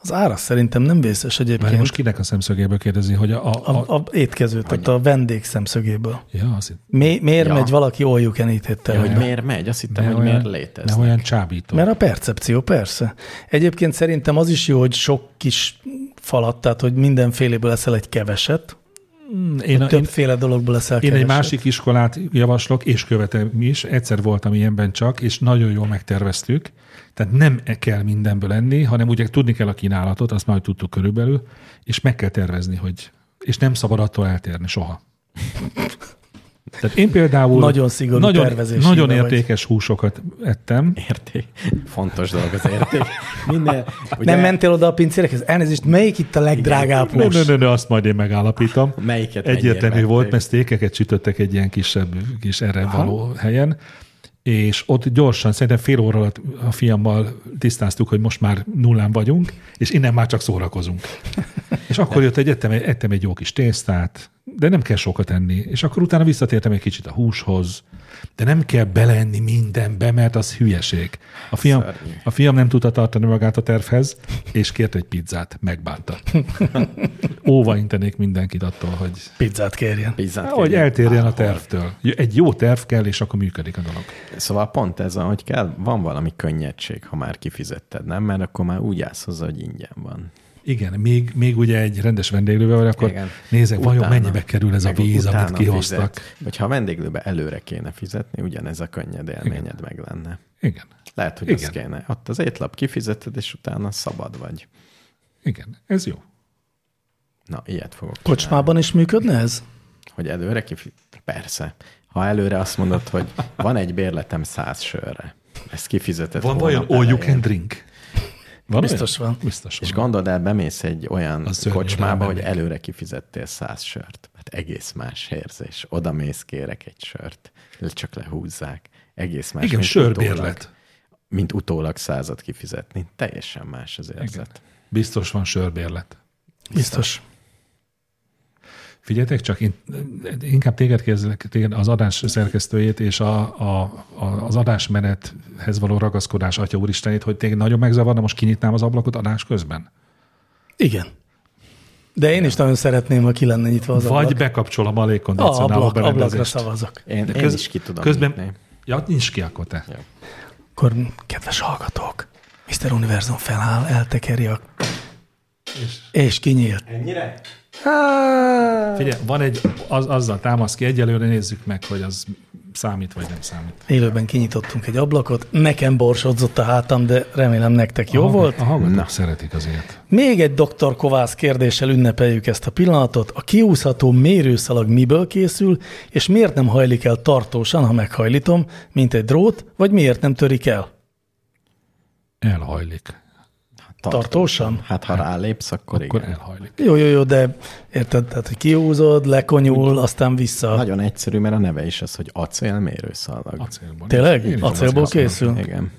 [SPEAKER 2] Az ára szerintem nem vészes
[SPEAKER 3] Mert
[SPEAKER 2] egyébként.
[SPEAKER 3] most kinek a szemszögéből kérdezi, hogy a... a, a,
[SPEAKER 2] a, a étkező, tehát a vendég szemszögéből.
[SPEAKER 3] ja, azt hittem.
[SPEAKER 2] Mi, miért ja.
[SPEAKER 1] Ja.
[SPEAKER 2] megy valaki all you can eat éttermekbe?
[SPEAKER 1] Hogy miért megy? Azt hittem, hogy miért léteznek.
[SPEAKER 3] ne olyan csábító.
[SPEAKER 2] Mert a percepció, persze. Egyébként szerintem az is jó, hogy sok kis falat, tehát hogy mindenféléből eszel egy keveset,
[SPEAKER 3] én, a- én,
[SPEAKER 2] többféle dologból eszel
[SPEAKER 3] én
[SPEAKER 2] keveset.
[SPEAKER 3] egy másik iskolát javaslok, és követem mi is. Egyszer voltam ilyenben csak, és nagyon jól megterveztük. Tehát nem e- kell mindenből enni, hanem ugye tudni kell a kínálatot, azt már hogy tudtuk körülbelül, és meg kell tervezni, hogy és nem szabad attól eltérni soha. Tehát én például
[SPEAKER 2] Nagyon szigorú
[SPEAKER 3] nagyon,
[SPEAKER 2] tervezés
[SPEAKER 3] nagyon
[SPEAKER 2] híve vagy.
[SPEAKER 3] értékes húsokat ettem.
[SPEAKER 1] Érték. Fontos dolog az érték. Minden,
[SPEAKER 2] Ugye... Nem mentél oda a pincérekhez? Elnézést, melyik itt a legdrágább
[SPEAKER 3] Nő, nő,
[SPEAKER 2] hús?
[SPEAKER 3] nő, nő, azt majd én megállapítom.
[SPEAKER 1] Melyiket
[SPEAKER 3] Egyértelmű
[SPEAKER 1] mennyire
[SPEAKER 3] volt,
[SPEAKER 1] vették?
[SPEAKER 3] mert sztékeket sütöttek egy ilyen kisebb, kis erre való helyen, és ott gyorsan, szerintem fél óra alatt a fiammal tisztáztuk, hogy most már nullán vagyunk, és innen már csak szórakozunk. És akkor jött, egy, ettem, egy- ettem egy jó kis tésztát, de nem kell sokat enni. És akkor utána visszatértem egy kicsit a húshoz, de nem kell beleenni mindenbe, mert az hülyeség. A fiam,
[SPEAKER 1] Szörnyű.
[SPEAKER 3] a fiam nem tudta tartani magát a tervhez, és kért egy pizzát, megbánta. Óva intenék mindenkit attól, hogy,
[SPEAKER 2] Pizzát kérjen.
[SPEAKER 1] Pizzát
[SPEAKER 3] Hát hogy
[SPEAKER 1] kérjünk.
[SPEAKER 3] eltérjen a tervtől. Egy jó terv kell, és akkor működik a dolog.
[SPEAKER 1] Szóval pont ez, a, hogy kell, van valami könnyedség, ha már kifizetted, nem? Mert akkor már úgy állsz hozzá, hogy ingyen van.
[SPEAKER 3] Igen, még, még ugye egy rendes vendéglővel, akkor
[SPEAKER 1] Igen.
[SPEAKER 3] nézek, vajon
[SPEAKER 1] Utána.
[SPEAKER 3] mennyibe kerül ez a
[SPEAKER 1] Meg
[SPEAKER 3] víz, amit
[SPEAKER 1] utána
[SPEAKER 3] kihoztak.
[SPEAKER 1] Fizet. Hogyha a vendéglőbe előre kéne fizetni, ugyanez a könnyed élményed meg lenne.
[SPEAKER 3] Igen,
[SPEAKER 1] Lehet, hogy
[SPEAKER 3] Igen.
[SPEAKER 1] az kéne. Ott az étlap kifizeted, és utána szabad vagy.
[SPEAKER 3] igen, ez jó.
[SPEAKER 1] Na, ilyet fogok
[SPEAKER 2] Kocsmában is működne ez?
[SPEAKER 1] Hogy előre kifi... Persze. Ha előre azt mondod, hogy van egy bérletem száz sörre, ezt kifizeted.
[SPEAKER 3] Van
[SPEAKER 1] hónap
[SPEAKER 3] vajon all you
[SPEAKER 1] elején.
[SPEAKER 3] can drink? Van
[SPEAKER 2] Biztos
[SPEAKER 3] olyan?
[SPEAKER 2] van.
[SPEAKER 3] Biztos van.
[SPEAKER 1] És gondold el, bemész egy olyan
[SPEAKER 3] Az szörnyű,
[SPEAKER 1] kocsmába,
[SPEAKER 3] de
[SPEAKER 1] hogy
[SPEAKER 3] nem.
[SPEAKER 1] előre kifizettél száz sört. Hát egész más érzés. Oda mész, kérek egy sört. Le- Csak lehúzzák. Egész más.
[SPEAKER 3] Igen,
[SPEAKER 1] mint
[SPEAKER 3] sörbérlet.
[SPEAKER 1] utólag- Mint utólag százat kifizetni. Teljesen más az érzet.
[SPEAKER 3] Biztos van sörbérlet.
[SPEAKER 2] Biztos.
[SPEAKER 3] Figyeljetek csak, én inkább téged kérdezlek, téged az adás szerkesztőjét és a, a, a, az adásmenethez való ragaszkodás, Atya Úristenét, hogy téged nagyon megzavarna, most kinyitnám az ablakot adás közben?
[SPEAKER 2] Igen. De én is nagyon szeretném, ha ki lenne nyitva az
[SPEAKER 3] Vagy
[SPEAKER 2] ablak.
[SPEAKER 3] bekapcsolom a
[SPEAKER 2] a
[SPEAKER 3] légkondicionáló
[SPEAKER 2] ablak, ablakra
[SPEAKER 3] berendezést.
[SPEAKER 2] szavazok.
[SPEAKER 1] Én,
[SPEAKER 3] De
[SPEAKER 1] én is ki tudom
[SPEAKER 3] közben,
[SPEAKER 1] nyitni.
[SPEAKER 3] Ja, nincs ki akkor te.
[SPEAKER 2] Akkor kedves hallgatók, Mr. Univerzum feláll, eltekeri a... És, és kinyílt.
[SPEAKER 3] Figyelj, van egy, az, azzal támasz ki, egyelőre nézzük meg, hogy az számít, vagy nem számít.
[SPEAKER 2] Élőben kinyitottunk egy ablakot, nekem borsodzott a hátam, de remélem nektek jó
[SPEAKER 3] A hallgat-
[SPEAKER 2] volt.
[SPEAKER 3] A hallgatók
[SPEAKER 1] Na.
[SPEAKER 3] szeretik azért.
[SPEAKER 2] Még egy dr. Kovász kérdéssel ünnepeljük ezt a pillanatot. A kiúszható mérőszalag miből készül, és miért nem hajlik el tartósan, ha meghajlítom, mint egy drót, vagy miért nem törik el?
[SPEAKER 3] Elhajlik.
[SPEAKER 2] Tartósan?
[SPEAKER 1] Hát ha rálépsz, akkor,
[SPEAKER 3] Akkor
[SPEAKER 1] igen.
[SPEAKER 3] elhajlik.
[SPEAKER 2] Jó, jó, jó, de érted, tehát hogy kiúzod, lekonyul, aztán vissza.
[SPEAKER 1] Nagyon egyszerű, mert a neve is az, hogy acélmérőszalag.
[SPEAKER 3] Acélban.
[SPEAKER 2] Tényleg?
[SPEAKER 3] Én is
[SPEAKER 2] Acélból
[SPEAKER 3] azt használom.
[SPEAKER 2] készül? Acél.
[SPEAKER 1] Igen.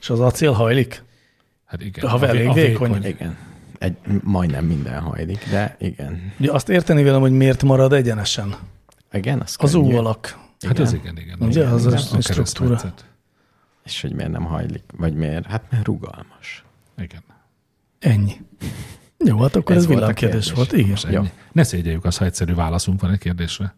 [SPEAKER 2] És az acél hajlik?
[SPEAKER 3] Hát igen.
[SPEAKER 2] Ha
[SPEAKER 3] A vé-
[SPEAKER 2] elég
[SPEAKER 3] a
[SPEAKER 2] vékony.
[SPEAKER 1] Igen. Egy, majdnem minden hajlik, de igen.
[SPEAKER 2] Ugye azt érteni velem, hogy miért marad egyenesen.
[SPEAKER 1] Igen, az,
[SPEAKER 2] Az
[SPEAKER 1] könnyű.
[SPEAKER 2] U alak.
[SPEAKER 3] Hát
[SPEAKER 1] Igen.
[SPEAKER 3] az igen, igen.
[SPEAKER 2] Ugye,
[SPEAKER 3] igen,
[SPEAKER 2] az
[SPEAKER 3] igen.
[SPEAKER 2] a struktúra.
[SPEAKER 3] keresztmetszet.
[SPEAKER 1] És hogy miért nem hajlik, vagy miért? Hát mert rugalmas.
[SPEAKER 3] Igen.
[SPEAKER 2] Ennyi. Jó, hát akkor
[SPEAKER 1] Ez
[SPEAKER 2] ez,
[SPEAKER 1] volt a
[SPEAKER 2] villámkérdés
[SPEAKER 1] kérdés.
[SPEAKER 2] volt. Igen.
[SPEAKER 3] Most
[SPEAKER 1] Jó.
[SPEAKER 3] ennyi. Ne szégyeljük azt, ha egyszerű válaszunk van egy kérdésre.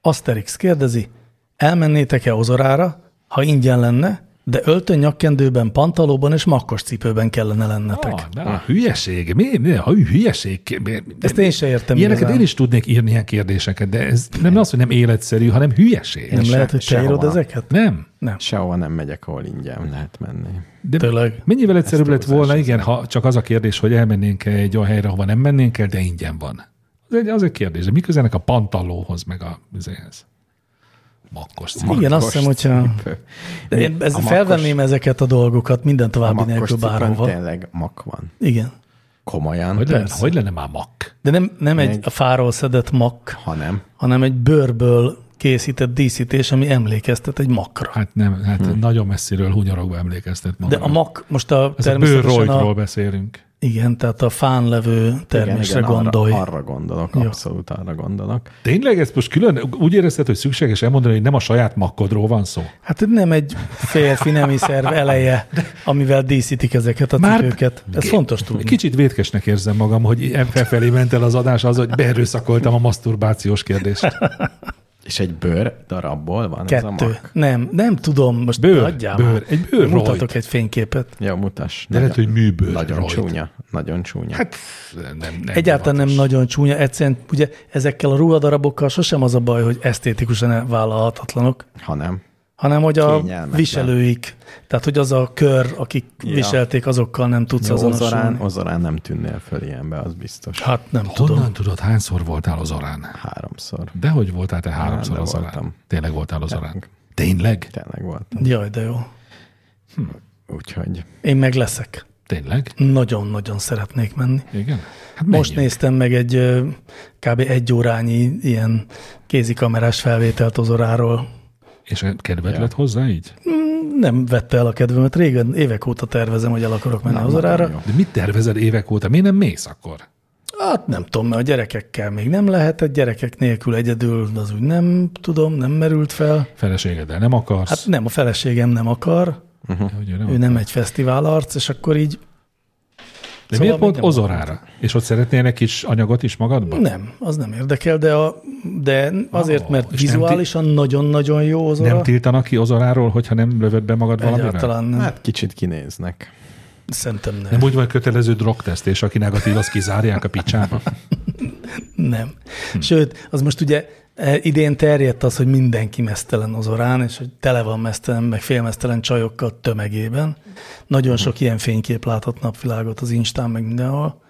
[SPEAKER 2] Asterix kérdezi, elmennétek-e ozorára, ha ingyen lenne, de öltön nyakkendőben, pantalóban és makkos cipőben kellene lennetek.
[SPEAKER 3] Ah, de a hülyeség. Mi? mi? Ha hülyeség. mi- mi-
[SPEAKER 2] Ezt én se értem
[SPEAKER 3] Ilyeneket
[SPEAKER 2] igazán.
[SPEAKER 3] én is tudnék írni ilyen kérdéseket, de ez nem az, hogy nem életszerű, hanem hülyeség.
[SPEAKER 2] Nem
[SPEAKER 1] se-
[SPEAKER 2] lehet, hogy te
[SPEAKER 1] sehova.
[SPEAKER 2] írod ezeket?
[SPEAKER 3] Nem.
[SPEAKER 2] Nem.
[SPEAKER 1] Sehova nem megyek, ahol ingyen lehet menni.
[SPEAKER 3] De
[SPEAKER 2] Tényleg.
[SPEAKER 3] Mennyivel egyszerűbb lett
[SPEAKER 1] túlzás
[SPEAKER 3] volna, igen, ha csak az a kérdés, hogy elmennénk -e egy olyan helyre, hova nem mennénk el, de ingyen van. Az egy, az egy kérdés, de mi köze ennek a pantallóhoz, meg a vizéhez? Makkos cím.
[SPEAKER 2] Igen, azt hiszem, hogyha...
[SPEAKER 1] Cipő.
[SPEAKER 2] De én
[SPEAKER 1] Mi-
[SPEAKER 2] ez,
[SPEAKER 1] a
[SPEAKER 2] felvenném
[SPEAKER 1] makkos-
[SPEAKER 2] ezeket a dolgokat minden
[SPEAKER 1] a
[SPEAKER 2] további
[SPEAKER 1] makkos
[SPEAKER 2] nélkül
[SPEAKER 1] cipőn
[SPEAKER 2] bárhova.
[SPEAKER 1] tényleg mak van.
[SPEAKER 2] Igen.
[SPEAKER 1] Komolyan,
[SPEAKER 3] Hogy,
[SPEAKER 1] de,
[SPEAKER 3] lenne, hogy lenne már mak?
[SPEAKER 2] De nem, nem egy
[SPEAKER 1] Egy-
[SPEAKER 2] a fáról szedett mak,
[SPEAKER 1] ha nem.
[SPEAKER 2] hanem egy bőrből készített díszítés, ami emlékeztet egy makra.
[SPEAKER 3] Hát nem, hát hmm. nagyon messziről hunyorogva emlékeztet
[SPEAKER 2] Hm. De
[SPEAKER 3] maga.
[SPEAKER 2] a mak most a
[SPEAKER 3] Ez a
[SPEAKER 2] természetesen a,
[SPEAKER 3] bőrrojtról beszélünk.
[SPEAKER 2] igen, tehát a fán levő termésre
[SPEAKER 1] igen,
[SPEAKER 2] gondolj.
[SPEAKER 1] Arra, arra gondolok,
[SPEAKER 2] Jó.
[SPEAKER 1] abszolút arra gondolok.
[SPEAKER 3] Tényleg ez most külön, úgy érezted, hogy szükséges elmondani, hogy nem a saját makkodról van szó?
[SPEAKER 2] Hát ez nem egy férfi nemi szerv eleje, amivel díszítik ezeket a
[SPEAKER 3] Már-
[SPEAKER 2] cipőket. Ez fontos tudni.
[SPEAKER 3] Kicsit vétkesnek érzem magam, hogy felfelé ment el az adás az, hogy beerőszakoltam a maszturbációs kérdést.
[SPEAKER 1] És egy bőr darabból van ez a
[SPEAKER 2] Kettő.
[SPEAKER 1] mak.
[SPEAKER 2] Nem, nem tudom, most
[SPEAKER 3] Bőr,
[SPEAKER 2] adjál
[SPEAKER 3] bőr,
[SPEAKER 2] már.
[SPEAKER 3] egy bőr
[SPEAKER 2] Mutatok
[SPEAKER 3] rajt.
[SPEAKER 2] egy fényképet.
[SPEAKER 1] Jó, mutas.
[SPEAKER 3] De lehet, hogy műbőr
[SPEAKER 1] Nagyon
[SPEAKER 3] rajt.
[SPEAKER 1] csúnya. Nagyon csúnya.
[SPEAKER 3] Hát nem, nem
[SPEAKER 2] Egyáltalán nem
[SPEAKER 3] divatos.
[SPEAKER 2] nagyon csúnya, egyszerűen ugye ezekkel a ruhadarabokkal sosem az a baj, hogy esztétikusan elvállalhatatlanok,
[SPEAKER 1] ha nem.
[SPEAKER 2] hanem hogy a
[SPEAKER 1] Kényelmetlen.
[SPEAKER 2] viselőik, tehát hogy az a kör, akik
[SPEAKER 1] Ja.
[SPEAKER 2] viselték, azokkal nem tudsz
[SPEAKER 1] Jó, ozorán,
[SPEAKER 2] azonosulni.
[SPEAKER 1] ozorán nem tűnnél föl ilyenbe, az biztos.
[SPEAKER 2] Hát nem tudom.
[SPEAKER 3] Honnan tudod, hányszor voltál az orán?
[SPEAKER 1] Háromszor.
[SPEAKER 3] Dehogy voltál te háromszor
[SPEAKER 1] de
[SPEAKER 3] az orán.
[SPEAKER 1] voltam.
[SPEAKER 3] Tényleg voltál az orán.
[SPEAKER 2] Hát,
[SPEAKER 3] Tényleg?
[SPEAKER 1] Tényleg volt.
[SPEAKER 2] Jaj, de jó.
[SPEAKER 1] Úgyhogy
[SPEAKER 2] Én meg leszek.
[SPEAKER 3] Tényleg?
[SPEAKER 2] Nagyon-nagyon szeretnék menni.
[SPEAKER 3] Igen? Hát
[SPEAKER 2] Most
[SPEAKER 3] menjünk.
[SPEAKER 2] néztem meg egy ö, kb. egy órányi ilyen kézikamerás felvételt az oráról.
[SPEAKER 3] És kedved lett hozzá így?
[SPEAKER 2] Nem vette el a kedvemet, régen évek óta tervezem, hogy el akarok menni az orára.
[SPEAKER 3] De mit tervezel évek óta? Miért nem mész akkor?
[SPEAKER 2] Hát nem tudom, mert a gyerekekkel még nem lehetett, gyerekek nélkül egyedül, az úgy nem tudom, nem merült fel.
[SPEAKER 3] Feleségeddel nem akarsz?
[SPEAKER 2] Hát nem, a feleségem nem akar,
[SPEAKER 3] Hogy ő nem
[SPEAKER 2] ő nem egy fesztivál arc, és akkor így
[SPEAKER 3] De
[SPEAKER 2] Szóval
[SPEAKER 3] miért
[SPEAKER 2] még
[SPEAKER 3] pont
[SPEAKER 2] nem
[SPEAKER 3] ozorára? És ott szeretnél egy kis anyagot is magadban?
[SPEAKER 2] nem, az nem érdekel, de, a, de azért,
[SPEAKER 3] Ó,
[SPEAKER 2] mert
[SPEAKER 3] és nem ti-
[SPEAKER 2] vizuálisan nagyon-nagyon jó az
[SPEAKER 3] Nem
[SPEAKER 2] óra.
[SPEAKER 3] tiltanak ki ozoráról, hogyha nem lövöd be magad valamire?
[SPEAKER 2] Egyáltalán nem.
[SPEAKER 1] hát kicsit kinéznek.
[SPEAKER 2] Szerintem nem.
[SPEAKER 3] Nem úgy van kötelező drogteszt, és aki negatív, azt kizárják a picsába.
[SPEAKER 2] Nem. Hm. Sőt, az most ugye e, idén terjedt az, hogy mindenki mesztelen az orán, és hogy tele van mesztelen, meg félmesztelen csajokkal tömegében. Nagyon sok ilyen fénykép láthat napvilágot az Instán, meg mindenhol.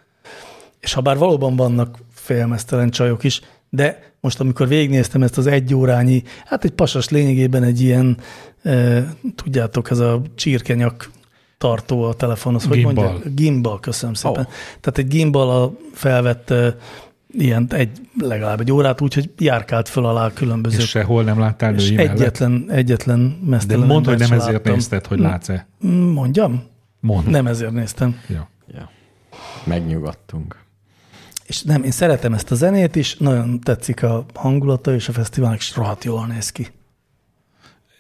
[SPEAKER 2] És ha bár valóban vannak félmesztelen csajok is, de most, amikor végignéztem ezt az egyórányi, hát egy pasas lényegében egy ilyen, e, tudjátok, ez a csirkenyak tartó a telefonhoz, hogy
[SPEAKER 3] Gimbal.
[SPEAKER 2] mondják? Gimbal, köszönöm szépen. Oh. Tehát egy gimbal a felvett ö, ilyen egy, legalább egy órát, úgyhogy járkált föl alá a különböző.
[SPEAKER 3] És sehol nem láttál
[SPEAKER 2] és
[SPEAKER 3] női mellett.
[SPEAKER 2] egyetlen, egyetlen
[SPEAKER 3] De
[SPEAKER 2] mesztelen
[SPEAKER 3] mondd, hogy
[SPEAKER 2] embert
[SPEAKER 3] nem
[SPEAKER 2] se
[SPEAKER 3] ezért
[SPEAKER 2] láttam.
[SPEAKER 3] nézted, hogy látsz-e.
[SPEAKER 2] Mm, Mondjam?
[SPEAKER 3] Mondd.
[SPEAKER 2] Nem ezért néztem.
[SPEAKER 3] Jó.
[SPEAKER 1] Ja. Megnyugodtunk.
[SPEAKER 2] És nem, én szeretem ezt a zenét is, nagyon tetszik a hangulata, és a fesztiválnak is rohadt jól néz ki.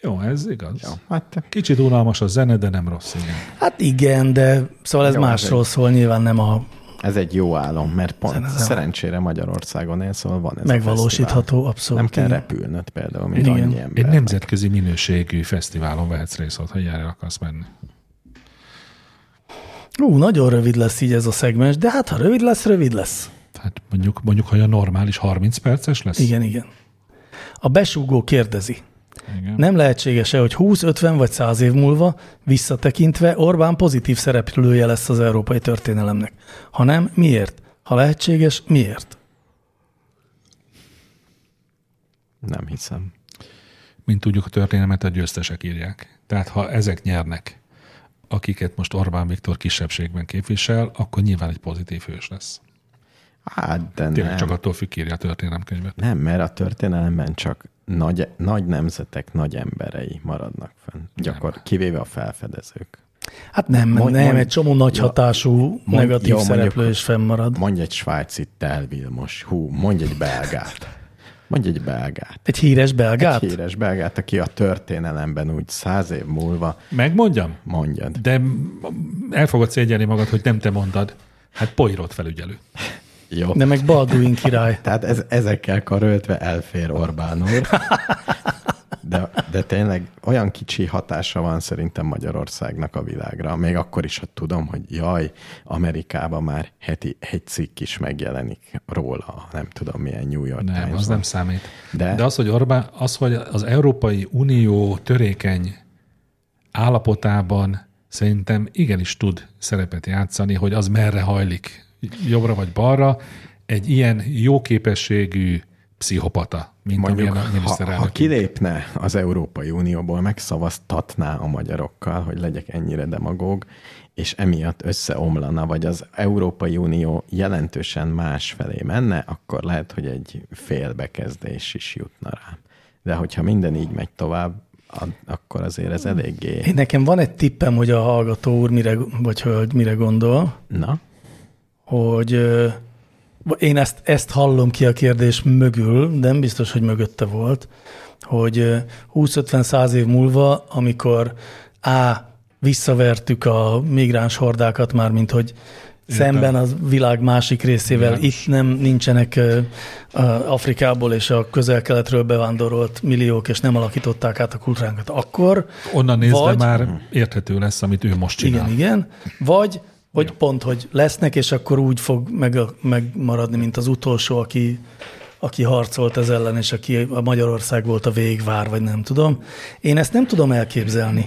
[SPEAKER 3] Jó, ez igaz.
[SPEAKER 1] Ja, hát
[SPEAKER 3] Kicsit unalmas a zene, de nem rossz, igen.
[SPEAKER 2] Hát igen, de szóval ez
[SPEAKER 1] Jó,
[SPEAKER 2] jó,
[SPEAKER 1] ez
[SPEAKER 2] másról szól, nyilván nem a
[SPEAKER 1] ez egy jó álom, mert pont
[SPEAKER 2] Szerintem.
[SPEAKER 1] szerencsére Magyarországon él, szóval van ez a fesztivál.
[SPEAKER 2] megvalósítható, abszolút.
[SPEAKER 1] Nem kell
[SPEAKER 2] igen.
[SPEAKER 1] repülnöd például, mint
[SPEAKER 2] Igen.
[SPEAKER 1] annyi
[SPEAKER 3] Egy
[SPEAKER 1] ember.
[SPEAKER 3] nemzetközi minőségű fesztiválon vehetsz részt, ott, ha erre akarsz menni.
[SPEAKER 2] Ú, nagyon rövid lesz így ez a szegmens, de hát ha rövid lesz, rövid lesz.
[SPEAKER 3] Hát mondjuk, mondjuk, hogy a normális 30 perces lesz?
[SPEAKER 2] Igen, igen. A besúgó kérdezi.
[SPEAKER 3] Igen.
[SPEAKER 2] Nem lehetséges-e, hogy 20, 50 vagy 100 év múlva visszatekintve Orbán pozitív szereplője lesz az európai történelemnek? Ha nem, miért? Ha lehetséges, miért?
[SPEAKER 1] Nem hiszem.
[SPEAKER 3] Mint tudjuk, a történelmet a győztesek írják. Tehát ha ezek nyernek, akiket most Orbán Viktor kisebbségben képvisel, akkor nyilván egy pozitív hős lesz.
[SPEAKER 1] Hát, de
[SPEAKER 3] Tényleg
[SPEAKER 1] nem.
[SPEAKER 3] csak attól függ, ki írja a történelemkönyvet.
[SPEAKER 1] nem, mert a történelemben csak nagy, nagy nemzetek, nagy emberei maradnak fenn. Gyakor, kivéve a felfedezők.
[SPEAKER 2] Hát nem,
[SPEAKER 1] Mondj-
[SPEAKER 2] mondj, nem,
[SPEAKER 1] mondj-
[SPEAKER 2] egy csomó nagy
[SPEAKER 1] Ja.
[SPEAKER 2] hatású
[SPEAKER 1] Mondj-
[SPEAKER 2] negatív
[SPEAKER 1] jó,
[SPEAKER 2] jó, szereplő
[SPEAKER 1] mondjuk-
[SPEAKER 2] is fennmarad.
[SPEAKER 1] Mondj egy svájci telvilmos, hú, mondj egy belgát. Mondj egy belgát.
[SPEAKER 2] Egy híres
[SPEAKER 1] Egy
[SPEAKER 2] belgát?
[SPEAKER 1] híres belgát, aki a történelemben úgy száz év múlva
[SPEAKER 3] Megmondjam?
[SPEAKER 1] mondjad.
[SPEAKER 3] De el fogod szégyelni magad, hogy nem te mondtad. Hát Poirot felügyelő.
[SPEAKER 1] Jó.
[SPEAKER 2] De meg Balduin király.
[SPEAKER 1] Tehát ez, ezekkel karöltve elfér Orbán úr. De, de tényleg olyan kicsi hatása van szerintem Magyarországnak a világra, még akkor is, ha tudom, hogy jaj, Amerikában már heti egy cikk is megjelenik róla, a nem tudom milyen New York
[SPEAKER 3] Nem, az
[SPEAKER 1] Times-ban.
[SPEAKER 3] nem számít.
[SPEAKER 1] De-
[SPEAKER 3] De, De az, hogy Orbán, az, hogy az Európai Unió törékeny állapotában szerintem igenis tud szerepet játszani, hogy az merre hajlik, jobbra vagy balra, egy ilyen jó képességű pszichopata, mint
[SPEAKER 1] Mondjuk,
[SPEAKER 3] amilyen a
[SPEAKER 1] ha, ha
[SPEAKER 3] miniszterelnök.
[SPEAKER 1] kilépne az Európai Unióból, megszavaztatná a magyarokkal, hogy legyek ennyire demagóg, és emiatt összeomlana, vagy az Európai Unió jelentősen más felé menne, akkor lehet, hogy egy félbekezdés is jutna rám. De hogyha minden így megy tovább, a- akkor azért ez eléggé...
[SPEAKER 2] Én nekem van egy tippem, hogy a hallgató úr mire, vagy hölgy mire gondol,
[SPEAKER 1] Na,
[SPEAKER 2] hogy ö, én ezt, ezt hallom ki a kérdés mögül, de nem biztos, hogy mögötte volt, hogy ö, 20-50-100 év múlva, amikor A. visszavertük a migráns hordákat már, mint hogy szemben a világ másik részével,
[SPEAKER 3] Világos.
[SPEAKER 2] itt nem nincsenek ö, a Afrikából és a közel-keletről bevándorolt milliók, és nem alakították át a kultúránkat akkor,
[SPEAKER 3] Onnan nézve
[SPEAKER 2] Vagy-
[SPEAKER 3] vagy, már érthető lesz, amit ő most csinál.
[SPEAKER 2] igen, igen. Vagy, hogy pont, hogy lesznek, és akkor úgy fog meg, megmaradni, mint az utolsó, aki, aki harcolt ez ellen, és aki a Magyarország volt a végvár, vagy nem tudom. Én ezt nem tudom elképzelni.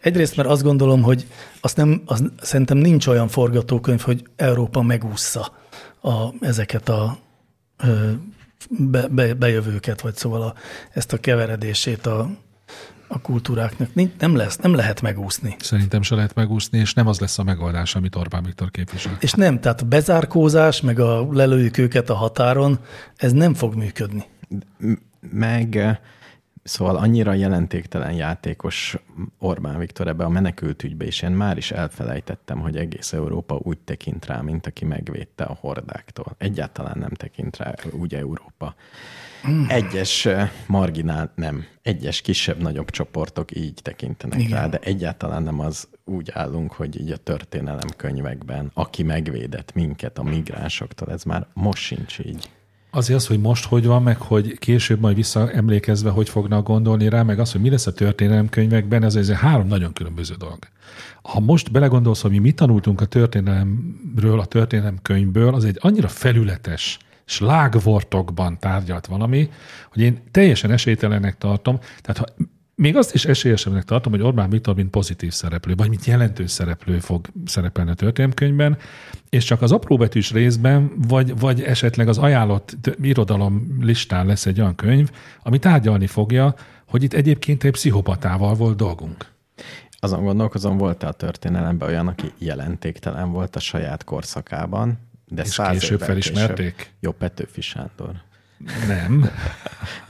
[SPEAKER 2] Egyrészt, mert azt gondolom, hogy azt nem, az, szerintem nincs olyan forgatókönyv, hogy Európa megúszza a, ezeket a ö, be, be, bejövőket, vagy szóval a, ezt a keveredését a, a kultúráknak. Nincs, nem lesz, nem lehet megúszni.
[SPEAKER 3] Szerintem se lehet megúszni, és nem az lesz a megoldás, amit Orbán Viktor képvisel.
[SPEAKER 2] És nem, tehát a bezárkózás, meg a lelőjük őket a határon, ez nem fog működni.
[SPEAKER 1] meg eh, szóval annyira jelentéktelen játékos Orbán Viktor ebbe a menekült ügybe, és én már is elfelejtettem, hogy egész Európa úgy tekint rá, mint aki megvédte a hordáktól. Egyáltalán nem tekint rá úgy Európa. Egyes eh, marginál, nem, egyes kisebb-nagyobb csoportok így tekintenek Igen. rá, de egyáltalán nem az úgy állunk, hogy így a történelem könyvekben, aki megvédett minket a migránsoktól, ez már most sincs így.
[SPEAKER 3] Azért az, hogy most hogy van, meg hogy később majd visszaemlékezve, hogy fognak gondolni rá, meg az, hogy mi lesz a történelemkönyvekben, ez, ez három nagyon különböző dolog. Ha most belegondolsz, hogy mi mit tanultunk a történelemről, a történelemkönyvből, az egy annyira felületes, slágvortokban tárgyalt valami, hogy én teljesen esélytelennek tartom. Tehát ha még azt is esélyesebbnek tartom, hogy Orbán Viktor, mint pozitív szereplő, vagy mint jelentős szereplő fog szerepelni a történelmkönyvben, és csak az apróbetűs részben, vagy, vagy esetleg az ajánlott t- irodalom listán lesz egy olyan könyv, ami tárgyalni fogja, hogy itt egyébként egy pszichopatával volt dolgunk.
[SPEAKER 1] azon gondolkozom, volt-e a történelemben olyan, aki jelentéktelen volt a saját korszakában, de
[SPEAKER 3] És
[SPEAKER 1] száz
[SPEAKER 3] később
[SPEAKER 1] évvel
[SPEAKER 3] felismerték?
[SPEAKER 1] Később. Jó, Petőfi Sándor.
[SPEAKER 3] Nem,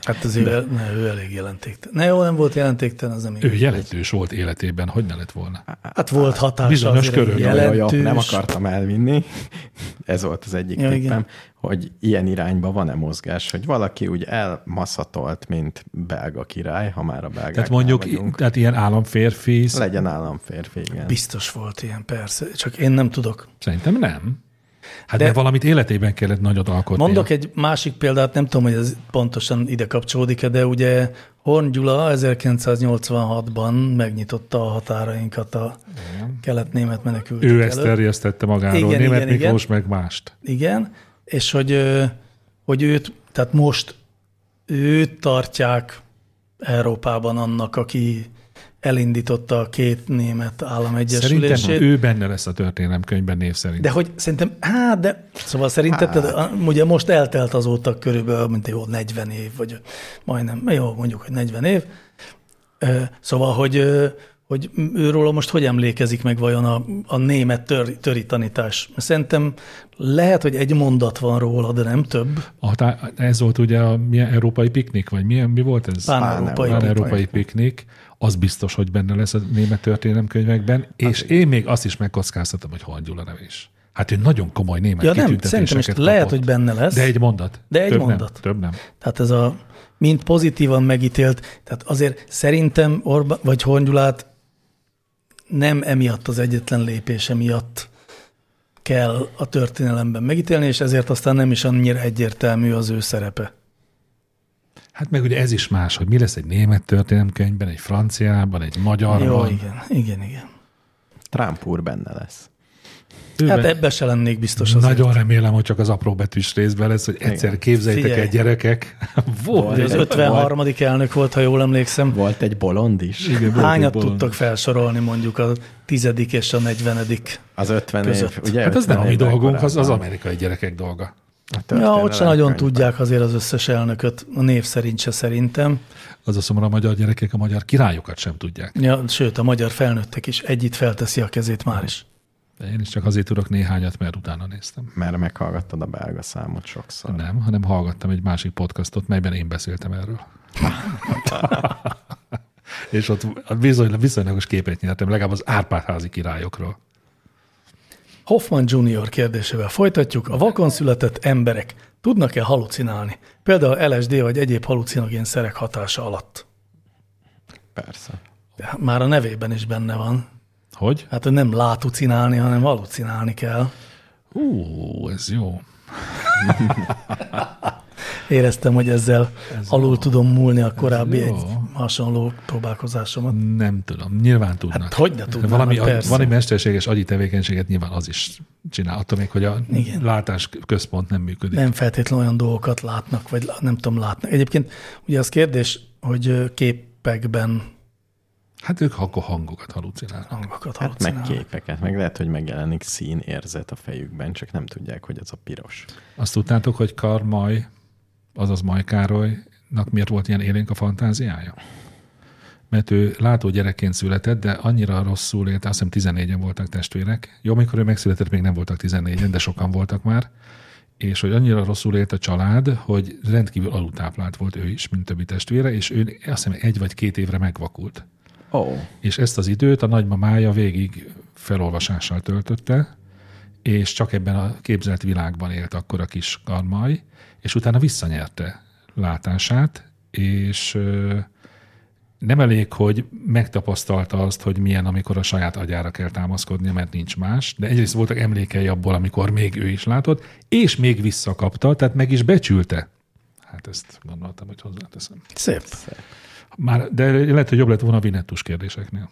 [SPEAKER 2] Hát azért de. Ne, ő elég jelentéktelen. Ne, jó, nem volt jelentéktelen, az nem
[SPEAKER 3] ő
[SPEAKER 2] igaz.
[SPEAKER 3] jelentős volt életében, hogy ne lett volna.
[SPEAKER 2] Hát volt hatása.
[SPEAKER 3] Bizonyos
[SPEAKER 2] azért,
[SPEAKER 3] körül.
[SPEAKER 2] hogy
[SPEAKER 3] Jó,
[SPEAKER 1] Jaj,
[SPEAKER 2] Jelentős.
[SPEAKER 1] jaj, nem akartam elvinni. Ez volt az egyik
[SPEAKER 2] Ja,
[SPEAKER 1] ja,
[SPEAKER 2] igen.
[SPEAKER 1] tippem, igen. hogy ilyen irányba van-e mozgás, hogy valaki úgy elmaszatolt, mint belga király, ha már a belgák
[SPEAKER 3] Tehát mondjuk,
[SPEAKER 1] vagyunk.
[SPEAKER 3] tehát ilyen államférfi,
[SPEAKER 1] Legyen államférfi, igen.
[SPEAKER 2] Biztos volt ilyen, persze. Csak én nem tudok.
[SPEAKER 3] szerintem nem. Hát
[SPEAKER 2] De-
[SPEAKER 3] de, mert valamit életében kellett nagyot alkotni.
[SPEAKER 2] Mondok egy másik példát, nem tudom, hogy ez pontosan ide kapcsolódik de ugye Horn Gyula 1986-ban megnyitotta a határainkat a kelet-német menekültek
[SPEAKER 3] Ő ezt
[SPEAKER 2] előtt.
[SPEAKER 3] terjesztette magáról,
[SPEAKER 2] Igen,
[SPEAKER 3] igen, német
[SPEAKER 2] igen,
[SPEAKER 3] igen,
[SPEAKER 2] igen.
[SPEAKER 3] Miklós meg mást.
[SPEAKER 2] Igen, és hogy, ö, hogy őt, tehát most őt tartják Európában annak, aki elindította a két német
[SPEAKER 3] Szerintem
[SPEAKER 2] államegyesülését.
[SPEAKER 3] ő benne lesz a történelemkönyvben név szerint.
[SPEAKER 2] De hogy szerintem, hát, de szóval szerintem, hát. de, ugye most eltelt azóta körülbelül, mint jó, 40 év, vagy majdnem, jó, mondjuk, hogy 40 év. Ö, Szóval, hogy, ö, hogy őról most hogy emlékezik meg vajon a, a német tör, töri tanítás? Szerintem lehet, hogy egy mondat van róla, de nem több.
[SPEAKER 3] A, tá- ez volt ugye a milyen európai piknik, vagy milyen, mi volt ez?
[SPEAKER 2] Pán-európai.
[SPEAKER 3] Pán
[SPEAKER 2] Pán-európai.
[SPEAKER 3] európai piknik. Az biztos, hogy benne lesz a német történelemkönyvekben, és én még azt is megkockáztatom, hogy Hal Gyula nevés. Hát ő nagyon komoly német
[SPEAKER 2] Ja nem, szerintem
[SPEAKER 3] kitüntetéseket
[SPEAKER 2] most lehet,
[SPEAKER 3] kapott.
[SPEAKER 2] hogy benne lesz.
[SPEAKER 3] De egy mondat.
[SPEAKER 2] De egy
[SPEAKER 3] több
[SPEAKER 2] mondat.
[SPEAKER 3] Nem, több nem.
[SPEAKER 2] Tehát ez a mind pozitívan megítélt, tehát azért szerintem Orbán, vagy Hongyulát nem emiatt az egyetlen lépése miatt kell a történelemben megítélni, és ezért aztán nem is annyira egyértelmű az ő szerepe.
[SPEAKER 3] Hát meg ugye ez is más, hogy mi lesz egy német történelemkönyvben, egy franciában, egy magyarban.
[SPEAKER 2] Jó, igen, igen, igen.
[SPEAKER 1] Trump úr benne lesz.
[SPEAKER 3] Ő
[SPEAKER 2] Hát
[SPEAKER 3] benne-
[SPEAKER 2] ebbe se lennék biztos azért.
[SPEAKER 3] Nagyon remélem, hogy csak az apró betűs részben lesz, hogy egyszer
[SPEAKER 1] Igen.
[SPEAKER 3] képzeljétek
[SPEAKER 2] Figyelj.
[SPEAKER 3] el gyerekek. Volt.
[SPEAKER 2] Ugye az 53. elnök volt, ha jól emlékszem.
[SPEAKER 1] Volt egy bolond is.
[SPEAKER 3] Igen, volt
[SPEAKER 2] Hányat
[SPEAKER 3] egy bolond.
[SPEAKER 2] tudtak felsorolni mondjuk a tizedik és a negyvenedik?
[SPEAKER 1] Az 50 év,
[SPEAKER 2] Között.
[SPEAKER 1] ugye?
[SPEAKER 3] Hát az
[SPEAKER 1] 50
[SPEAKER 3] nem a mi
[SPEAKER 1] évvel
[SPEAKER 3] dolgunk, az, az
[SPEAKER 1] korábban
[SPEAKER 3] amerikai gyerekek dolga.
[SPEAKER 1] a
[SPEAKER 2] Ja,
[SPEAKER 1] történelem
[SPEAKER 2] ott se nagyon
[SPEAKER 1] könyvben.
[SPEAKER 2] tudják azért az összes elnököt, a név szerint se szerintem.
[SPEAKER 3] Az a szomorú a magyar gyerekek a magyar királyokat sem tudják.
[SPEAKER 2] Ja, sőt, a magyar felnőttek is együtt felteszi a kezét már is.
[SPEAKER 3] De én is csak azért tudok néhányat, mert utána néztem.
[SPEAKER 1] Mert meghallgattad a belga számot sokszor.
[SPEAKER 3] Nem, hanem hallgattam egy másik podcastot, melyben én beszéltem erről. És ott bizony, viszonylagos képet nyertem, legalább az Árpádházi királyokról.
[SPEAKER 2] Hoffman Junior kérdésével folytatjuk. A vakon született emberek tudnak-e halucinálni? Például LSD vagy egyéb halucinogén szerek hatása alatt.
[SPEAKER 1] Persze.
[SPEAKER 2] De hát Már a nevében is benne van.
[SPEAKER 3] Hogy?
[SPEAKER 2] Hát, hogy nem látucinálni, hanem halucinálni kell.
[SPEAKER 3] Ú, ez jó.
[SPEAKER 2] Éreztem, hogy ezzel Ez alul tudom múlni a korábbi
[SPEAKER 3] jó.
[SPEAKER 2] egy hasonló próbálkozásomat.
[SPEAKER 3] Nem tudom, nyilván tudnak.
[SPEAKER 2] Hát hogy ne tudnának,
[SPEAKER 3] Valami,
[SPEAKER 2] persze.
[SPEAKER 3] valami mesterséges agyi tevékenységet nyilván az is csinál, attól még, hogy a
[SPEAKER 2] Igen.
[SPEAKER 3] látás központ nem működik.
[SPEAKER 2] Nem feltétlenül olyan dolgokat látnak, vagy lá- nem tudom, látnak. Egyébként ugye az kérdés, hogy ö, képekben
[SPEAKER 3] Hát ők akkor hangokat halucinálnak.
[SPEAKER 2] hangokat
[SPEAKER 1] Hát meg
[SPEAKER 2] halucinálnak.
[SPEAKER 1] képeket, meg lehet, hogy megjelenik színérzet a fejükben, csak nem tudják, hogy az a piros.
[SPEAKER 3] Azt tudtátok, hogy Karmaj, azaz Maj Károlynak miért volt ilyen élénk a fantáziája? Mert ő látó gyerekként született, de annyira rosszul élt, azt hiszem 14-en voltak testvérek. Jó, amikor ő megszületett, még nem voltak 14-en, de sokan voltak már. És hogy annyira rosszul élt a család, hogy rendkívül alultáplált volt ő is, mint többi testvére, és ő azt hiszem egy vagy két évre megvakult.
[SPEAKER 1] Ó, oh,
[SPEAKER 3] És ezt az időt a nagymamája végig felolvasással töltötte, és csak ebben a képzelt világban élt akkor a kis karmai, és utána visszanyerte látását, és ö, nem elég, hogy megtapasztalta azt, hogy milyen, amikor a saját agyára kell támaszkodnia, mert nincs más, de egyrészt voltak emlékei abból, amikor még ő is látott, és még visszakapta, tehát meg is becsülte. Hát ezt gondoltam, hogy hozzáteszem.
[SPEAKER 2] Szép.
[SPEAKER 3] Már, de lehet, hogy jobb lett volna a vinettus kérdéseknél.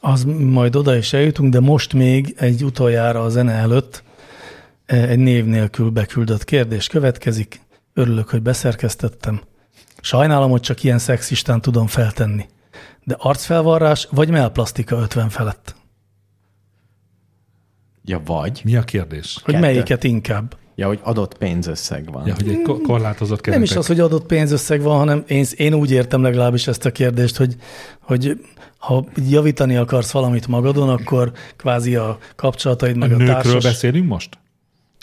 [SPEAKER 2] Az majd oda is eljutunk, de most még egy utoljára a zene előtt eh, egy név nélkül beküldött kérdés következik. Örülök, hogy beszerkesztettem. Sajnálom, hogy csak ilyen szexistán tudom feltenni. De arcfelvarrás vagy melplasztika 50 felett?
[SPEAKER 1] ja vagy.
[SPEAKER 3] Mi a kérdés?
[SPEAKER 2] Hogy
[SPEAKER 1] Kettő.
[SPEAKER 2] melyiket inkább?
[SPEAKER 1] Ja, hogy adott pénzösszeg van.
[SPEAKER 3] Ja,
[SPEAKER 1] Ja.
[SPEAKER 3] hogy egy ko- korlátozott keretek.
[SPEAKER 2] Nem is az, hogy adott pénzösszeg van, hanem én, én úgy értem legalábbis ezt a kérdést, hogy, hogy ha javítani akarsz valamit magadon, akkor kvázi a kapcsolataid
[SPEAKER 3] a
[SPEAKER 2] meg a,
[SPEAKER 3] nőkről
[SPEAKER 2] társas...
[SPEAKER 3] beszélünk most?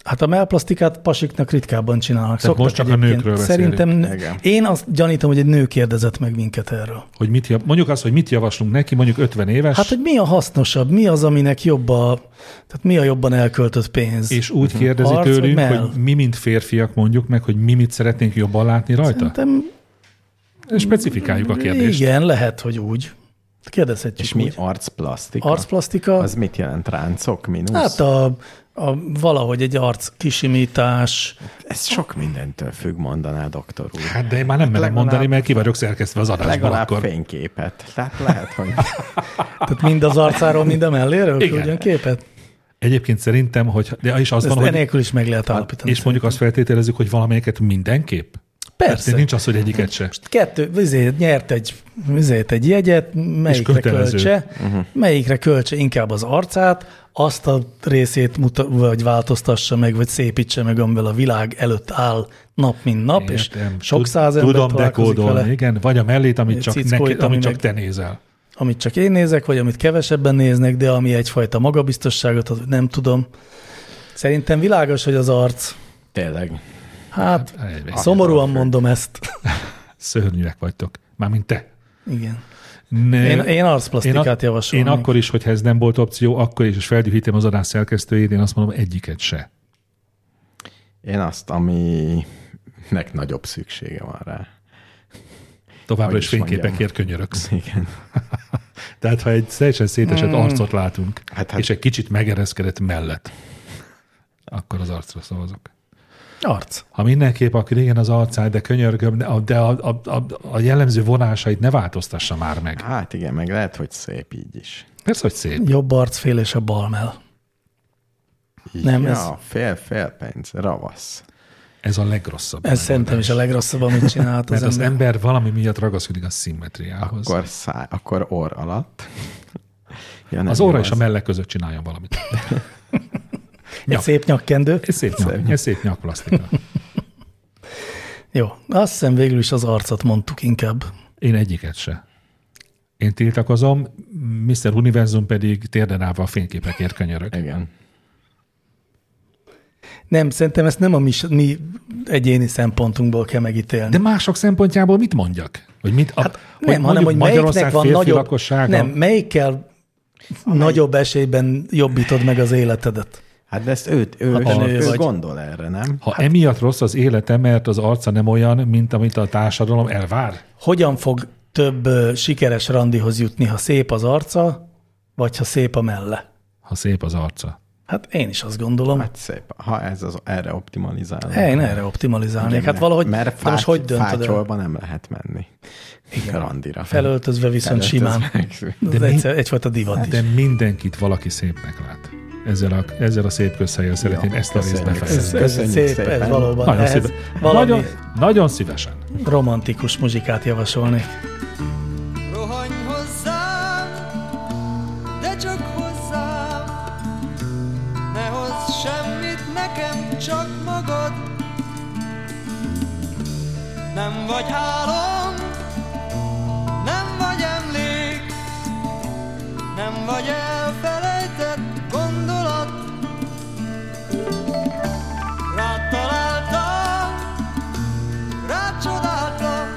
[SPEAKER 2] Hát a melplasztikát pasiknak ritkábban csinálnak. Szoktak
[SPEAKER 3] most csak a
[SPEAKER 2] egyébként.
[SPEAKER 3] nőkről beszélünk.
[SPEAKER 2] Szerintem
[SPEAKER 1] Igen.
[SPEAKER 2] én azt gyanítom, hogy egy nő kérdezett meg minket erről.
[SPEAKER 3] Hogy mit, jav- mondjuk azt, hogy mit javaslunk neki, mondjuk 50 éves,
[SPEAKER 2] Hát, hogy mi a hasznosabb, mi az, aminek jobb a, tehát mi a jobban elköltött pénz?
[SPEAKER 3] és úgy kérdezi
[SPEAKER 2] Mhm. Arc vagy
[SPEAKER 3] tőlünk,
[SPEAKER 2] mell?
[SPEAKER 3] hogy mi, mint férfiak mondjuk meg, hogy mi mit szeretnénk jobban látni rajta?
[SPEAKER 2] Szerintem
[SPEAKER 3] Specifikáljuk a kérdést.
[SPEAKER 2] igen, lehet, hogy úgy. Kérdezhetjük
[SPEAKER 1] És mi
[SPEAKER 2] úgy.
[SPEAKER 1] arcplasztika?
[SPEAKER 2] Arcplasztika?
[SPEAKER 1] Az mit jelent? Ráncok, mínusz?
[SPEAKER 2] Hát a, a, valahogy egy arc kisimítás,
[SPEAKER 1] Ez sok mindentől függ, mondaná doktor úr.
[SPEAKER 3] Hát de én már nem merem
[SPEAKER 1] Legalább-
[SPEAKER 3] mondani, mert ki vagyok szerkesztve az adásban
[SPEAKER 1] Legalább
[SPEAKER 3] akkor.
[SPEAKER 1] fényképet. Tehát lehet, hogy
[SPEAKER 2] tehát mind az arcáról, mind a melléről
[SPEAKER 3] Igen.
[SPEAKER 2] küldjön képet.
[SPEAKER 3] Egyébként szerintem, hogy de is az
[SPEAKER 2] Ezt
[SPEAKER 3] van, hogy, Hát,
[SPEAKER 2] enélkül is meg lehet állapítani.
[SPEAKER 3] és mondjuk azt feltételezzük, hogy valamelyiket mindenképp.
[SPEAKER 2] Persze.
[SPEAKER 3] De nincs az, hogy egyiket se.
[SPEAKER 2] Kettő, izé, nyert egy, izét egy jegyet, melyikre
[SPEAKER 3] kötelező.
[SPEAKER 2] költse, uh-huh. melyikre költse inkább az arcát, azt a részét muta, vagy változtassa meg, vagy szépítse meg, amivel a világ előtt áll nap, mint nap, és
[SPEAKER 3] Értem.
[SPEAKER 2] sok
[SPEAKER 3] Tud-
[SPEAKER 2] száz ember
[SPEAKER 3] Tudom
[SPEAKER 2] találkozik
[SPEAKER 3] dekódolni,
[SPEAKER 2] vele,
[SPEAKER 3] igen, vagy a mellét, amit csak,
[SPEAKER 2] Cickóit,
[SPEAKER 3] neked,
[SPEAKER 2] ami
[SPEAKER 3] amit csak
[SPEAKER 2] meg-
[SPEAKER 3] te nézel.
[SPEAKER 2] amit csak én nézek, vagy amit kevesebben néznek, de ami egyfajta magabiztosságot, ad, nem tudom. Szerintem világos, hogy az arc.
[SPEAKER 1] Tényleg.
[SPEAKER 2] Hát,
[SPEAKER 3] Elvész.
[SPEAKER 2] szomorúan mondom ezt.
[SPEAKER 3] Szörnyűek vagytok. Mármint te.
[SPEAKER 2] Igen.
[SPEAKER 3] Ne,
[SPEAKER 2] Én, én arcplasztikát
[SPEAKER 3] én,
[SPEAKER 2] javasolom.
[SPEAKER 3] Én akkor is, hogyha ez nem volt opció, akkor is, és feldühítem az adás szerkesztőjét, én azt mondom, egyiket se.
[SPEAKER 1] Én azt, aminek nagyobb szüksége van rá.
[SPEAKER 3] Továbbra
[SPEAKER 1] Hogy
[SPEAKER 3] is
[SPEAKER 1] is mondjam.
[SPEAKER 3] fényképekért könyörögsz.
[SPEAKER 1] Igen.
[SPEAKER 3] Tehát, ha egy teljesen szétesett arcot látunk,
[SPEAKER 1] Hát, hát-
[SPEAKER 3] és egy kicsit megereszkedett mellett, akkor az arcra szavazok.
[SPEAKER 2] Arc.
[SPEAKER 3] Ha mindenképp, akkor igen, az arcát, de könyörgöm, de a, de a, a, a, a jellemző vonásait ne változtassa már meg.
[SPEAKER 1] Hát igen, meg lehet, hogy szép így is.
[SPEAKER 3] Persze, hogy szép.
[SPEAKER 2] Jobb arcfél és a balmel. Nem,
[SPEAKER 1] ja,
[SPEAKER 2] ez-
[SPEAKER 1] fél-fél pénz, ravasz.
[SPEAKER 3] Ez a legrosszabb.
[SPEAKER 2] Ez szerintem is a legrosszabb, amit csinált
[SPEAKER 3] Mert
[SPEAKER 2] az,
[SPEAKER 3] az
[SPEAKER 2] ember.
[SPEAKER 3] ember valami miatt ragaszkodik a szimmetriához.
[SPEAKER 1] Akkor, száj, akkor orr alatt. Ja, nem
[SPEAKER 3] az
[SPEAKER 1] jó,
[SPEAKER 3] óra és a
[SPEAKER 1] az-
[SPEAKER 3] melle között csináljon valamit.
[SPEAKER 2] Egy
[SPEAKER 3] nyak.
[SPEAKER 2] szép nyakkendő.
[SPEAKER 3] Ez szép, nyak, ez szép nyakplasztika.
[SPEAKER 2] Jó, azt hiszem végül is az arcot mondtuk inkább.
[SPEAKER 3] Én egyiket se. Én tiltakozom, Mr. Univerzum pedig térden állva a fényképekért könyörög.
[SPEAKER 1] Igen.
[SPEAKER 2] Nem, szerintem ezt nem a mi, mi egyéni szempontunkból kell megítélni.
[SPEAKER 3] De mások szempontjából mit mondjak? Hogy mit, a,
[SPEAKER 2] hát, nem, hanem,
[SPEAKER 3] mondjuk
[SPEAKER 2] hogy melyiknek van
[SPEAKER 3] férfi
[SPEAKER 2] nagyobb,
[SPEAKER 3] lakossága,
[SPEAKER 2] nem, melyikkel nagyobb esélyben jobbítod meg az életedet.
[SPEAKER 1] Hát de ezt őt, ő,
[SPEAKER 2] te nő
[SPEAKER 1] ő, ő
[SPEAKER 2] vagy.
[SPEAKER 1] gondol erre, nem?
[SPEAKER 2] Hát-
[SPEAKER 3] ha emiatt rossz az élete, mert az arca nem olyan, mint amit a társadalom elvár.
[SPEAKER 2] Hogyan fog több ö, sikeres randihoz jutni, ha szép az arca, vagy ha szép a melle?
[SPEAKER 3] Ha szép az arca.
[SPEAKER 2] Hát én is azt gondolom. Hát,
[SPEAKER 1] Hát szép. Ha ez az, erre optimalizál.
[SPEAKER 2] én erre optimalizálnék. Hát valahogy,
[SPEAKER 1] Mert
[SPEAKER 2] de
[SPEAKER 1] fáty,
[SPEAKER 2] most hogy döntöd el?
[SPEAKER 1] fátyolba nem lehet menni. Igen. Randira.
[SPEAKER 2] Felöltözve viszont simán.
[SPEAKER 1] Felöltözve.
[SPEAKER 2] Ez
[SPEAKER 3] mi- Hát
[SPEAKER 2] egyszer, egyfajta divat is.
[SPEAKER 3] De mindenkit valaki szépnek lát. Ezzel a, ezzel a szép közhelyel szeretném ezt a részt
[SPEAKER 1] köszönjük.
[SPEAKER 2] Ez,
[SPEAKER 3] befejezni.
[SPEAKER 2] ez
[SPEAKER 1] Köszönjük
[SPEAKER 2] szép,
[SPEAKER 1] szépen.
[SPEAKER 2] ez valóban.
[SPEAKER 3] Nagyon,
[SPEAKER 2] ehhez
[SPEAKER 3] szíve,
[SPEAKER 2] valami
[SPEAKER 3] nagyon, nagyon szívesen.
[SPEAKER 2] romantikus muzsikát javasolnék.
[SPEAKER 5] Rohanj hozzám, de csak hozzám Ne hozz semmit nekem, csak magad Nem vagy álom, nem vagy emlék Nem vagy elfelejtett gondolat Rád találtam, rád csodáltam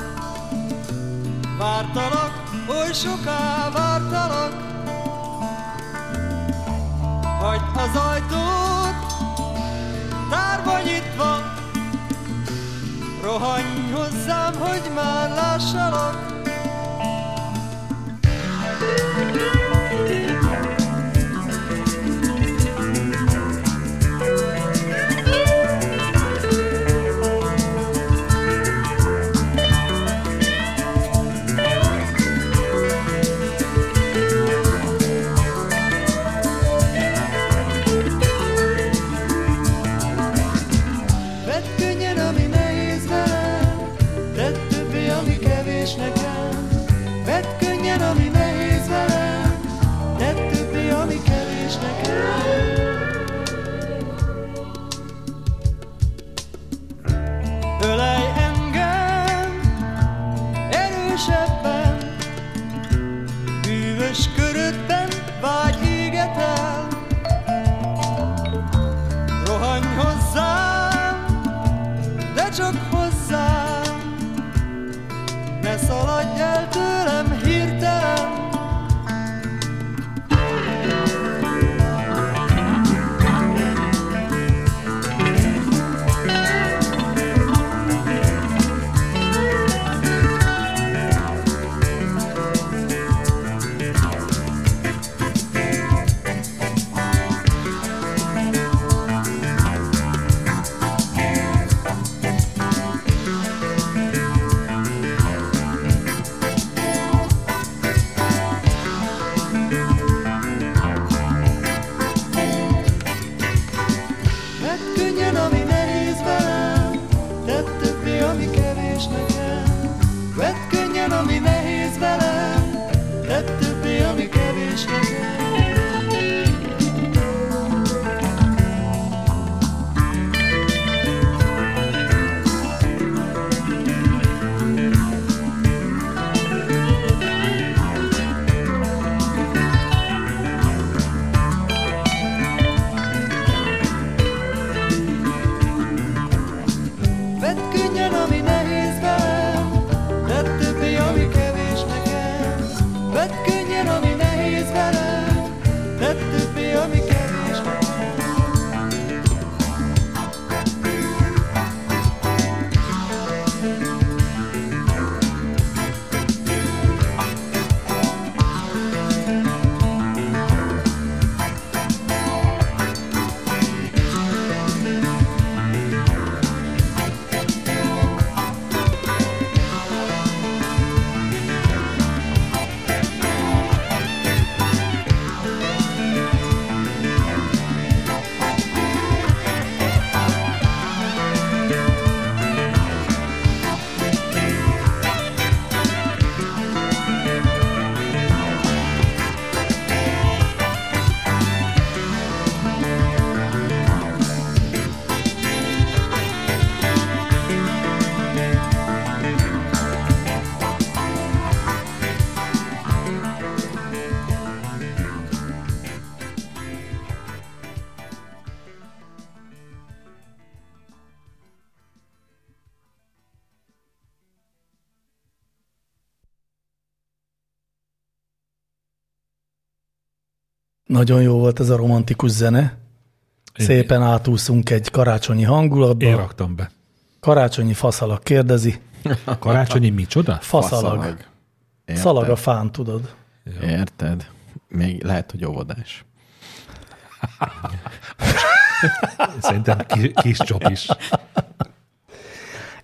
[SPEAKER 5] Vártalak, oly soká vártalak Hagyd az ajtót, tárva nyitva Rohanj hozzám, hogy már lássalak Vedd könnyen, ami nehéz velem Tedd többé, ami kevés nekem
[SPEAKER 2] Nagyon jó volt ez a romantikus zene. Szépen átúszunk egy karácsonyi hangulatba.
[SPEAKER 3] Én raktam be.
[SPEAKER 2] Karácsonyi faszalag kérdezi.
[SPEAKER 3] A karácsonyi micsoda?
[SPEAKER 2] Faszalag. faszalag.
[SPEAKER 1] Érted?
[SPEAKER 2] Szalag a fán, tudod.
[SPEAKER 1] Érted? Még lehet, hogy óvodás.
[SPEAKER 3] Szerintem ki- kis csop is.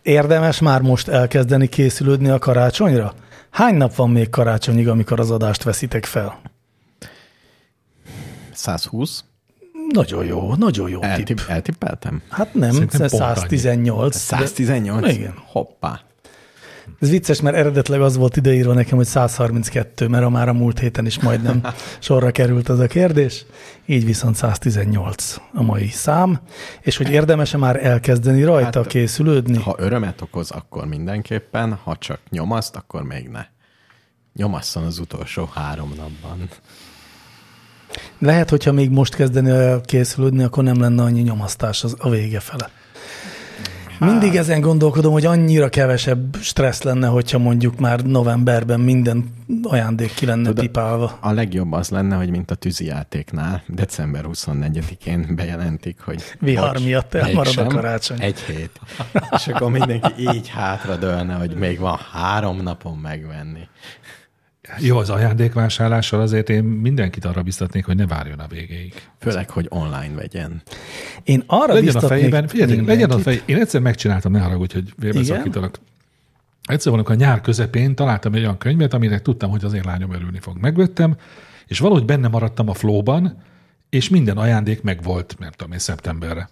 [SPEAKER 2] Érdemes már most elkezdeni készülődni a karácsonyra? Hány nap van még karácsonyig, amikor az adást veszitek fel?
[SPEAKER 1] 120?
[SPEAKER 2] Nagyon jó, nagyon jó tipp.
[SPEAKER 1] Eltipp, eltippeltem?
[SPEAKER 2] Hát nem,
[SPEAKER 3] Szerintem pont
[SPEAKER 2] 118. de-
[SPEAKER 1] 118?
[SPEAKER 2] Igen.
[SPEAKER 1] Hoppá.
[SPEAKER 2] Ez vicces, mert eredetleg az volt ideírva nekem, hogy 132, mert a már a múlt héten is majdnem sorra került az a kérdés. Így viszont 118 a mai szám. És hogy érdemese már elkezdeni rajta
[SPEAKER 1] Hát,
[SPEAKER 2] hát, készülődni?
[SPEAKER 1] Ha örömet okoz, akkor mindenképpen, ha csak nyomaszt, akkor még ne. Nyomasszon az utolsó három napban.
[SPEAKER 2] Lehet, hogyha még most kezdeni el készülődni, akkor nem lenne annyi nyomasztás az a vége fele. Mindig ezen gondolkodom, hogy annyira kevesebb stressz lenne, hogyha mondjuk már novemberben minden ajándék ki lenne
[SPEAKER 1] Tudod,
[SPEAKER 2] pipálva.
[SPEAKER 1] A legjobb az lenne, hogy mint a tűzijátéknál, december 24-én bejelentik, hogy...
[SPEAKER 2] Vihar
[SPEAKER 1] bocs,
[SPEAKER 2] miatt elmarad
[SPEAKER 1] mégsem,
[SPEAKER 2] a karácsony.
[SPEAKER 1] Egy hét. És akkor mindenki így hátradőlne, hogy még van három napon megvenni.
[SPEAKER 3] Jó, az ajándékvásárlással azért én mindenkit arra biztatnék, hogy ne várjon a végéig.
[SPEAKER 1] Főleg, hogy online vegyen.
[SPEAKER 2] Én arra
[SPEAKER 3] Legyen a
[SPEAKER 2] biztatnék
[SPEAKER 3] fejében, figyeljetek, legyen a
[SPEAKER 2] mindenkit.
[SPEAKER 3] fejében. Én egyszer megcsináltam, ne haragudj, hogy
[SPEAKER 2] Igen?
[SPEAKER 3] vérbeszakítalak. Egyszer valamikor a nyár közepén találtam egy olyan könyvet, amire tudtam, hogy az én lányom örülni fog. Megvettem, és valahogy benne maradtam a flóban, és minden ajándék megvolt, nem tudom én, szeptemberre.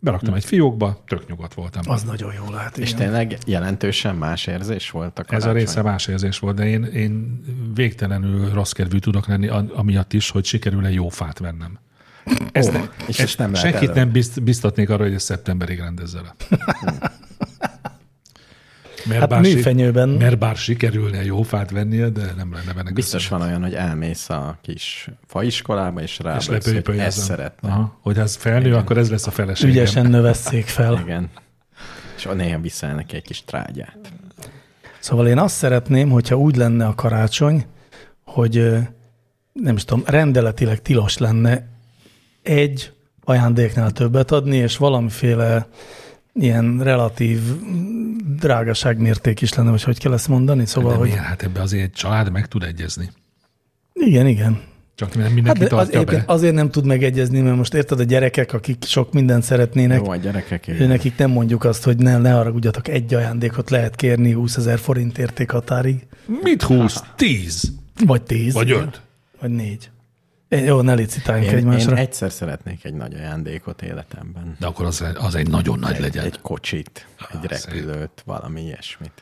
[SPEAKER 3] Beraktam egy fiókba, tök nyugodt voltam.
[SPEAKER 2] Hm. Az nagyon jó lehet.
[SPEAKER 1] És
[SPEAKER 2] Igen.
[SPEAKER 1] tényleg jelentősen más érzés volt a
[SPEAKER 3] Ez
[SPEAKER 1] karácsony.
[SPEAKER 3] a része más érzés volt, de én, én végtelenül rossz kedvű tudok lenni, a- amiatt is, hogy sikerül-e jó fát vennem. Ez
[SPEAKER 1] Ó,
[SPEAKER 3] nem,
[SPEAKER 1] és
[SPEAKER 3] ez
[SPEAKER 1] ezt nem lehet
[SPEAKER 3] senkit
[SPEAKER 1] előre.
[SPEAKER 3] nem bizt, biztatnék arra, hogy ezt szeptemberig rendezze le.
[SPEAKER 1] Hát
[SPEAKER 3] Mert,
[SPEAKER 2] Hát műfenyőben.
[SPEAKER 3] mert bár sikerülne jó fát vennie, de nem lenne benne
[SPEAKER 1] Biztos van
[SPEAKER 3] köszönhet.
[SPEAKER 1] olyan, hogy elmész a kis faiskolába, és
[SPEAKER 3] És
[SPEAKER 1] rábősz, hogy ezt
[SPEAKER 3] lepőpölyözöm.
[SPEAKER 1] szeretne.
[SPEAKER 3] Aha, Hogy ez felnő, akkor ez lesz a feleségem.
[SPEAKER 2] Ügyesen növesszék fel.
[SPEAKER 1] Igen. És néha viszel neki egy kis trágyát.
[SPEAKER 2] Szóval én azt szeretném, hogyha úgy lenne a karácsony, hogy ö, nem is tudom, rendeletileg tilos lenne egy ajándéknál többet adni, és valamiféle ilyen relatív mm, drágaságmérték is lenne, vagy hogy kell ezt mondani?
[SPEAKER 3] De
[SPEAKER 2] Szóval, hogy
[SPEAKER 3] miért? Hát ebbe azért egy család meg tud egyezni.
[SPEAKER 2] igen, igen.
[SPEAKER 3] Csak nem
[SPEAKER 2] Hát
[SPEAKER 3] mindenki
[SPEAKER 2] de
[SPEAKER 3] hát
[SPEAKER 2] az,
[SPEAKER 3] tartja be.
[SPEAKER 2] éppen azért nem tud megegyezni, mert most érted, a gyerekek, akik sok mindent szeretnének,
[SPEAKER 1] Jó a gyerekek.
[SPEAKER 2] Ő
[SPEAKER 1] igen.
[SPEAKER 2] nekik nem mondjuk azt, hogy ne, ne haragudjatok, egy ajándékot lehet kérni 20 ezer forint értékhatárig,
[SPEAKER 3] Mit húz? Tíz?
[SPEAKER 2] vagy 10,
[SPEAKER 3] Vagy öt?
[SPEAKER 2] vagy 4. Jó, ne licitáljunk
[SPEAKER 1] Én, én
[SPEAKER 2] egymásra. Egy...
[SPEAKER 1] egyszer szeretnék egy nagy ajándékot életemben.
[SPEAKER 3] De akkor az, az egy nagyon nagy legyen. Ah,
[SPEAKER 1] Egy kocsit, egy repülőt, valami ilyesmit.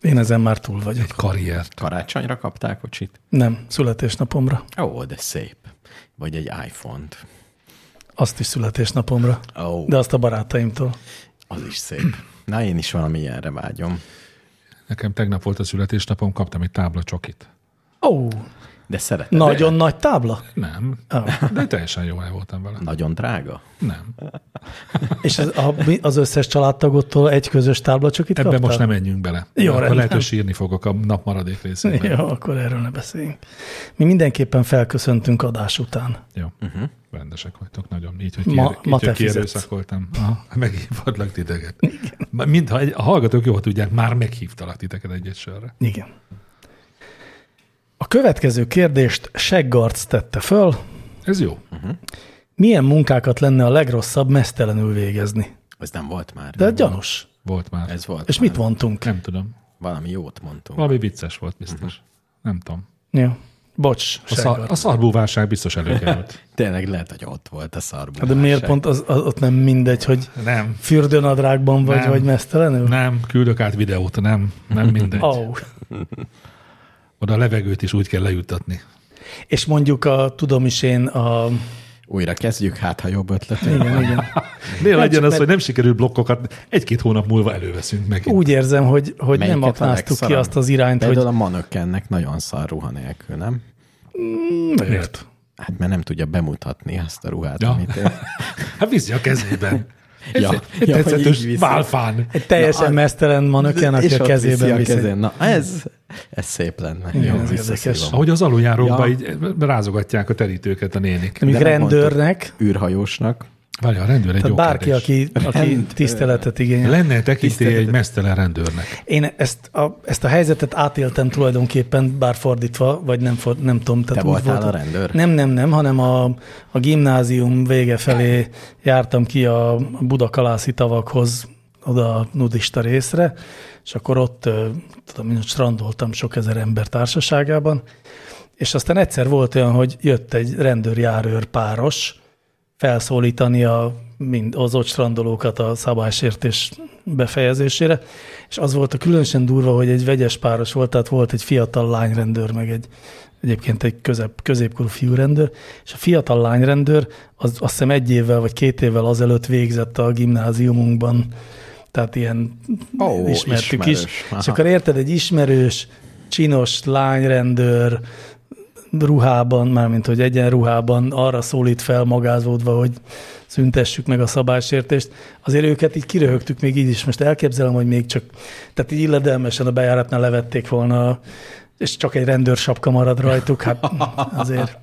[SPEAKER 2] én ezen már túl vagyok.
[SPEAKER 3] egy karriert.
[SPEAKER 1] Karácsonyra kaptál kocsit?
[SPEAKER 2] Nem, születésnapomra.
[SPEAKER 1] Ó, de szép. Vagy egy iPhone-t.
[SPEAKER 2] Azt is születésnapomra.
[SPEAKER 1] Ó,
[SPEAKER 2] De azt a barátaimtól.
[SPEAKER 1] az is szép. Na, én is valami ilyenre vágyom.
[SPEAKER 3] Nekem tegnap volt a születésnapom, kaptam egy tábla csokit.
[SPEAKER 2] Ó,
[SPEAKER 1] De szeretem.
[SPEAKER 2] nagyon nagy tábla.
[SPEAKER 3] Nem,
[SPEAKER 2] Ah.
[SPEAKER 3] de teljesen jó el voltam vele.
[SPEAKER 1] Nagyon drága.
[SPEAKER 3] Nem.
[SPEAKER 2] És az, a, mi- az összes családtagottól egy közös táblacsokit
[SPEAKER 3] Ebben
[SPEAKER 2] kaptál?
[SPEAKER 3] most nem menjünk bele.
[SPEAKER 2] Jó,
[SPEAKER 3] akkor
[SPEAKER 2] rendben.
[SPEAKER 3] lehet, hogy sírni fogok a nap maradék részében.
[SPEAKER 2] Jó, akkor erről ne beszéljünk. Mi mindenképpen felköszöntünk adás után.
[SPEAKER 3] Jó. Uh-huh. Rendesek vagytok nagyon. Így, hogy,
[SPEAKER 2] Ma-
[SPEAKER 3] kier,
[SPEAKER 2] ma
[SPEAKER 3] így,
[SPEAKER 2] te
[SPEAKER 3] hogy
[SPEAKER 2] fizetsz.
[SPEAKER 3] kierőszakoltam. Aha, Meghívhatlak titeket. Ma- Mintha egy, a hallgatók jól tudják, már meghívtalak titeket egy-egy sörre.
[SPEAKER 2] Igen. A következő kérdést Seggarc tette föl.
[SPEAKER 3] Ez jó.
[SPEAKER 2] Milyen munkákat lenne a legrosszabb mesztelenül végezni?
[SPEAKER 1] Ez nem volt már.
[SPEAKER 2] De gyanús.
[SPEAKER 3] Volt már.
[SPEAKER 1] Ez volt.
[SPEAKER 2] És
[SPEAKER 1] már.
[SPEAKER 2] mit mondtunk?
[SPEAKER 3] Nem tudom.
[SPEAKER 1] Valami jót mondtunk.
[SPEAKER 3] Valami vicces volt biztos. Uh-huh. Nem tudom.
[SPEAKER 2] Ja. Bocs,
[SPEAKER 3] A, szar,
[SPEAKER 2] Seggarc.
[SPEAKER 3] a szarbúvárság biztos előkerült.
[SPEAKER 1] Tényleg lehet, hogy ott volt a szarban.
[SPEAKER 2] Hát De miért pont az, az, ott nem mindegy, hogy
[SPEAKER 3] Nem.
[SPEAKER 2] fürdőnadrágban vagy,
[SPEAKER 3] Nem.
[SPEAKER 2] vagy mesztelenül?
[SPEAKER 3] Nem, küldök át videót, nem, nem mindegy.
[SPEAKER 2] Oh.
[SPEAKER 3] Oda a levegőt is úgy kell lejuttatni.
[SPEAKER 2] És mondjuk a, tudom is én, a,
[SPEAKER 1] Újra kezdjük, hát ha jobb ötlet.
[SPEAKER 2] igen, igen.
[SPEAKER 3] Néha legyen az,
[SPEAKER 2] mert-
[SPEAKER 3] hogy nem sikerül blokkokat, egy-két hónap múlva előveszünk meg.
[SPEAKER 2] úgy érzem, hogy, hogy nem
[SPEAKER 1] Melyiket a
[SPEAKER 2] aknáztuk ki
[SPEAKER 1] legszarabb?
[SPEAKER 2] azt az irányt,
[SPEAKER 1] Például
[SPEAKER 2] hogy
[SPEAKER 1] a manökennek nagyon szar ruha nélkül, nem?
[SPEAKER 3] Miért?
[SPEAKER 1] Hát mert nem tudja bemutatni azt a ruhát,
[SPEAKER 3] Ja.
[SPEAKER 1] amit ő-
[SPEAKER 3] Hát viszi a kezében. Egy,
[SPEAKER 1] Ja,
[SPEAKER 3] egy
[SPEAKER 1] ja, hogy
[SPEAKER 3] tetszetős
[SPEAKER 1] így viszi.
[SPEAKER 3] válfán.
[SPEAKER 2] Egy teljesen
[SPEAKER 1] Na,
[SPEAKER 2] Na,
[SPEAKER 1] a-
[SPEAKER 2] mesztelen manöken, aki
[SPEAKER 1] És
[SPEAKER 2] a
[SPEAKER 1] ott viszi
[SPEAKER 2] kezében
[SPEAKER 1] a
[SPEAKER 2] viszi.
[SPEAKER 1] kezén. Na, ez, ez szép lenne.
[SPEAKER 2] Igen,
[SPEAKER 1] Jó,
[SPEAKER 2] ez
[SPEAKER 1] visszaszívom.
[SPEAKER 2] érdekes.
[SPEAKER 3] Ahogy az aluljárókba
[SPEAKER 1] Ja.
[SPEAKER 3] így rázogatják a terítőket a nénik.
[SPEAKER 2] Még
[SPEAKER 1] De nem
[SPEAKER 2] rendőrnek,
[SPEAKER 1] űrhajósnak.
[SPEAKER 3] Várja, a rendőr egy jó
[SPEAKER 2] tehát bárki,
[SPEAKER 3] kérdés.
[SPEAKER 2] aki, aki
[SPEAKER 1] Rendőr.
[SPEAKER 2] tiszteletet igényel.
[SPEAKER 3] Lenne tekintély egy
[SPEAKER 1] Tiszteletet.
[SPEAKER 3] mesztelen rendőrnek.
[SPEAKER 2] Én ezt a, ezt a helyzetet átéltem tulajdonképpen, bár fordítva, vagy nem, for, nem tudom. Tehát
[SPEAKER 1] Te
[SPEAKER 2] úgy
[SPEAKER 1] voltál
[SPEAKER 2] volt-
[SPEAKER 1] a rendőr?
[SPEAKER 2] Nem, nem, nem, hanem a, a gimnázium vége felé jártam ki a budakalászi tavakhoz, oda a nudista részre, és akkor ott, ö, tudom, én ott strandoltam sok ezer ember társaságában, és aztán egyszer volt olyan, hogy jött egy rendőrjárőr páros felszólítani a, mind, az ott strandolókat a szabálysértés befejezésére, és az volt a különösen durva, hogy egy vegyes páros volt, tehát volt egy fiatal lányrendőr, meg egy egyébként egy közep, középkorú fiúrendőr, és a fiatal lányrendőr az azt hiszem egy évvel vagy két évvel azelőtt végzett a gimnáziumunkban, tehát ilyen
[SPEAKER 1] Ó,
[SPEAKER 2] ismertük
[SPEAKER 1] ismerős.
[SPEAKER 2] is.
[SPEAKER 1] Aha.
[SPEAKER 2] És akkor érted, egy ismerős, csinos lányrendőr ruhában, mármint hogy egyenruhában arra szólít fel magázódva, hogy szüntessük meg a szabálysértést. Azért őket így kiröhögtük még így is. Most elképzelem, hogy még csak, tehát így illedelmesen a bejáratnál levették volna, a- és csak egy rendőrsapka marad rajtuk, hát azért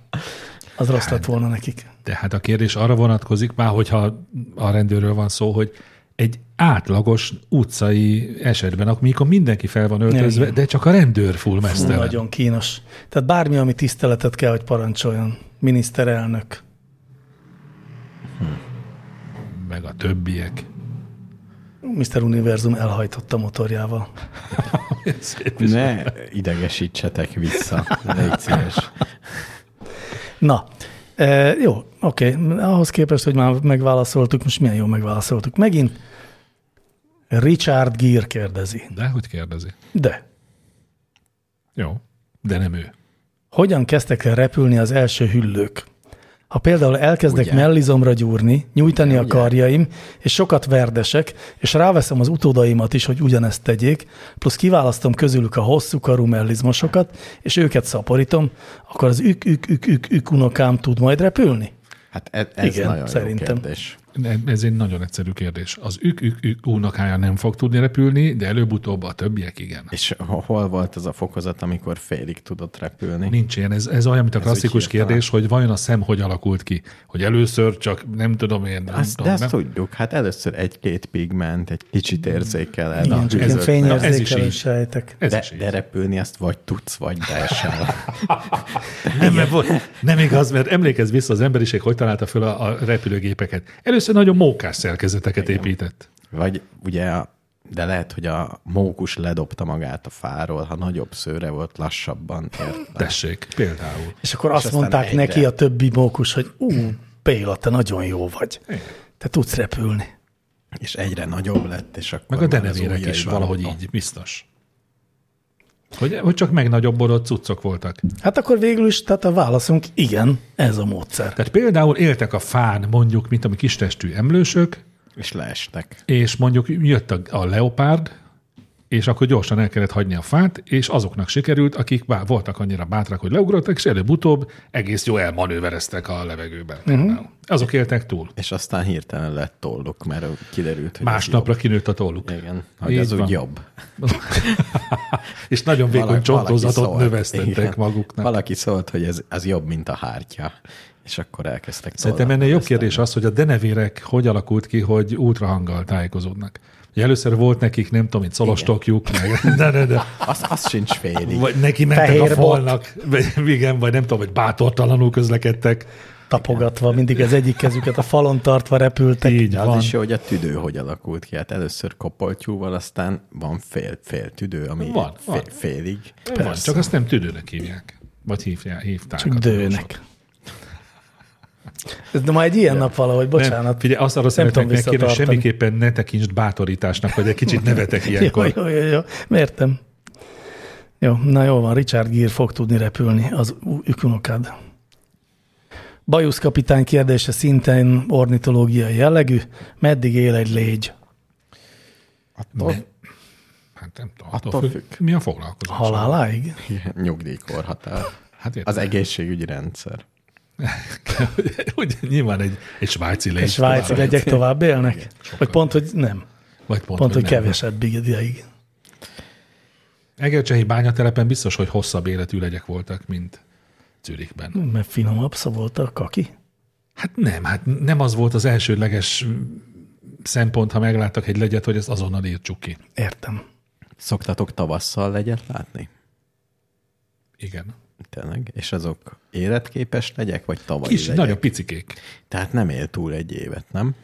[SPEAKER 2] az rossz lett volna nekik.
[SPEAKER 3] Tehát hát a kérdés arra vonatkozik már, hogyha a rendőről van szó, hogy egy átlagos utcai esetben, amikor mindenki fel van öltözve,
[SPEAKER 2] Igen.
[SPEAKER 3] de csak a rendőr full
[SPEAKER 2] Fú,
[SPEAKER 3] mesztelen.
[SPEAKER 2] nagyon kínos. Tehát bármi, ami tiszteletet kell, hogy parancsoljon. Miniszterelnök.
[SPEAKER 3] Meg a többiek.
[SPEAKER 2] Mr. Univerzum elhajtotta motorjával.
[SPEAKER 3] Szép is.
[SPEAKER 1] Ne idegesítsetek vissza, légy szíves.
[SPEAKER 2] Na, e, jó, oké. Ahhoz képest, hogy már megválaszoltuk, most milyen jó megválaszoltuk. Megint Richard Gere kérdezi.
[SPEAKER 3] De hogy kérdezi?
[SPEAKER 2] De
[SPEAKER 3] Jó. De nem ő.
[SPEAKER 2] hogyan kezdtek el repülni az első hüllők? Ha például elkezdek
[SPEAKER 1] Ugye?
[SPEAKER 2] Ugye? mellizomra gyúrni, nyújtani a
[SPEAKER 1] Ugye?
[SPEAKER 2] karjaim, és sokat verdesek, és ráveszem az utódaimat is, hogy ugyanezt tegyék, plusz kiválasztom közülük a hosszú karú mellizmosokat, és őket szaporítom, akkor az ük ük ük ük ük unokám tud majd repülni?
[SPEAKER 1] Hát ez, ez
[SPEAKER 2] Igen,
[SPEAKER 1] nagyon
[SPEAKER 2] szerintem.
[SPEAKER 1] jó kérdés.
[SPEAKER 3] Ne- Ez egy nagyon egyszerű kérdés. Az ük ük ük unokája nem fog tudni repülni, de előbb-utóbb a többiek igen.
[SPEAKER 1] És ho- hol volt az a fokozat, amikor félig tudott repülni?
[SPEAKER 3] Nincs ilyen. Ez, ez olyan, mint a klasszikus
[SPEAKER 1] úgy hirtelen.
[SPEAKER 3] kérdés, hogy vajon a szem hogy alakult ki? Hogy először csak nem tudom én. Nem
[SPEAKER 1] Azt,
[SPEAKER 3] tudom,
[SPEAKER 1] de ezt
[SPEAKER 3] nem?
[SPEAKER 1] tudjuk, hát először egy-két pigment, egy kicsit érzékel el.
[SPEAKER 2] Mm. Igen,
[SPEAKER 1] a
[SPEAKER 2] csak ilyen
[SPEAKER 1] hűvöknek.
[SPEAKER 3] ez is
[SPEAKER 2] fényérzékelő
[SPEAKER 3] így.
[SPEAKER 2] sejtek.
[SPEAKER 3] Ez
[SPEAKER 1] de,
[SPEAKER 3] is így.
[SPEAKER 1] de repülni azt vagy tudsz, vagy beesel.
[SPEAKER 3] Nem, mert volt, nem igaz, mert emlékezz vissza, az emberiség hogy találta föl a, a repülőgépeket. Először nagyon mókás szerkezeteket épített.
[SPEAKER 1] Vagy ugye, a- de lehet, hogy a mókus ledobta magát a fáról, ha nagyobb szőre volt, lassabban ért. le.
[SPEAKER 3] Tessék, például.
[SPEAKER 2] És akkor azt
[SPEAKER 1] aztán
[SPEAKER 2] mondták
[SPEAKER 1] egyre.
[SPEAKER 2] neki a többi mókus, hogy ú, Béla, te nagyon jó vagy. Te tudsz repülni.
[SPEAKER 1] És egyre nagyobb lett, és akkor
[SPEAKER 3] Meg a
[SPEAKER 1] már az
[SPEAKER 3] denevérek is
[SPEAKER 1] ujjaival-
[SPEAKER 3] valahogy így, biztos. Hogy, hogy csak megnagyobbodott cuccok voltak.
[SPEAKER 2] Hát akkor végül is, tehát a válaszunk igen, ez a módszer.
[SPEAKER 3] Tehát például éltek a fán mondjuk, mint ami kistestű emlősök,
[SPEAKER 1] És leestek.
[SPEAKER 3] és mondjuk jött a, a leopárd, és akkor gyorsan el kellett hagyni a fát, és azoknak sikerült, akik bár voltak annyira bátrak, hogy leugrottak, és előbb-utóbb egész jó elmanővereztek a levegőben.
[SPEAKER 1] Mhm.
[SPEAKER 3] Uh-huh. Azok éltek túl.
[SPEAKER 1] És aztán hirtelen lett tolluk, mert kiderült, hogy ez
[SPEAKER 3] Másnapra kinőtt a tolluk.
[SPEAKER 1] jobb. Igen, hogy
[SPEAKER 3] Így
[SPEAKER 1] ez
[SPEAKER 3] van.
[SPEAKER 1] úgy jobb.
[SPEAKER 3] És nagyon vékony
[SPEAKER 1] Valaki-
[SPEAKER 3] csontozatot
[SPEAKER 1] valaki szólt. Igen.
[SPEAKER 3] növesztettek maguknak.
[SPEAKER 1] Valaki szólt, hogy ez, az jobb, mint a hártya. És akkor elkezdtek
[SPEAKER 3] Szerintem
[SPEAKER 1] tollat
[SPEAKER 3] ennél jobb
[SPEAKER 1] növeszteni.
[SPEAKER 3] kérdés az, hogy a denevérek hogy alakult ki, hogy ultrahanggal tájékozódnak. Ugye először volt nekik, nem tudom, mint szolostokjuk, meg, de, de, de,
[SPEAKER 1] Az, az sincs félig.
[SPEAKER 3] vagy neki mentek
[SPEAKER 2] Fehér
[SPEAKER 3] a
[SPEAKER 2] bot.
[SPEAKER 3] falnak, vagy, igen, vagy nem tudom, vagy bátortalanul közlekedtek.
[SPEAKER 2] Tapogatva, mindig az egyik kezüket a falon tartva repültek.
[SPEAKER 3] Így
[SPEAKER 1] De
[SPEAKER 3] van.
[SPEAKER 1] az is jó, hogy a tüdő hogy alakult ki. Hát először kopoltyúval, aztán van fél, fél tüdő, ami
[SPEAKER 3] Van,
[SPEAKER 1] fél,
[SPEAKER 3] van.
[SPEAKER 1] félig.
[SPEAKER 3] Van, csak azt nem tüdőnek hívják. Vagy hívják, hívták.
[SPEAKER 2] Csak
[SPEAKER 3] a tudósok.
[SPEAKER 2] dőnek. Ez de ma egy ilyen nap valahogy, bocsánat.
[SPEAKER 3] Nem, figyelj, azt arra szeretnék megkérni, hogy semmiképpen ne tekintsd bátorításnak, vagy egy kicsit nevetek
[SPEAKER 2] Jó,
[SPEAKER 3] ilyenkor.
[SPEAKER 2] jó, jó, jó. Mértem. Jó, na jó van, Richard Gere fog tudni repülni, az ú- ükunokád. Bajusz kapitány kérdése szintén ornitológiai jellegű. Meddig él egy légy?
[SPEAKER 1] Attól
[SPEAKER 3] Hát nem tudom,
[SPEAKER 1] Attól
[SPEAKER 3] attól függ.
[SPEAKER 1] függ.
[SPEAKER 3] Mi a foglalkozás?
[SPEAKER 2] Haláláig?
[SPEAKER 1] nyugdíjkorhatár.
[SPEAKER 3] Hát értem.
[SPEAKER 1] Az egészségügyi rendszer.
[SPEAKER 3] Ugye, nyilván egy, egy svájci légy.
[SPEAKER 2] És svájci
[SPEAKER 3] tovább.
[SPEAKER 2] legyek tovább élnek? Vagy pont, hogy nem.
[SPEAKER 3] Vagy pont,
[SPEAKER 2] Pont, hogy
[SPEAKER 3] nem.
[SPEAKER 2] kevesebb ideig.
[SPEAKER 3] Egercsehi bányatelepen biztos, hogy hosszabb életű legyek voltak, mint Zürichben.
[SPEAKER 2] Mert finomabb volt a kaki.
[SPEAKER 3] Hát nem, hát nem az volt az elsődleges szempont, ha megláttak egy legyet, hogy ezt azonnal írtsuk ki.
[SPEAKER 2] Értem.
[SPEAKER 1] Szoktatok tavasszal legyet látni?
[SPEAKER 3] Igen.
[SPEAKER 1] Tényleg? És azok életképes legyek, vagy tavalyi
[SPEAKER 3] Kis,
[SPEAKER 1] legyek?
[SPEAKER 3] nagyon picikék.
[SPEAKER 1] Tehát nem él túl egy évet, nem?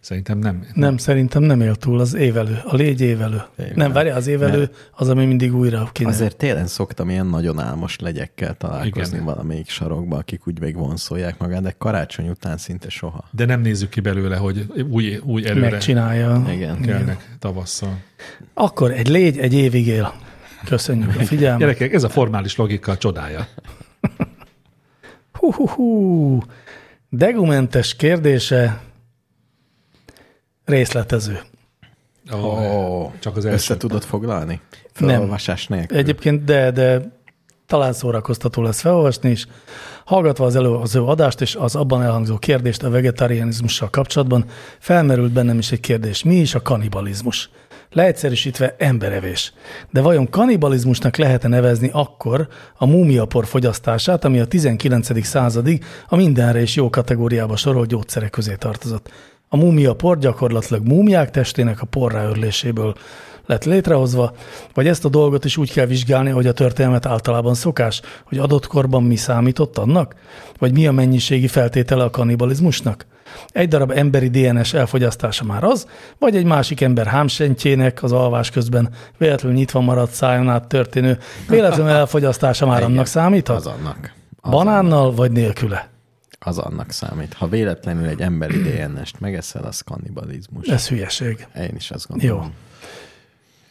[SPEAKER 3] Szerintem nem.
[SPEAKER 2] Nem, szerintem nem él túl az évelő. A légy évelő.
[SPEAKER 1] Évelő.
[SPEAKER 2] Nem, várja, az évelő az, ami mindig újra kéne.
[SPEAKER 1] Azért télen szoktam ilyen nagyon álmos legyekkel találkozni
[SPEAKER 3] Igen.
[SPEAKER 1] Igen. valamelyik sarokba, akik úgy még vonszolják magát, de karácsony után szinte soha.
[SPEAKER 3] De nem nézzük ki belőle, hogy új, új erőre
[SPEAKER 2] Megcsinálja.
[SPEAKER 1] Igen.
[SPEAKER 3] kelnek tavasszal.
[SPEAKER 2] Akkor egy légy egy évig él. Köszönjük a figyelmet.
[SPEAKER 3] Gyerekek, ez a formális logika csodája.
[SPEAKER 2] Hú, hú, hú. Degumentes kérdése részletező.
[SPEAKER 1] Ó,
[SPEAKER 3] Csak az első.
[SPEAKER 1] Össze tudod foglalni?
[SPEAKER 2] Nem.
[SPEAKER 1] Felolvasás nélkül.
[SPEAKER 2] Egyébként de, de talán szórakoztató lesz felolvasni is. Hallgatva az előző adást és az abban elhangzó kérdést a vegetarianizmussal kapcsolatban, felmerült bennem is egy kérdés. Mi is a kanibalizmus? Leegyszerűsítve emberevés. De vajon kanibalizmusnak lehet-e nevezni akkor a múmiapor fogyasztását, ami a 19. századig a mindenre is jó kategóriába sorolt gyógyszerek közé tartozott? A múmia por gyakorlatilag múmiák testének a porrá örléséből lett létrehozva, vagy ezt a dolgot is úgy kell vizsgálni, hogy a történelmet általában szokás, hogy adott korban mi számított annak, vagy mi a mennyiségi feltétele a kanibalizmusnak? Egy darab emberi DNS elfogyasztása már az, vagy egy másik ember hámsentjének az alvás közben véletlenül nyitva maradt szájon át történő, véletlenül elfogyasztása már annak számít?
[SPEAKER 1] Az annak. Az,
[SPEAKER 2] Banánnal vagy nélküle?
[SPEAKER 1] az annak számít. Ha véletlenül egy emberi DNS-t megeszel, az kannibalizmus.
[SPEAKER 2] Ez hülyeség.
[SPEAKER 1] Én is azt
[SPEAKER 2] Jó.
[SPEAKER 1] gondolom.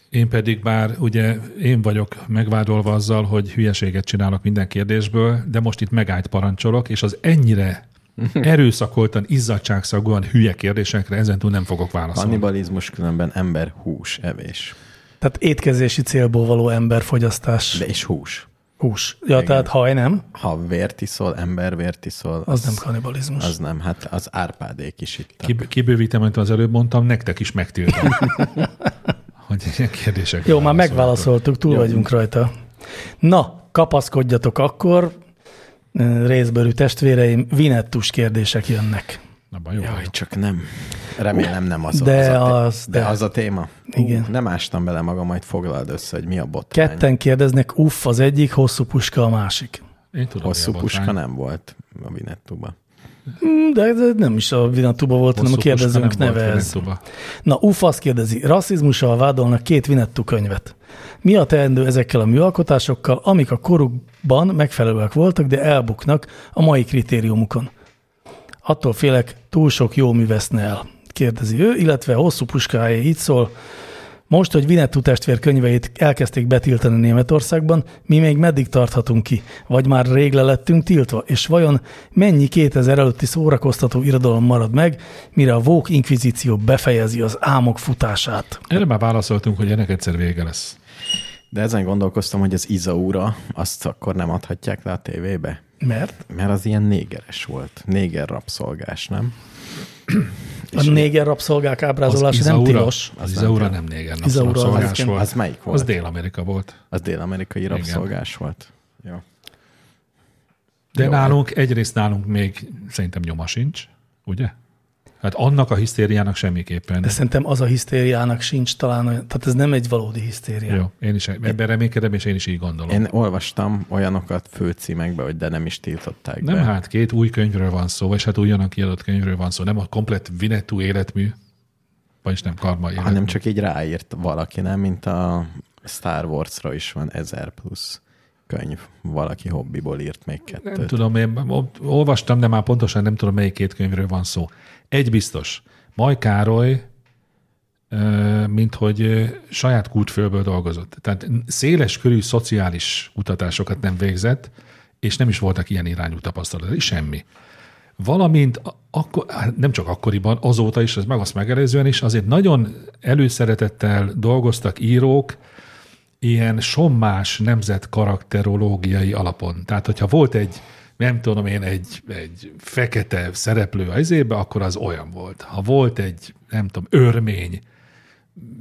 [SPEAKER 3] Én pedig már ugye én vagyok megvádolva azzal, hogy hülyeséget csinálok minden kérdésből, de most itt megállt parancsolok, és az ennyire erőszakoltan, izzadságszagúan hülye kérdésekre ezentúl nem fogok válaszolni.
[SPEAKER 1] Kannibalizmus különben ember hús evés.
[SPEAKER 2] Tehát étkezési célból való emberfogyasztás.
[SPEAKER 1] De és hús.
[SPEAKER 2] Hús. Ja, Igen. tehát haj nem,
[SPEAKER 1] Ha vért iszol, ember vért iszol,
[SPEAKER 2] az nem kannibalizmus.
[SPEAKER 1] az
[SPEAKER 2] Az...
[SPEAKER 1] nem, hát az árpádék is itt.
[SPEAKER 3] Kib- Kibővítem, amit az előbb mondtam, nektek is megtiltom. hogy ilyen kérdések.
[SPEAKER 2] Jó, már megválaszoltuk, túl Jó. vagyunk rajta. Na, kapaszkodjatok akkor, Ö, részbőrű testvéreim, vinettus kérdések jönnek.
[SPEAKER 3] Abban jó.
[SPEAKER 1] Jaj,
[SPEAKER 3] vagyok.
[SPEAKER 1] csak nem. Remélem nem az,
[SPEAKER 2] De
[SPEAKER 1] az, a, té-
[SPEAKER 2] az-
[SPEAKER 1] de
[SPEAKER 2] de.
[SPEAKER 1] az a téma.
[SPEAKER 2] Igen.
[SPEAKER 1] Hú, nem ástam bele magam, majd foglald össze, hogy mi a botrány.
[SPEAKER 2] Ketten kérdeznek, uff az egyik, hosszú puska a másik.
[SPEAKER 3] Én tudom,
[SPEAKER 1] Hosszú
[SPEAKER 3] mi a botrány.
[SPEAKER 1] puska nem volt a Vinettuba.
[SPEAKER 2] Hm, De ez nem is a vinettuba volt,
[SPEAKER 3] Hosszú
[SPEAKER 2] hanem a
[SPEAKER 3] puska
[SPEAKER 2] kérdezőnk
[SPEAKER 3] nem volt
[SPEAKER 2] neve ez.
[SPEAKER 3] Vinettuba.
[SPEAKER 2] Na, UF azt kérdezi, rasszizmussal vádolnak két Vinettu könyvet. Mi a teendő ezekkel a műalkotásokkal, amik a korukban megfelelőek voltak, de elbuknak a mai kritériumukon? Attól félek, túl sok jó mű veszne el, kérdezi ő, illetve hosszú puskáé így szól, most, hogy Vinettu testvér könyveit elkezdték betiltani Németországban, mi még meddig tarthatunk ki? Vagy már rég le lettünk tiltva? És vajon mennyi 2000 előtti szórakoztató irodalom marad meg, mire a Vók inkvizíció befejezi az álmok futását?
[SPEAKER 3] Erre már válaszoltunk, hogy ennek egyszer vége lesz.
[SPEAKER 1] De ezen gondolkoztam, hogy az Izaura azt akkor nem adhatják le a tévébe.
[SPEAKER 2] Mert
[SPEAKER 1] Mert az ilyen négeres volt. Néger rabszolgás, nem?
[SPEAKER 2] a néger rabszolgák ábrázolása nem
[SPEAKER 3] Izaura-
[SPEAKER 2] tilos.
[SPEAKER 3] Az Izaura nem néger
[SPEAKER 2] Izaura az
[SPEAKER 3] napszolgás
[SPEAKER 2] igen.
[SPEAKER 3] volt.
[SPEAKER 1] Az melyik volt?
[SPEAKER 3] Az Dél-Amerika volt.
[SPEAKER 1] Az dél-amerikai rabszolgás volt. Jó.
[SPEAKER 3] De
[SPEAKER 1] Jó,
[SPEAKER 3] nálunk, egyrészt nálunk még szerintem nyoma sincs, ugye? Hát annak a hisztériának semmiképpen.
[SPEAKER 2] De szerintem az a hisztériának sincs talán olyan, tehát ez nem egy valódi hisztéria.
[SPEAKER 3] Jó, én is ebben reménykedem, és én is így gondolom.
[SPEAKER 1] Én olvastam olyanokat főcímekbe, hogy de nem is tiltották
[SPEAKER 3] nem,
[SPEAKER 1] be.
[SPEAKER 3] hát két új könyvről van szó, vagy hát újonnan kiadott könyvről van szó, nem a komplet Vinetú életmű, vagyis nem karma életmű.
[SPEAKER 1] hanem csak így ráírt valaki, nem? Mint a Star Wars-ra is van 1000 plusz könyv. Valaki hobbiból írt még kettőt.
[SPEAKER 3] Nem tudom, én o- olvastam, de már pontosan nem tudom, melyik két könyvről van szó. Egy biztos, Maj Károly, ö, mint hogy ö, saját kútfőből dolgozott. Tehát széles körű szociális kutatásokat nem végzett, és nem is voltak ilyen irányú tapasztalatai, semmi. Valamint a- akkor, hát nem csak akkoriban, azóta is, ez meg azt megelőzően is, azért nagyon előszeretettel dolgoztak írók, ilyen sommás nemzet karakterológiai alapon. Tehát, hogyha volt egy nem tudom én, egy, egy fekete szereplő az ébe, akkor az olyan volt. Ha volt egy, nem tudom, örmény,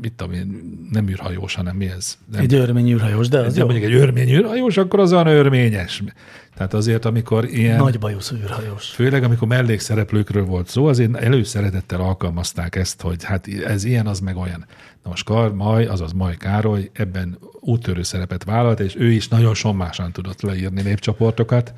[SPEAKER 3] mit tudom én, nem űrhajós, hanem mi ez? Nem,
[SPEAKER 2] Egy örmény űrhajós, de az
[SPEAKER 3] de
[SPEAKER 2] jó.
[SPEAKER 3] mondjuk egy örmény űrhajós, akkor az olyan örményes. Tehát azért, amikor ilyen...
[SPEAKER 2] Nagy bajusz űrhajós.
[SPEAKER 3] Főleg, amikor mellékszereplőkről volt szó, azért előszeretettel alkalmazták ezt, hogy hát ez ilyen, az meg olyan. Na most Kar, Maj, azaz Maj Károly ebben úttörő szerepet vállalt, és ő is nagyon sommásan tudott leírni népcsoportokat.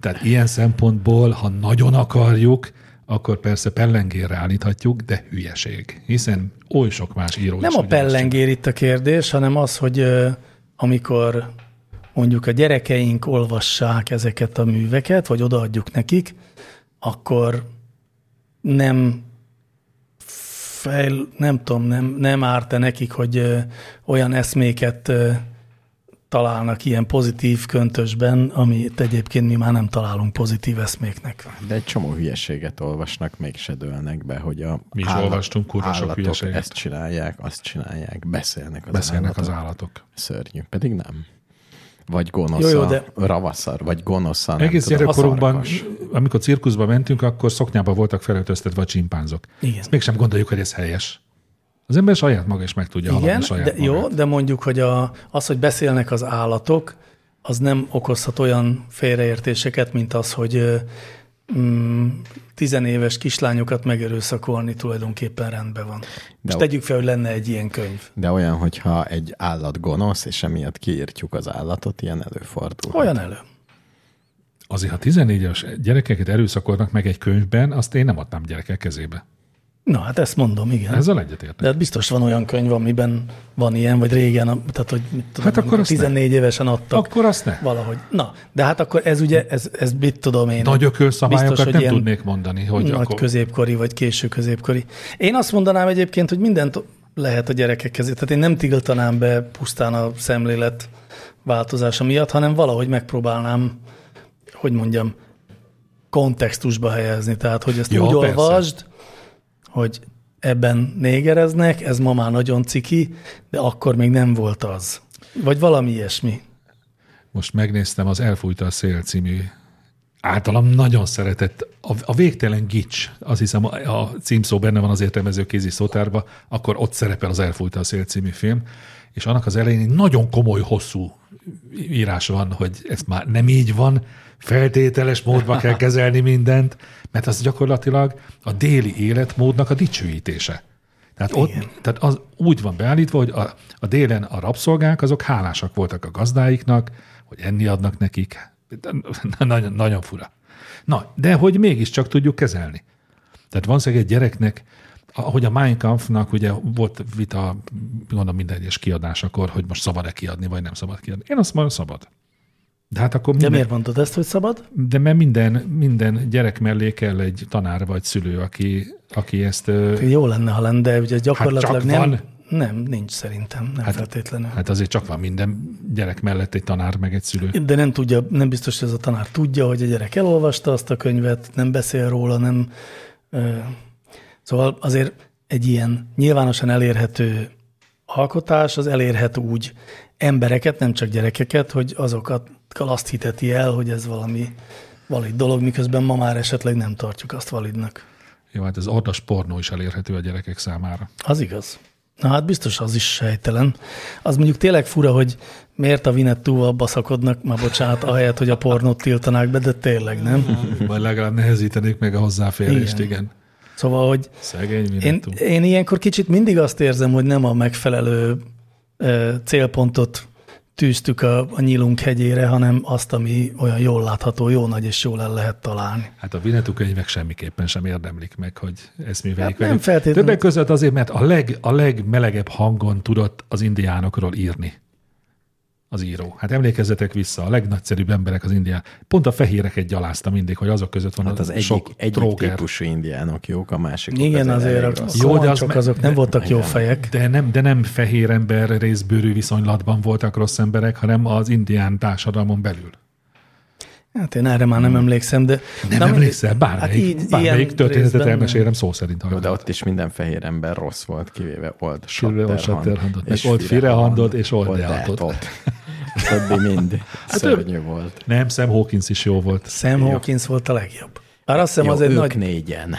[SPEAKER 3] Tehát ilyen szempontból, ha nagyon akarjuk, akkor persze pellengérre állíthatjuk, de hülyeség. Hiszen oly sok más író is
[SPEAKER 2] Nem a
[SPEAKER 3] ugyanezt
[SPEAKER 2] pellengér itt a kérdés, hanem az, hogy ö, amikor mondjuk a gyerekeink olvassák ezeket a műveket, vagy odaadjuk nekik, akkor nem fejl, nem tudom, nem, nem árt-e nekik, hogy ö, olyan eszméket ö, találnak ilyen pozitív köntösben, amit egyébként mi már nem találunk pozitív eszméknek.
[SPEAKER 1] De egy csomó hülyeséget olvasnak, mégse dőlnek be, hogy a
[SPEAKER 3] Mi is olvastunk kurva sok
[SPEAKER 1] állatok
[SPEAKER 3] hülyeséget.
[SPEAKER 1] ezt csinálják, azt csinálják, beszélnek az
[SPEAKER 3] Beszélnek
[SPEAKER 1] állatok.
[SPEAKER 3] az állatok.
[SPEAKER 1] Szörnyű, pedig nem. Vagy gonosz
[SPEAKER 2] Jó,
[SPEAKER 1] jó,
[SPEAKER 2] jó,
[SPEAKER 1] jó,
[SPEAKER 2] de-
[SPEAKER 1] de... ravaszar, vagy gonosz a, nem
[SPEAKER 3] Egész
[SPEAKER 1] tudom,
[SPEAKER 3] gyerekkorunkban,
[SPEAKER 1] farkas.
[SPEAKER 3] amikor cirkuszba mentünk, akkor szoknyába voltak felöltöztetve a csimpánzok.
[SPEAKER 2] Igen.
[SPEAKER 3] Ezt mégsem gondoljuk, hogy ez helyes. Az ember saját maga is meg tudja
[SPEAKER 2] Igen,
[SPEAKER 3] hallani saját
[SPEAKER 2] de,
[SPEAKER 3] magát.
[SPEAKER 2] jó, de mondjuk, hogy a, az, hogy beszélnek az állatok, az nem okozhat olyan félreértéseket, mint az, hogy ö, mm, tizenéves kislányokat megerőszakolni tulajdonképpen rendben van. Most tegyük fel, hogy lenne egy ilyen könyv.
[SPEAKER 3] Hát.
[SPEAKER 1] De olyan, hogyha egy állat gonosz, és emiatt kiírtjuk az állatot, ilyen előfordul.
[SPEAKER 2] Olyan elő.
[SPEAKER 3] Azért, ha 14 éves gyerekeket erőszakolnak meg egy könyvben, azt én nem adnám gyerekek kezébe.
[SPEAKER 2] Na, hát ezt mondom, igen.
[SPEAKER 3] Ezzel egyetértek.
[SPEAKER 2] De hát biztos van olyan könyv, amiben van ilyen, vagy régen, a- tehát hogy mit tudom,
[SPEAKER 3] Hát akkor
[SPEAKER 2] amikor
[SPEAKER 3] azt ne.
[SPEAKER 2] 14 évesen adtak.
[SPEAKER 3] Akkor azt ne.
[SPEAKER 2] Valahogy. Na, de hát akkor ez ugye, ez, ez mit tudom én.
[SPEAKER 3] Nagy ökölszabályokat
[SPEAKER 2] hogy
[SPEAKER 3] nem
[SPEAKER 2] ilyen
[SPEAKER 3] tudnék mondani, hogy
[SPEAKER 2] Nagy
[SPEAKER 3] akkor...
[SPEAKER 2] középkori vagy késő középkori. Én azt mondanám egyébként, hogy mindent lehet a gyerekek kezé. Tehát én nem tiltanám be pusztán a szemlélet változása miatt, hanem valahogy megpróbálnám, hogy mondjam, kontextusba helyezni. Tehát, hogy ezt
[SPEAKER 3] Ja,
[SPEAKER 2] ja, úgy
[SPEAKER 3] persze.
[SPEAKER 2] olvasd, hogy ebben négereznek, ez ma már nagyon ciki, de akkor még nem volt az. Vagy valami ilyesmi.
[SPEAKER 3] Most megnéztem az Elfújta a szél című általam nagyon szeretett, a, a végtelen gics, azt hiszem a, a címszó benne van az értelmező kézi szótárba, akkor ott szerepel az Elfújta a szél című film, és annak az elején egy nagyon komoly, hosszú írás van, hogy ez már nem így van, feltételes módba kell kezelni mindent, mert az gyakorlatilag a déli életmódnak a dicsőítése. Tehát, ott, tehát az úgy van beállítva, hogy a, a délen a rabszolgák azok hálásak voltak a gazdáiknak, hogy enni adnak nekik. Nagyon, nagyon fura. Na, de hogy mégiscsak tudjuk kezelni. Tehát van egy gyereknek, ahogy a Mein Kampfnak ugye volt vita, gondolom minden egyes kiadásakor, hogy most szabad-e kiadni, vagy nem szabad kiadni. Én azt mondom, szabad. De hát akkor
[SPEAKER 2] De
[SPEAKER 3] minden,
[SPEAKER 2] miért mondod ezt, hogy szabad?
[SPEAKER 3] de mert minden, minden gyerek mellé kell egy tanár vagy szülő, aki, aki ezt ö,
[SPEAKER 2] Jó lenne, ha lenne, de ugye gyakorlatilag
[SPEAKER 3] Hát csak
[SPEAKER 2] nem.
[SPEAKER 3] van.
[SPEAKER 2] Nem, nincs szerintem, nem hát, feltétlenül.
[SPEAKER 3] Hát azért csak van minden gyerek mellett egy tanár, meg egy szülő.
[SPEAKER 2] De nem tudja, nem biztos, hogy ez a tanár tudja, hogy a gyerek elolvasta azt a könyvet, nem beszél róla, nem... Ö, szóval azért egy ilyen nyilvánosan elérhető alkotás, az elérhet úgy embereket, nem csak gyerekeket, hogy azokat azt hiteti el, hogy ez valami valid dolog, miközben ma már esetleg nem tartjuk azt validnak.
[SPEAKER 3] Jó, hát az ordas pornó is elérhető a gyerekek számára.
[SPEAKER 2] Az igaz. Na hát biztos az is sejtelen. Az mondjuk tényleg fura, hogy miért a Vinettúval baszakodnak, már bocsánat, ahelyett, hogy a pornót tiltanák be, de tényleg nem.
[SPEAKER 3] Vagy legalább nehezítenék meg a hozzáférést, igen.
[SPEAKER 2] Igen.
[SPEAKER 3] igen.
[SPEAKER 2] Szóval, hogy
[SPEAKER 3] Szegény
[SPEAKER 2] én,
[SPEAKER 3] minetú.
[SPEAKER 2] én ilyenkor kicsit mindig azt érzem, hogy nem a megfelelő ö, célpontot tűztük a, a nyílunk hegyére, hanem azt, ami olyan jól látható, jó nagy és jól el lehet találni.
[SPEAKER 3] Hát a Vinetú könyvek semmiképpen sem érdemlik meg, hogy ezt mi
[SPEAKER 2] Hát nem feltétlenül.
[SPEAKER 3] Többek között azért, mert a, leg, a legmelegebb hangon tudott az indiánokról írni az író. Hát emlékezzetek vissza, a legnagyszerűbb emberek az indián. Pont a fehéreket gyalázta mindig, hogy azok között van
[SPEAKER 1] Hát az egyik,
[SPEAKER 3] sok
[SPEAKER 1] egyik
[SPEAKER 3] tróger.
[SPEAKER 1] típusú indiánok jók, a másik
[SPEAKER 2] Igen, azért a
[SPEAKER 3] Jó, de az
[SPEAKER 2] kalancsok
[SPEAKER 3] meg-
[SPEAKER 2] azok nem
[SPEAKER 3] de-
[SPEAKER 2] voltak jó fejek.
[SPEAKER 3] De nem, de nem fehér ember részbőrű viszonylatban voltak rossz emberek, hanem az indián társadalmon belül.
[SPEAKER 2] Hát én erre már nem emlékszem, de...
[SPEAKER 3] Hmm. Nem
[SPEAKER 2] Na,
[SPEAKER 3] Na, emlékszel, bármelyik, hát
[SPEAKER 2] így-
[SPEAKER 3] bármelyik
[SPEAKER 2] ilyen
[SPEAKER 3] történetet
[SPEAKER 2] részben-
[SPEAKER 3] elmesélem szó szerint.
[SPEAKER 1] De ott is minden fehér ember rossz volt, kivéve Old
[SPEAKER 3] Kivéve Old
[SPEAKER 1] Shatterhand.
[SPEAKER 3] Shatterhandot, meg Old Firehandot és Old Deatot.
[SPEAKER 1] Többi mind
[SPEAKER 3] Hát
[SPEAKER 1] szörnyű volt.
[SPEAKER 3] Nem, Sam Hawkins is jó volt.
[SPEAKER 2] Sam Hawkins volt a legjobb. Bár azt hiszem,
[SPEAKER 1] Jó,
[SPEAKER 2] az egy
[SPEAKER 1] ők
[SPEAKER 2] nagy,
[SPEAKER 1] négyen.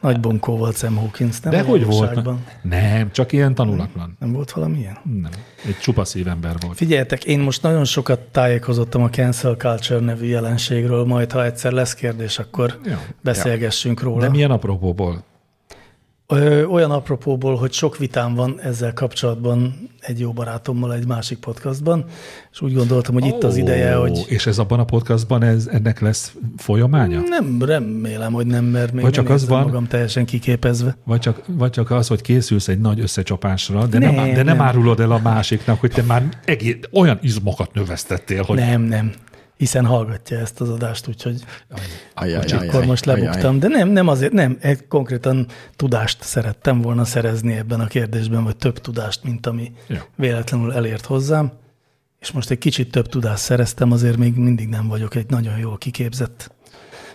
[SPEAKER 2] nagy bunkó volt Sam Hawkins, nem?
[SPEAKER 3] De
[SPEAKER 2] A
[SPEAKER 3] hogy volt?
[SPEAKER 2] valóságban.
[SPEAKER 3] Nem, csak ilyen tanulatlan.
[SPEAKER 2] Nem volt valami ilyen?
[SPEAKER 3] Nem. Egy csupa szívember volt.
[SPEAKER 2] Figyeljetek, én most nagyon sokat tájékozottam a cancel culture nevű jelenségről, majd ha egyszer lesz kérdés, akkor
[SPEAKER 3] Ja.
[SPEAKER 2] beszélgessünk róla.
[SPEAKER 3] De milyen apropóból?
[SPEAKER 2] Ö, Olyan apropóból, hogy sok vitám van ezzel kapcsolatban egy jó barátommal egy másik podcastban, és úgy gondoltam, hogy itt az ideje,
[SPEAKER 3] Ó,
[SPEAKER 2] hogy
[SPEAKER 3] És ez abban a podcastban ez, ennek lesz folyamánya?
[SPEAKER 2] nem, remélem, hogy nem, mert még
[SPEAKER 3] Vagy
[SPEAKER 2] nem
[SPEAKER 3] csak az
[SPEAKER 2] érzem
[SPEAKER 3] van-
[SPEAKER 2] magam teljesen kiképezve.
[SPEAKER 3] Vagy csak, vagy csak az, hogy készülsz egy nagy összecsapásra, de nem,
[SPEAKER 2] Nem,
[SPEAKER 3] nem, de nem,
[SPEAKER 2] nem.
[SPEAKER 3] árulod el a másiknak, hogy te már egész, olyan izmokat növesztettél, hogy
[SPEAKER 2] Nem, nem, hiszen hallgatja ezt az adást, úgyhogy
[SPEAKER 1] Ajaj,
[SPEAKER 2] Csak akkor most lebuktam, de nem, nem azért, nem, egy konkrétan tudást szerettem volna szerezni ebben a kérdésben, vagy több tudást, mint ami
[SPEAKER 3] Ja.
[SPEAKER 2] véletlenül elért hozzám, és most egy kicsit több tudást szereztem, azért még mindig nem vagyok egy nagyon jól kiképzett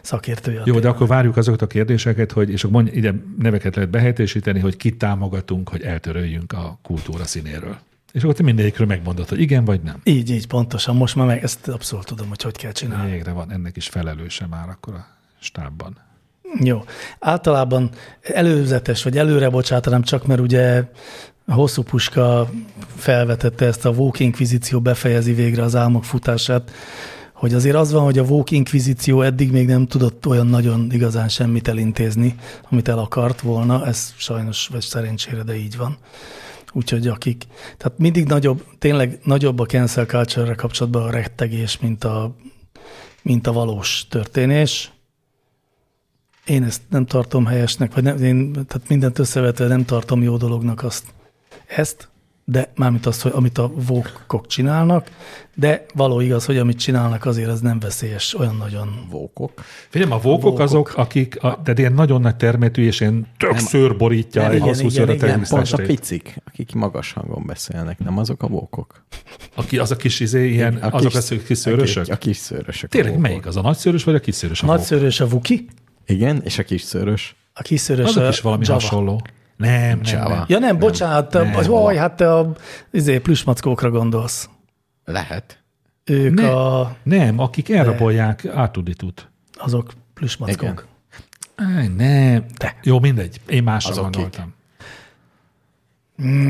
[SPEAKER 2] szakértője. a
[SPEAKER 3] Jó, de
[SPEAKER 2] témában.
[SPEAKER 3] akkor várjuk azokat a kérdéseket, hogy, és akkor mondj, ide neveket lehet behetésíteni, hogy kit támogatunk, hogy eltöröljünk a kultúra színéről. És akkor te mindegyikről megmondod, hogy igen vagy nem.
[SPEAKER 2] Így, így, pontosan. Most már meg ezt abszolút tudom, hogy hogy kell csinálni.
[SPEAKER 3] Végre van, ennek is felelőse már akkor a stábban.
[SPEAKER 2] Jó. Általában előzetes, vagy előre bocsátanám, csak mert ugye a hosszú puska felvetette ezt a Vók Inkvizíció befejezi végre az álmok futását, hogy azért az van, hogy a Vók Inkvizíció eddig még nem tudott olyan nagyon igazán semmit elintézni, amit el akart volna, ez sajnos vagy szerencsére, de így van. Úgyhogy akik, tehát mindig nagyobb, tényleg nagyobb a cancel culture kapcsolatban a rettegés, mint a, mint a valós történés. Én ezt nem tartom helyesnek, vagy nem, én, tehát mindent összevetve nem tartom jó dolognak azt, ezt, de mármint azt, hogy amit a vókok csinálnak, de való igaz, hogy amit csinálnak azért az nem veszélyes olyan nagyon.
[SPEAKER 1] Vókok.
[SPEAKER 3] Figyelj, a vókok azok, akik, a, tehát ilyen nagyon nagy termetű, és ilyen tök nem, szőr borítja
[SPEAKER 2] nem,
[SPEAKER 3] egy
[SPEAKER 2] igen,
[SPEAKER 3] hosszú
[SPEAKER 2] igen,
[SPEAKER 3] szőr a
[SPEAKER 2] igen,
[SPEAKER 1] Nem, pont a
[SPEAKER 3] természetestét.
[SPEAKER 1] picik, akik magas hangon beszélnek, nem azok a vókok.
[SPEAKER 3] Aki, az a kis izé, ilyen,
[SPEAKER 1] A
[SPEAKER 3] azok
[SPEAKER 1] kis-
[SPEAKER 3] a kis szőrösök?
[SPEAKER 1] A, a kis szőrösök. a
[SPEAKER 3] Tényleg
[SPEAKER 1] vókok.
[SPEAKER 3] melyik az? A nagyszőrös vagy a kis szőrös? A vók?
[SPEAKER 2] Nagyszörös a Vuki,
[SPEAKER 1] Igen, és a kis szőrös.
[SPEAKER 2] a kiszörös
[SPEAKER 3] Azok
[SPEAKER 2] a
[SPEAKER 3] is valami
[SPEAKER 2] Java.
[SPEAKER 3] hasonló. Nem, nem,
[SPEAKER 1] Java.
[SPEAKER 3] nem.
[SPEAKER 2] Ja nem, bocsánat, nem,
[SPEAKER 3] nem,
[SPEAKER 2] az, oj, hát te a izé, plüsmackókra gondolsz.
[SPEAKER 1] Lehet.
[SPEAKER 2] Ők
[SPEAKER 3] Ne.
[SPEAKER 2] a,
[SPEAKER 3] Nem, akik elrabolják átuditut.
[SPEAKER 2] azok plüsmackók.
[SPEAKER 1] Igen.
[SPEAKER 3] Áj, nem. Te. Jó, mindegy. Én másra
[SPEAKER 1] Azok
[SPEAKER 3] Azok
[SPEAKER 1] kik?
[SPEAKER 3] gondoltam.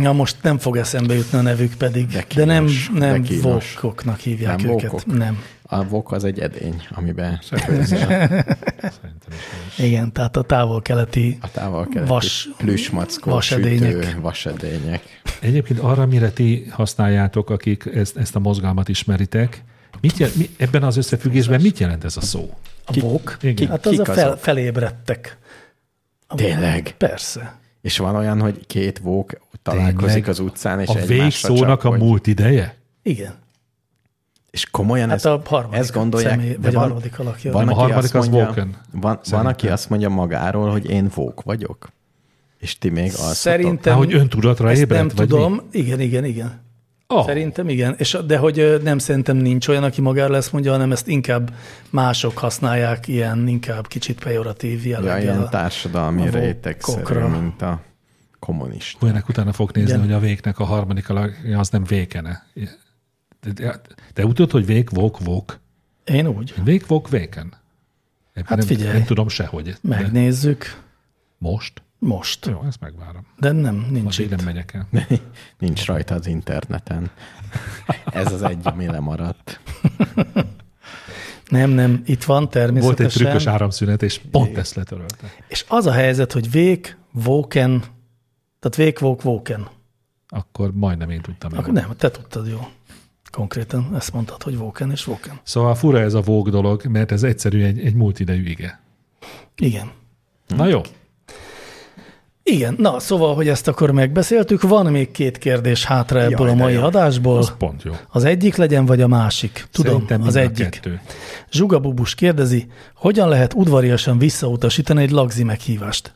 [SPEAKER 2] Ja, most nem fog eszembe jutni a nevük pedig, de,
[SPEAKER 1] De
[SPEAKER 2] de nem,
[SPEAKER 1] kínos,
[SPEAKER 2] nem
[SPEAKER 1] de kínos.
[SPEAKER 2] vókoknak hívják
[SPEAKER 1] Nem
[SPEAKER 2] őket.
[SPEAKER 1] vókok.
[SPEAKER 2] Nem.
[SPEAKER 1] A vók az egy edény, amiben
[SPEAKER 3] Szerintem is.
[SPEAKER 2] Igen, tehát a távol-keleti
[SPEAKER 1] a távol keleti
[SPEAKER 2] Vas-
[SPEAKER 1] plüsmackó,
[SPEAKER 2] vasedények.
[SPEAKER 1] sütő, vasedények.
[SPEAKER 3] Egyébként arra, mire ti használjátok, akik ezt, ezt a mozgalmat ismeritek, mit jel, mi, ebben az összefüggésben mit jelent ez a szó?
[SPEAKER 2] a vók.
[SPEAKER 3] Igen.
[SPEAKER 2] Hát az
[SPEAKER 1] kik
[SPEAKER 2] a fel,
[SPEAKER 1] azok?
[SPEAKER 2] felébredtek. A vók.
[SPEAKER 1] Tényleg?
[SPEAKER 2] Persze.
[SPEAKER 1] És van olyan, hogy két vók találkozik
[SPEAKER 3] Tényleg?
[SPEAKER 1] az utcán, és
[SPEAKER 3] A
[SPEAKER 1] egymásra
[SPEAKER 3] végszónak a
[SPEAKER 1] csapkodj.
[SPEAKER 3] múlt ideje?
[SPEAKER 2] Igen.
[SPEAKER 1] És komolyan
[SPEAKER 2] Hát
[SPEAKER 1] ez,
[SPEAKER 2] a harmadik
[SPEAKER 1] ezt gondolják,
[SPEAKER 2] személy,
[SPEAKER 1] de
[SPEAKER 2] vagy a
[SPEAKER 1] van-
[SPEAKER 2] harmadik alakja.
[SPEAKER 1] Van,
[SPEAKER 3] Nem, a
[SPEAKER 1] aki
[SPEAKER 3] harmadik
[SPEAKER 1] azt
[SPEAKER 3] az
[SPEAKER 1] mondja,
[SPEAKER 3] Vulcan.
[SPEAKER 1] Van, van, aki azt mondja magáról, hogy én vók vagyok, és ti még alszotok.
[SPEAKER 2] Szerintem
[SPEAKER 3] Már hogy öntudatra
[SPEAKER 2] ezt
[SPEAKER 3] ébredt,
[SPEAKER 2] nem
[SPEAKER 3] vagy
[SPEAKER 2] tudom. Igen, igen, igen.
[SPEAKER 3] Mi?
[SPEAKER 1] Ah.
[SPEAKER 3] Oh,
[SPEAKER 2] Szerintem igen. És, a- de hogy ö, nem szerintem nincs olyan, aki magára lesz mondja, hanem ezt inkább mások használják ilyen inkább kicsit pejoratív
[SPEAKER 1] Ja,
[SPEAKER 2] jelleggel.
[SPEAKER 1] ilyen
[SPEAKER 2] a- a
[SPEAKER 1] társadalmi
[SPEAKER 2] vókokra.
[SPEAKER 1] rétegszerű, mint a kommunista.
[SPEAKER 3] Olyanak utána fog nézni,
[SPEAKER 2] Igen.
[SPEAKER 3] hogy a végnek a harmadik alakja az nem vékene. De, de, de úgy tudod, hogy vég, vók, vók.
[SPEAKER 2] Én úgy.
[SPEAKER 3] Vég, vók, véken.
[SPEAKER 2] Hát
[SPEAKER 3] nem,
[SPEAKER 2] figyelj.
[SPEAKER 3] nem tudom sehogy. De
[SPEAKER 2] Megnézzük
[SPEAKER 3] Most?
[SPEAKER 2] most.
[SPEAKER 3] Jó, ezt megvárom.
[SPEAKER 2] De nem, nincs
[SPEAKER 3] Addig
[SPEAKER 2] itt.
[SPEAKER 3] nem megyek el.
[SPEAKER 1] Nincs rajta az interneten. Ez az egy, ami lemaradt.
[SPEAKER 2] Nem, nem, itt van
[SPEAKER 3] Volt egy
[SPEAKER 2] természetesen.
[SPEAKER 3] trükkös áramszünet, és pont ezt letörölte.
[SPEAKER 2] És az a helyzet, hogy vék, vóken, tehát vék, vók, vóken.
[SPEAKER 3] Akkor majdnem én tudtam.
[SPEAKER 2] Akkor
[SPEAKER 3] meg.
[SPEAKER 2] nem, te tudtad jó. Konkrétan ezt mondtad, hogy vóken és vóken.
[SPEAKER 3] Szóval fura ez a vóg dolog, mert ez egyszerű egy, egy múlt idejű ige.
[SPEAKER 2] Igen.
[SPEAKER 1] Hm.
[SPEAKER 3] Na jó,
[SPEAKER 2] Igen, na szóval, hogy ezt akkor megbeszéltük, van még két kérdés hátra ebből
[SPEAKER 1] Jaj,
[SPEAKER 2] a
[SPEAKER 1] de
[SPEAKER 2] mai
[SPEAKER 1] jó.
[SPEAKER 2] adásból.
[SPEAKER 3] az pont jó.
[SPEAKER 2] Az egyik legyen, vagy a másik? Tudom,
[SPEAKER 3] Szerintem mind
[SPEAKER 2] az
[SPEAKER 3] a
[SPEAKER 2] egyik.
[SPEAKER 3] Kettő.
[SPEAKER 2] Zsugabubus kérdezi, hogyan lehet udvariasan visszautasítani egy lagzi meghívást?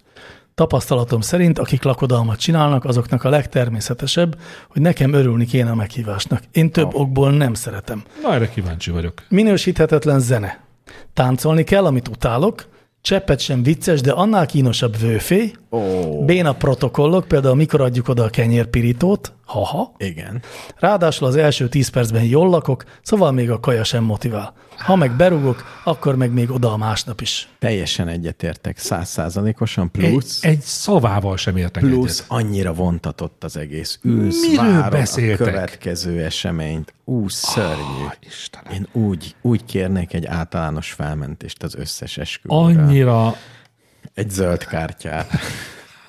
[SPEAKER 2] Tapasztalatom szerint, akik lakodalmat csinálnak, azoknak a legtermészetesebb, hogy nekem örülni kéne a meghívásnak. Én több okból nem szeretem.
[SPEAKER 3] Na, erre kíváncsi vagyok.
[SPEAKER 2] Minősíthetetlen zene. Táncolni kell, amit utálok, cseppet sem vicces, de annál kínosabb vőfély,
[SPEAKER 1] Ó,
[SPEAKER 2] béna protokollok, például mikor adjuk oda a kenyérpirítót, Haha.
[SPEAKER 1] Igen.
[SPEAKER 2] Ráadásul az első tíz percben jól lakok, szóval még a kaja sem motivál. Ha meg berúgok, akkor meg még oda a másnap is.
[SPEAKER 1] Teljesen egyetértek, százszázalékosan
[SPEAKER 3] Egy,
[SPEAKER 1] plusz.
[SPEAKER 3] egy szavával sem értek
[SPEAKER 1] Plusz
[SPEAKER 3] egyet.
[SPEAKER 1] annyira vontatott az egész. Ülsz,
[SPEAKER 3] Miről
[SPEAKER 1] várod
[SPEAKER 3] beszéltek?
[SPEAKER 1] a következő eseményt. Ú, szörnyű.
[SPEAKER 3] Ah, Istenem.
[SPEAKER 1] Én úgy, úgy kérnék egy általános felmentést az összes esküvőre.
[SPEAKER 3] Annyira...
[SPEAKER 1] Egy zöld kártyát.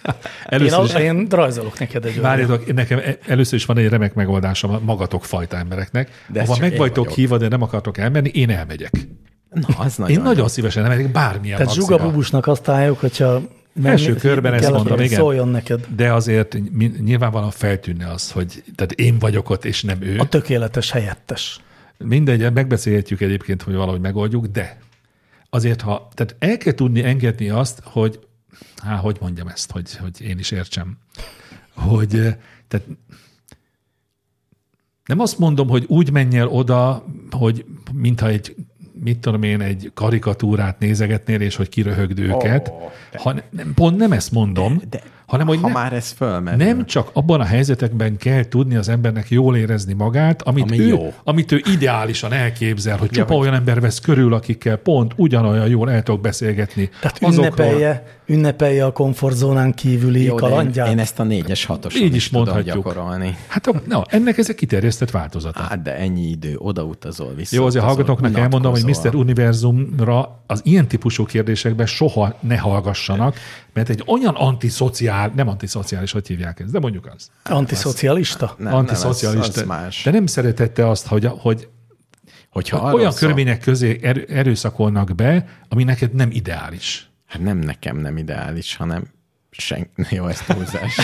[SPEAKER 2] Én,
[SPEAKER 3] Először is,
[SPEAKER 2] az, én rajzolok neked egy olyan.
[SPEAKER 3] várjatok, nekem e- először is van egy remek megoldásom a magatok fajta embereknek.
[SPEAKER 1] De
[SPEAKER 3] De
[SPEAKER 1] ez
[SPEAKER 3] ha
[SPEAKER 1] csak
[SPEAKER 3] meg
[SPEAKER 1] én
[SPEAKER 3] vagytok
[SPEAKER 1] vagyok.
[SPEAKER 3] hívva, de nem akartok elmenni, én elmegyek.
[SPEAKER 1] Na, az nagyon
[SPEAKER 3] Én nagyon, szívesen elmegyek bármilyen
[SPEAKER 2] Tehát
[SPEAKER 3] maxira.
[SPEAKER 2] zsugabubusnak azt álljuk, hogyha
[SPEAKER 3] Első körben ezt
[SPEAKER 2] kell,
[SPEAKER 3] mondom,
[SPEAKER 2] akkor
[SPEAKER 3] igen.
[SPEAKER 2] Szóljon neked.
[SPEAKER 3] De azért mi- nyilvánvalóan feltűnne az, hogy tehát én vagyok ott, és nem ő.
[SPEAKER 2] A tökéletes helyettes.
[SPEAKER 3] Mindegy, megbeszélhetjük egyébként, hogy valahogy megoldjuk, de azért, ha, tehát el kell tudni engedni azt, hogy, há, hogy mondjam ezt, hogy, hogy én is értsem, hogy eh, tehát nem azt mondom, hogy úgy menj el oda, hogy mintha egy, mit tudom én, egy karikatúrát nézegetnél, és hogy kiröhögd őket, oh, hanem, nem, pont nem ezt mondom, de, hanem, hogy
[SPEAKER 1] ha
[SPEAKER 3] ne,
[SPEAKER 1] már ez fölmerül.
[SPEAKER 3] nem csak abban a helyzetekben kell tudni az embernek jól érezni magát, amit,
[SPEAKER 1] Ami
[SPEAKER 3] ő,
[SPEAKER 1] jó.
[SPEAKER 3] amit ő ideálisan elképzel, hogy csupa
[SPEAKER 1] hogy-
[SPEAKER 3] olyan ember vesz körül, akikkel pont ugyanolyan jól el tudok beszélgetni.
[SPEAKER 2] Tehát ünnepelje, ünnepelje a komfortzónán kívüli
[SPEAKER 1] Jó, de
[SPEAKER 2] kalandját.
[SPEAKER 1] Én, én ezt a négyes hatos
[SPEAKER 3] Így is
[SPEAKER 1] tudom
[SPEAKER 3] mondhatjuk.
[SPEAKER 1] gyakorolni.
[SPEAKER 3] Hát a- na, ennek ez egy kiterjesztett változata.
[SPEAKER 1] Hát, de ennyi idő, odautazol, vissza.
[SPEAKER 3] Jó, azért hallgatóknak elmondom, hogy Mr. Univerzumra az ilyen típusú kérdésekben soha ne hallgassanak, mert egy olyan antiszociál, nem antiszociális, hogy hívják ezt, de mondjuk az.
[SPEAKER 2] Antiszocialista?
[SPEAKER 1] Nem, nem,
[SPEAKER 3] antiszocialista.
[SPEAKER 1] az- az más.
[SPEAKER 3] De nem szeretette azt, hogy, hogy
[SPEAKER 1] Hogyha
[SPEAKER 3] Hogy
[SPEAKER 1] arról
[SPEAKER 3] olyan
[SPEAKER 1] szól-
[SPEAKER 3] körülmények közé erő- erőszakolnak be, ami neked nem ideális.
[SPEAKER 1] Hát nem nekem nem ideális, hanem sen... Jó, ez túlzás.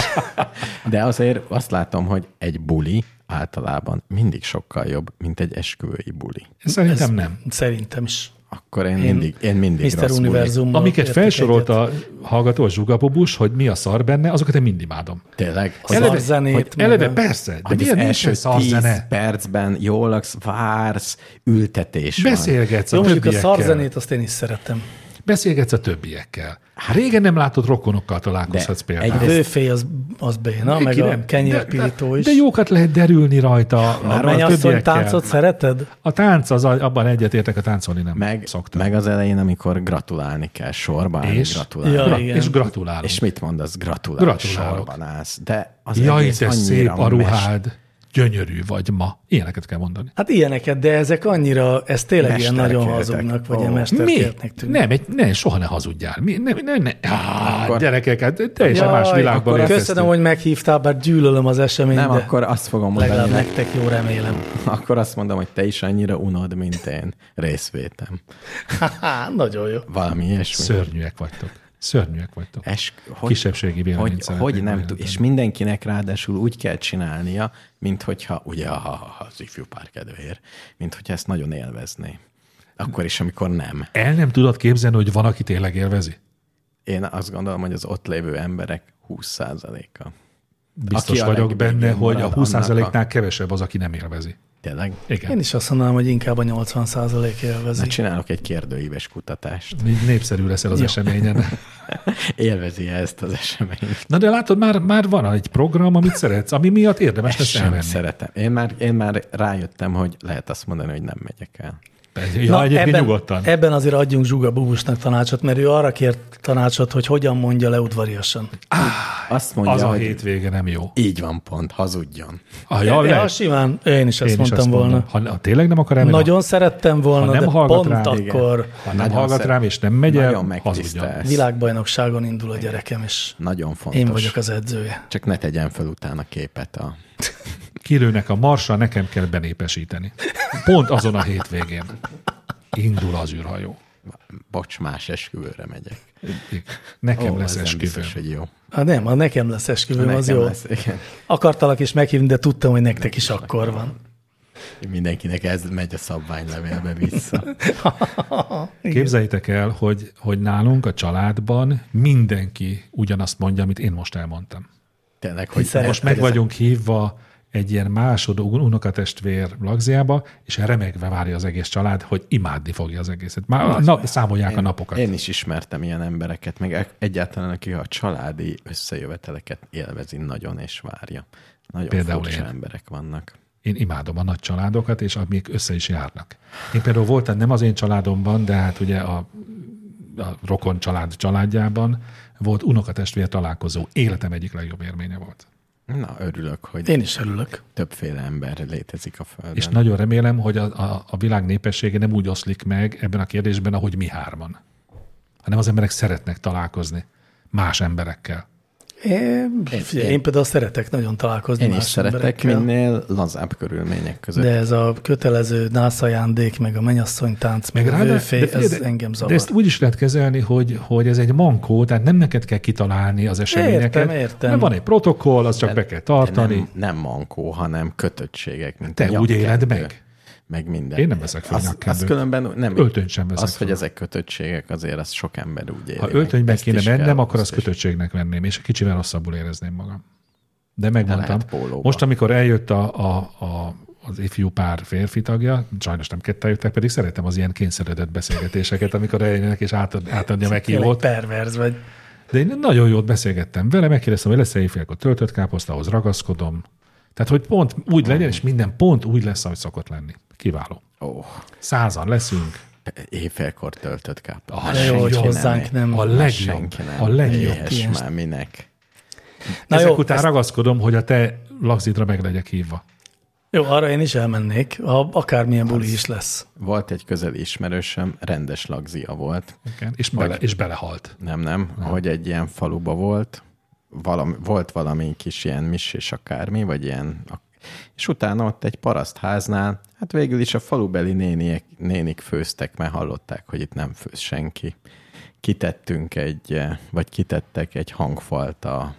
[SPEAKER 1] De azért azt látom, hogy egy buli általában mindig sokkal jobb, mint egy esküvői buli.
[SPEAKER 3] Szerintem nem.
[SPEAKER 2] Szerintem is.
[SPEAKER 1] Akkor én, én mindig, én mindig
[SPEAKER 2] Mr.
[SPEAKER 1] rossz buli.
[SPEAKER 2] Univerzum.
[SPEAKER 3] Amiket felsorolt a hallgató, a zsugabobus, hogy mi a szar benne, azokat én mind imádom.
[SPEAKER 1] Tényleg, az
[SPEAKER 2] Eleve,
[SPEAKER 1] az-
[SPEAKER 2] zenét,
[SPEAKER 3] Hogy eleve persze, de
[SPEAKER 1] hogy az
[SPEAKER 3] milyen nincs,
[SPEAKER 1] első
[SPEAKER 3] hogy szar zene.
[SPEAKER 1] 10 percben jól laksz, vársz, ültetés van.
[SPEAKER 3] Beszélgetsz
[SPEAKER 2] Jó,
[SPEAKER 3] a
[SPEAKER 2] mondjuk a
[SPEAKER 3] többiekkel.
[SPEAKER 2] szarzenét azt én is szeretem.
[SPEAKER 3] Beszélgetsz a többiekkel. Hát Régen nem látott rokonokkal találkozhatsz
[SPEAKER 1] De
[SPEAKER 3] például.
[SPEAKER 2] A
[SPEAKER 1] Egyrészt-
[SPEAKER 2] Vőféj az, az béna, meg
[SPEAKER 3] Kire?
[SPEAKER 2] a kenyérpirító
[SPEAKER 3] de,
[SPEAKER 2] is.
[SPEAKER 3] de jókat lehet derülni rajta.
[SPEAKER 2] a
[SPEAKER 3] arra a
[SPEAKER 2] mennyasszony
[SPEAKER 3] többiekkel.
[SPEAKER 2] táncot szereted?
[SPEAKER 3] A tánc, az, abban egyetértek, a táncolni nem
[SPEAKER 1] Meg,
[SPEAKER 3] szoktam.
[SPEAKER 1] meg az elején, amikor gratulálni kell, sorban állni,
[SPEAKER 3] És?
[SPEAKER 1] gratulálni.
[SPEAKER 2] Ja,
[SPEAKER 3] Gra-
[SPEAKER 2] igen.
[SPEAKER 3] és gratulálunk.
[SPEAKER 1] És mit mondasz? Gratulálok,
[SPEAKER 3] Gratulálok.
[SPEAKER 1] sorban állsz. De az
[SPEAKER 3] Jaj,
[SPEAKER 1] egész
[SPEAKER 3] de
[SPEAKER 1] annyira
[SPEAKER 3] szép a
[SPEAKER 1] mester-
[SPEAKER 3] ruhád, gyönyörű vagy ma. Ilyeneket kell mondani.
[SPEAKER 2] Hát ilyeneket, de ezek annyira, ez tényleg ilyen nagyon
[SPEAKER 1] Mesterkértek.
[SPEAKER 2] hazugnak, vagy ilyen
[SPEAKER 1] Ó.
[SPEAKER 3] Mi?
[SPEAKER 2] mesterkértnek tűnik.
[SPEAKER 3] Nem, egy, ne, soha ne hazudjál. Mi? Ne, ne, ne. Á,
[SPEAKER 1] Akkor-
[SPEAKER 3] gyerekek, hát teljesen más világban
[SPEAKER 2] akkor
[SPEAKER 3] érkeztünk.
[SPEAKER 2] Köszönöm, hogy meghívtál, bár gyűlölöm az eseményt,
[SPEAKER 1] Nem,
[SPEAKER 2] de
[SPEAKER 1] akkor azt fogom
[SPEAKER 2] legalább
[SPEAKER 1] mondani, nek-
[SPEAKER 2] nektek jó remélem.
[SPEAKER 1] akkor azt mondom, hogy te is annyira unod, mint én. Részvétem.
[SPEAKER 2] Há, nagyon jó.
[SPEAKER 1] Valami ilyesmi.
[SPEAKER 3] Szörnyűek vagytok. Szörnyűek vagytok.
[SPEAKER 1] Es-
[SPEAKER 3] Kisebbségi véleményt
[SPEAKER 1] hogy,
[SPEAKER 3] szeretnék
[SPEAKER 1] hogy nem tud,
[SPEAKER 3] bejelenteni.
[SPEAKER 1] és mindenkinek ráadásul úgy kell csinálnia, mint hogyha, ugye ha, ha, ha az ifjú pár kedvéért, mint hogyha ezt nagyon élvezné. Akkor is, amikor nem.
[SPEAKER 3] El nem tudod képzelni, hogy van, aki tényleg élvezi?
[SPEAKER 1] Én azt gondolom, hogy az ott lévő emberek 20%-a.
[SPEAKER 3] Biztos
[SPEAKER 1] a
[SPEAKER 3] vagyok
[SPEAKER 1] legvégén
[SPEAKER 3] benne, hogy a
[SPEAKER 1] marad,
[SPEAKER 3] 20%-nál
[SPEAKER 1] annak
[SPEAKER 3] kevesebb az, aki nem élvezi.
[SPEAKER 1] Tényleg?
[SPEAKER 3] Igen.
[SPEAKER 2] Én is azt mondanám, hogy inkább a 80 százalék
[SPEAKER 1] Na,
[SPEAKER 2] élvezi.
[SPEAKER 1] csinálok egy kérdőíves kutatást.
[SPEAKER 3] Így népszerű leszel az eseményen.
[SPEAKER 1] Élvezi -e ezt az eseményt?
[SPEAKER 3] Na de látod, már, már van egy program, amit szeretsz, ami miatt érdemes lesz
[SPEAKER 1] Sem
[SPEAKER 3] elmenni.
[SPEAKER 1] szeretem. Én már, én már rájöttem, hogy lehet azt mondani, hogy nem megyek el.
[SPEAKER 3] Ja, Na, egyébként
[SPEAKER 2] ebben,
[SPEAKER 3] nyugodtan.
[SPEAKER 2] Ebben azért adjunk Zsuga Bubusnak tanácsot, mert ő arra kért tanácsot, hogy hogyan mondja le udvariasan.
[SPEAKER 1] Azt mondja,
[SPEAKER 3] az a
[SPEAKER 1] hogy
[SPEAKER 3] hétvége nem jó.
[SPEAKER 1] így van pont, hazudjon.
[SPEAKER 3] Ah,
[SPEAKER 2] Ja,
[SPEAKER 3] ja,
[SPEAKER 2] de,
[SPEAKER 3] le,
[SPEAKER 2] ha simán, én is ezt
[SPEAKER 3] én is
[SPEAKER 2] mondtam
[SPEAKER 3] azt
[SPEAKER 2] volna.
[SPEAKER 3] mondom. Ha, ha tényleg nem akar elmenni,
[SPEAKER 2] Nagyon szerettem volna,
[SPEAKER 3] Ha nem
[SPEAKER 2] de
[SPEAKER 3] hallgat
[SPEAKER 2] pont
[SPEAKER 3] rá, igen.
[SPEAKER 2] akkor
[SPEAKER 3] ha nem
[SPEAKER 1] Nagyon
[SPEAKER 3] hallgat
[SPEAKER 1] szép.
[SPEAKER 3] rám és nem megy el,
[SPEAKER 1] Nagyon
[SPEAKER 3] hazudja.
[SPEAKER 1] megtisztelsz.
[SPEAKER 2] világbajnokságon indul a gyerekem, és
[SPEAKER 1] Nagyon fontos.
[SPEAKER 2] én vagyok az edzője.
[SPEAKER 1] Csak ne tegyen fel utána képet a...
[SPEAKER 3] Kilőnek a marsra, nekem kell benépesíteni. Pont azon a hétvégén. Indul az űrhajó.
[SPEAKER 1] Bocs, más esküvőre megyek.
[SPEAKER 3] Nekem
[SPEAKER 1] Ó,
[SPEAKER 3] lesz
[SPEAKER 1] ez nem
[SPEAKER 3] esküvőm.
[SPEAKER 1] Biztos, hogy jó.
[SPEAKER 2] Hát nem, ha nekem lesz esküvőm, az
[SPEAKER 1] Nekem
[SPEAKER 2] jó.
[SPEAKER 1] lesz, igen.
[SPEAKER 2] Akartalak is meghívni, de tudtam, hogy nektek is akkor van.
[SPEAKER 1] Mindenkinek ez megy a szabványlevélbe vissza.
[SPEAKER 3] Képzeljétek el, hogy, hogy nálunk a családban mindenki ugyanazt mondja, amit én most elmondtam.
[SPEAKER 1] Tényleg, hogy
[SPEAKER 2] Hiszen
[SPEAKER 1] ne-
[SPEAKER 2] most
[SPEAKER 3] Meg vagyunk hívva egy ilyen másod unokatestvér lagziába, és remegve várja az egész család, hogy imádni fogja az egészet. Már na, számolják
[SPEAKER 1] Én-
[SPEAKER 3] a napokat.
[SPEAKER 1] Én is ismertem ilyen embereket, meg e- egyáltalán, aki a családi összejöveteleket élvezi nagyon és várja. Nagyon
[SPEAKER 3] Például
[SPEAKER 1] Például furcsa
[SPEAKER 3] én.
[SPEAKER 1] emberek vannak.
[SPEAKER 3] Én imádom a nagy családokat, és amik össze is járnak. Én például voltam nem az én családomban, de hát ugye a, a rokon család családjában volt unokatestvér találkozó. Életem egyik legjobb élménye volt.
[SPEAKER 1] Na, örülök, hogy
[SPEAKER 2] Én is örülök.
[SPEAKER 1] többféle ember létezik a Földön.
[SPEAKER 3] És nagyon remélem, hogy a, a, a világ népessége nem úgy oszlik meg ebben a kérdésben, ahogy mi hárman. Hanem az emberek szeretnek találkozni más emberekkel.
[SPEAKER 2] Én, figyelj, én például szeretek nagyon találkozni
[SPEAKER 1] Én is
[SPEAKER 2] más
[SPEAKER 1] szeretek
[SPEAKER 2] emberekkel,
[SPEAKER 1] minél lazább körülmények között.
[SPEAKER 2] De ez a kötelező nászajándék, meg a mennyasszony tánc, meg, a
[SPEAKER 3] ráadá-
[SPEAKER 2] vőfé,
[SPEAKER 3] de figyelj,
[SPEAKER 2] ez
[SPEAKER 3] de-
[SPEAKER 2] engem zavar.
[SPEAKER 3] De ezt úgy is lehet kezelni, hogy, hogy ez egy mankó, tehát nem neked kell kitalálni az eseményeket.
[SPEAKER 2] Értem, értem.
[SPEAKER 3] Mert van egy protokoll, azt csak be kell tartani.
[SPEAKER 1] nem, nem mankó, hanem kötöttségek. Mint
[SPEAKER 3] Te
[SPEAKER 1] a
[SPEAKER 3] úgy éled
[SPEAKER 1] nyakkendő,
[SPEAKER 3] meg?
[SPEAKER 1] Meg minden.
[SPEAKER 3] Én nem veszek fel
[SPEAKER 1] az,
[SPEAKER 3] nyakkendőt.
[SPEAKER 1] az különben nem.
[SPEAKER 3] Öltönyt sem veszek
[SPEAKER 1] Az, hogy
[SPEAKER 3] fel.
[SPEAKER 1] ezek kötöttségek, azért az sok ember úgy éli.
[SPEAKER 3] Ha
[SPEAKER 1] meg.
[SPEAKER 3] öltönyben
[SPEAKER 1] Ezt
[SPEAKER 3] kéne
[SPEAKER 1] is
[SPEAKER 3] mennem,
[SPEAKER 1] kell
[SPEAKER 3] akkor azt
[SPEAKER 1] is.
[SPEAKER 3] kötöttségnek venném, és kicsivel rosszabbul érezném magam.
[SPEAKER 1] De
[SPEAKER 3] De megmondtam.
[SPEAKER 1] lehet pólóba.
[SPEAKER 3] Most, amikor eljött a, a, a, az ifjú pár férfi tagja, sajnos nem ketten jöttek, pedig szeretem az ilyen kényszeredett beszélgetéseket, amikor eljönnek és átad, átadja
[SPEAKER 2] Tényleg
[SPEAKER 3] meghívót.
[SPEAKER 2] perverz vagy.
[SPEAKER 3] De én nagyon jót beszélgettem vele, megkérdeztem, hogy lesz egy félkor töltött káposzta, ahhoz ragaszkodom. Tehát, hogy pont úgy legyen, és minden pont úgy lesz, ahogy szokott lenni. Kiváló.
[SPEAKER 1] Ó,
[SPEAKER 3] Százan leszünk.
[SPEAKER 1] éjfélkor töltött káp.
[SPEAKER 3] Ah,
[SPEAKER 1] Hát
[SPEAKER 3] de jó,
[SPEAKER 1] senki
[SPEAKER 3] hogy
[SPEAKER 1] nem
[SPEAKER 2] hozzánk
[SPEAKER 1] él.
[SPEAKER 2] nem.
[SPEAKER 3] A
[SPEAKER 2] Már
[SPEAKER 3] legjobb.
[SPEAKER 1] Senki nem.
[SPEAKER 3] A legjobb.
[SPEAKER 1] Éhes
[SPEAKER 2] Ilyen-
[SPEAKER 1] már minek.
[SPEAKER 2] Na
[SPEAKER 3] Ezek
[SPEAKER 2] jó,
[SPEAKER 3] után
[SPEAKER 2] ezt-
[SPEAKER 3] ragaszkodom, hogy a te lagzidra meg legyek hívva.
[SPEAKER 2] Jó, arra én is elmennék, ha akármilyen
[SPEAKER 3] Hát-
[SPEAKER 2] buli is lesz.
[SPEAKER 1] Volt egy közeli ismerősöm, rendes lagzia volt.
[SPEAKER 3] Igen, és, bele, és belehalt.
[SPEAKER 1] Nem, nem, hogy egy ilyen faluba volt, valami, volt valami kis ilyen mis és akármi, vagy ilyen, ak- és utána ott egy parasztháznál, hát végül is a falubeli néniek, nénik főztek, mert hallották, hogy itt nem főz senki. Kitettünk egy, eh, vagy kitettek egy hangfalt a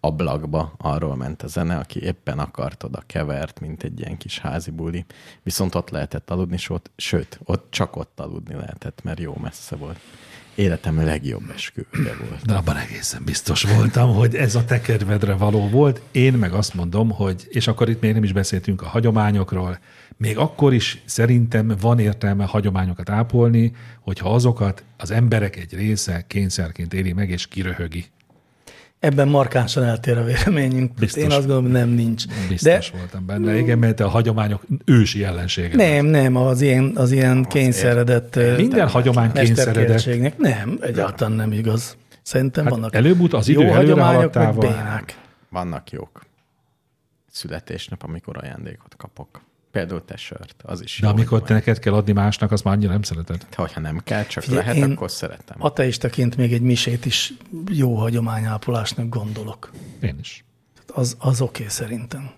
[SPEAKER 1] ablakba, arról ment a zene, aki éppen akart oda kevert, mint egy ilyen kis házi buli. Viszont ott lehetett aludni, és ott, sőt, ott csak ott aludni lehetett, mert jó messze volt. Életem legjobb esküvője volt.
[SPEAKER 3] De abban egészen biztos voltam, hogy ez a te kedvedre való volt. Én meg azt mondom, hogy, és akkor itt még nem is beszéltünk a hagyományokról, még akkor is szerintem van értelme hagyományokat ápolni, hogyha azokat az emberek egy része kényszerként éli meg és kiröhögi.
[SPEAKER 2] Ebben markánsan eltér a véleményünk.
[SPEAKER 3] Biztos.
[SPEAKER 2] Én azt gondolom, nem nincs.
[SPEAKER 3] Biztos De... voltam benne. Igen, mert a hagyományok ősi ellensége.
[SPEAKER 2] nem, nem, az ilyen, az ilyen kényszeredett ö,
[SPEAKER 3] Minden hagyomány kényszeredett.
[SPEAKER 2] mesterkértségnek. Nem, egyáltalán nem igaz. Szerintem
[SPEAKER 3] Hát
[SPEAKER 2] vannak
[SPEAKER 3] előbb-ut- az idő
[SPEAKER 2] jó
[SPEAKER 3] előre
[SPEAKER 2] hagyományok, meg
[SPEAKER 3] haladtával.
[SPEAKER 2] bénák.
[SPEAKER 1] Vannak jók. Születésnap, amikor ajándékot kapok. Például te sört, az is
[SPEAKER 3] De
[SPEAKER 1] jó.
[SPEAKER 3] amikor te
[SPEAKER 1] adomány.
[SPEAKER 3] neked kell adni másnak, azt már annyira nem szereted.
[SPEAKER 1] Te, hogyha nem kell, csak
[SPEAKER 2] Figyelj,
[SPEAKER 1] Figyelj, lehet,
[SPEAKER 2] én-
[SPEAKER 1] akkor szeretem. A...
[SPEAKER 2] Ateistaként még egy misét is jó hagyományápolásnak gondolok.
[SPEAKER 3] Én is.
[SPEAKER 2] Az, az oké okay, szerintem.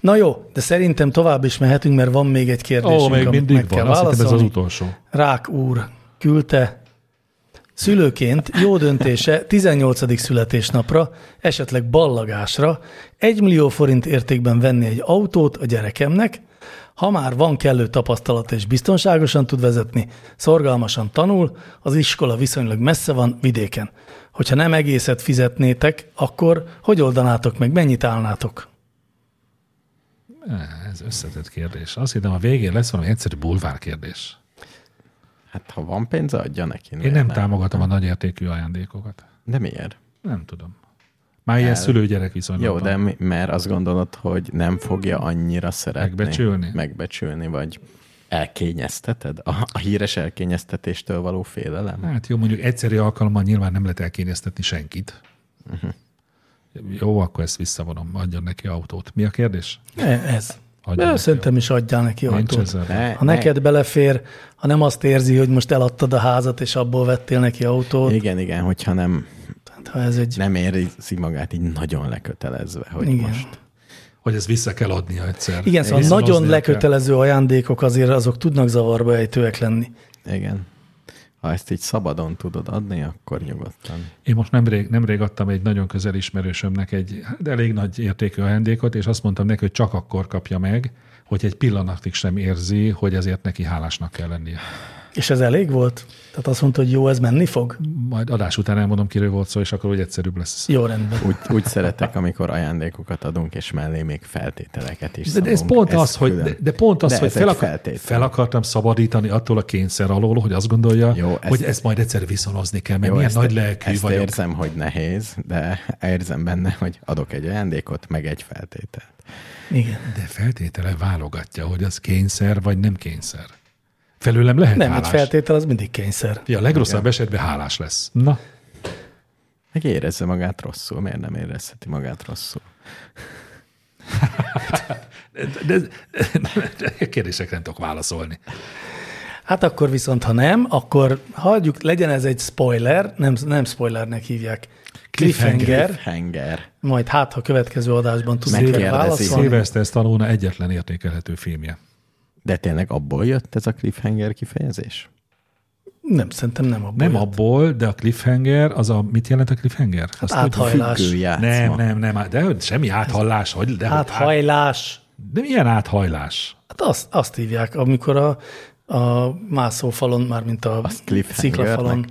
[SPEAKER 2] Na jó, de szerintem tovább is mehetünk, mert van még egy
[SPEAKER 3] Ó,
[SPEAKER 2] kérdésünk,
[SPEAKER 3] még
[SPEAKER 2] amit meg
[SPEAKER 3] mindig
[SPEAKER 2] kell
[SPEAKER 3] van. Azt hittem ez az
[SPEAKER 2] válaszolni.
[SPEAKER 3] utolsó.
[SPEAKER 2] Rák úr küldte szülőként jó döntése 18. születésnapra, esetleg ballagásra 1 millió forint értékben venni egy autót a gyerekemnek, ha már van kellő tapasztalata és biztonságosan tud vezetni, szorgalmasan tanul, az iskola viszonylag messze van vidéken. Hogyha nem egészet fizetnétek, akkor hogy oldanátok meg, mennyit állnátok?
[SPEAKER 3] Ez összetett kérdés. Azt hittem, a végén lesz valami egyszerű bulvár kérdés.
[SPEAKER 1] Hát ha van pénze, adja neki.
[SPEAKER 3] Én
[SPEAKER 1] miért
[SPEAKER 3] nem támogatom a nagyértékű ajándékokat.
[SPEAKER 1] De miért?
[SPEAKER 3] Nem tudom. Már ilyen szülő-gyerek viszonylatban.
[SPEAKER 1] Jó, de mi, mert azt gondolod, hogy nem fogja annyira szeretni.
[SPEAKER 3] Megbecsülni?
[SPEAKER 1] Megbecsülni, vagy elkényezteted? A, a híres elkényeztetéstől való félelem?
[SPEAKER 3] Hát jó, mondjuk egyszerű alkalommal nyilván nem lehet elkényeztetni senkit.
[SPEAKER 1] Mhm.
[SPEAKER 3] Jó, akkor ezt visszavonom. Adjon neki autót. Mi a kérdés?
[SPEAKER 2] E- Ez.
[SPEAKER 3] Adjon
[SPEAKER 2] De
[SPEAKER 3] neki
[SPEAKER 2] szerintem is adjál neki
[SPEAKER 3] autót. Nincs
[SPEAKER 2] autót.
[SPEAKER 3] ezzel.
[SPEAKER 1] Ne,
[SPEAKER 2] Ha
[SPEAKER 1] ne.
[SPEAKER 2] neked belefér, ha nem azt érzi, hogy most eladtad a házat, és abból vettél neki autót, Igen.
[SPEAKER 1] Igen, igen, hogyha nem,
[SPEAKER 2] ha ez egy...
[SPEAKER 1] nem érzi magát így nagyon lekötelezve, hogy
[SPEAKER 2] Igen.
[SPEAKER 1] Igen. most.
[SPEAKER 3] Hogy ezt vissza kell adnia egyszer.
[SPEAKER 2] Igen, szóval
[SPEAKER 3] Viszonoznia
[SPEAKER 2] nagyon
[SPEAKER 3] kell.
[SPEAKER 2] lekötelező ajándékok azért azok tudnak zavarba ejtőek lenni.
[SPEAKER 1] Igen. Ha ezt így szabadon tudod adni, akkor nyugodtan.
[SPEAKER 3] Én most nemrég, nemrég adtam egy nagyon közel ismerősömnek egy hát elég nagy értékű ajándékot, és azt mondtam neki, hogy csak akkor kapja meg, hogy egy pillanatig sem érzi, hogy ezért neki hálásnak kell lennie.
[SPEAKER 2] És ez elég volt? Tehát azt mondta, hogy jó, ez menni fog?
[SPEAKER 3] Majd adás után elmondom, kiről volt szó, és akkor hogy egyszerűbb lesz.
[SPEAKER 2] Jó, rendben.
[SPEAKER 1] Úgy, úgy szeretek, amikor ajándékokat adunk, és mellé még feltételeket is
[SPEAKER 3] De, de ez
[SPEAKER 1] szabunk.
[SPEAKER 3] pont az, hogy,
[SPEAKER 1] külön.
[SPEAKER 3] de, de pont az,
[SPEAKER 1] De
[SPEAKER 3] hogy
[SPEAKER 1] ez egy
[SPEAKER 3] fel, akar,
[SPEAKER 1] feltétel.
[SPEAKER 3] fel akartam szabadítani attól a kényszer alól, hogy azt gondolja,
[SPEAKER 1] Jó,
[SPEAKER 3] Jó,
[SPEAKER 1] ezt-
[SPEAKER 3] ezt, hogy ezt majd egyszer viszonozni kell, mert Jó, milyen
[SPEAKER 1] ezt-
[SPEAKER 3] nagy lelkű
[SPEAKER 1] ezt
[SPEAKER 3] vagyok.
[SPEAKER 1] érzem, hogy nehéz, de érzem benne, hogy adok egy ajándékot, meg egy feltételt.
[SPEAKER 2] Igen.
[SPEAKER 3] De feltétele válogatja, hogy az kényszer vagy nem kényszer. Felőlem lehet
[SPEAKER 2] Nem,
[SPEAKER 1] hát
[SPEAKER 2] egy
[SPEAKER 3] hálás.
[SPEAKER 2] feltétel az mindig kényszer.
[SPEAKER 3] Ja, a legrosszabb esetben hálás lesz. Na,
[SPEAKER 1] Meg érezze magát rosszul, miért nem érezheti magát rosszul?
[SPEAKER 3] de, de, de kérdésekre nem tudok válaszolni.
[SPEAKER 2] Hát akkor viszont, ha nem, akkor hagyjuk, legyen ez egy spoiler, nem, nem spoilernek hívják.
[SPEAKER 3] Cliffhanger.
[SPEAKER 2] Cliffhanger,
[SPEAKER 1] Henger.
[SPEAKER 2] majd hát, ha következő adásban tudunk erre
[SPEAKER 1] Megkérdezi.
[SPEAKER 2] válaszolni.
[SPEAKER 3] Szilveszter Stallone egyetlen értékelhető filmje.
[SPEAKER 1] De tényleg abból jött ez a cliffhanger kifejezés?
[SPEAKER 2] Nem, szerintem nem abból.
[SPEAKER 3] Nem
[SPEAKER 2] jött.
[SPEAKER 3] abból, de a cliffhanger, az a, mit jelent a cliffhanger? Azt
[SPEAKER 2] Hát
[SPEAKER 3] tudjuk.
[SPEAKER 2] Hajlás.
[SPEAKER 1] Függő játszma.
[SPEAKER 3] Nem, nem, nem, de hogy semmi áthallás, hogy de, hát,
[SPEAKER 2] Áthajlás.
[SPEAKER 3] de milyen áthajlás?
[SPEAKER 2] Hát azt, azt hívják, amikor a, a mászófalon, mármint a
[SPEAKER 1] cliffhangernek.
[SPEAKER 2] sziklafalon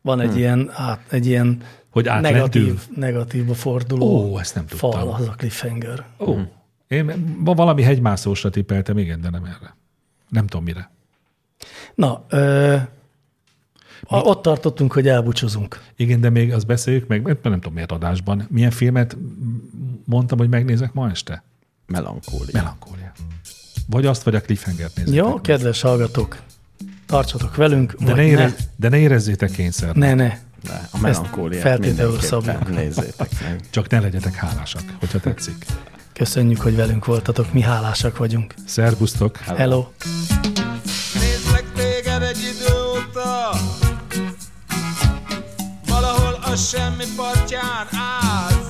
[SPEAKER 2] van egy ilyen, át, egy ilyen
[SPEAKER 3] Hm. Hogy átlendül?
[SPEAKER 2] negatív, negatívba forduló
[SPEAKER 3] Ó, Hm. ezt nem tudtam.
[SPEAKER 2] fal, az a cliffhanger.
[SPEAKER 3] Ó, én ma valami hegymászósra tippeltem, igen, de nem erre. Nem tudom mire.
[SPEAKER 2] Na, ö, a, ott tartottunk, hogy elbúcsúzunk.
[SPEAKER 3] Igen, de még azt beszéljük meg, mert nem tudom miért adásban. Milyen filmet mondtam, hogy megnézek ma este?
[SPEAKER 1] Melankólia.
[SPEAKER 3] Melankólia. Vagy azt, vagy a cliffhangert nézzük.
[SPEAKER 2] Jó, kedves hallgatók, tartsatok velünk,
[SPEAKER 3] De ne,
[SPEAKER 2] vagy
[SPEAKER 3] érez, de ne érezzétek kényszer.
[SPEAKER 2] ne, ne, ne.
[SPEAKER 1] De a melankóliát
[SPEAKER 2] feltételül
[SPEAKER 1] mindenképpen
[SPEAKER 2] szabjuk.
[SPEAKER 1] nézzétek meg.
[SPEAKER 3] Csak ne legyetek hálásak, hogyha tetszik.
[SPEAKER 2] Köszönjük, hogy velünk voltatok, mi hálásak vagyunk.
[SPEAKER 3] Szerbusztok!
[SPEAKER 2] Hello!
[SPEAKER 6] Nézlek téged egy idő óta Valahol a semmi partján állsz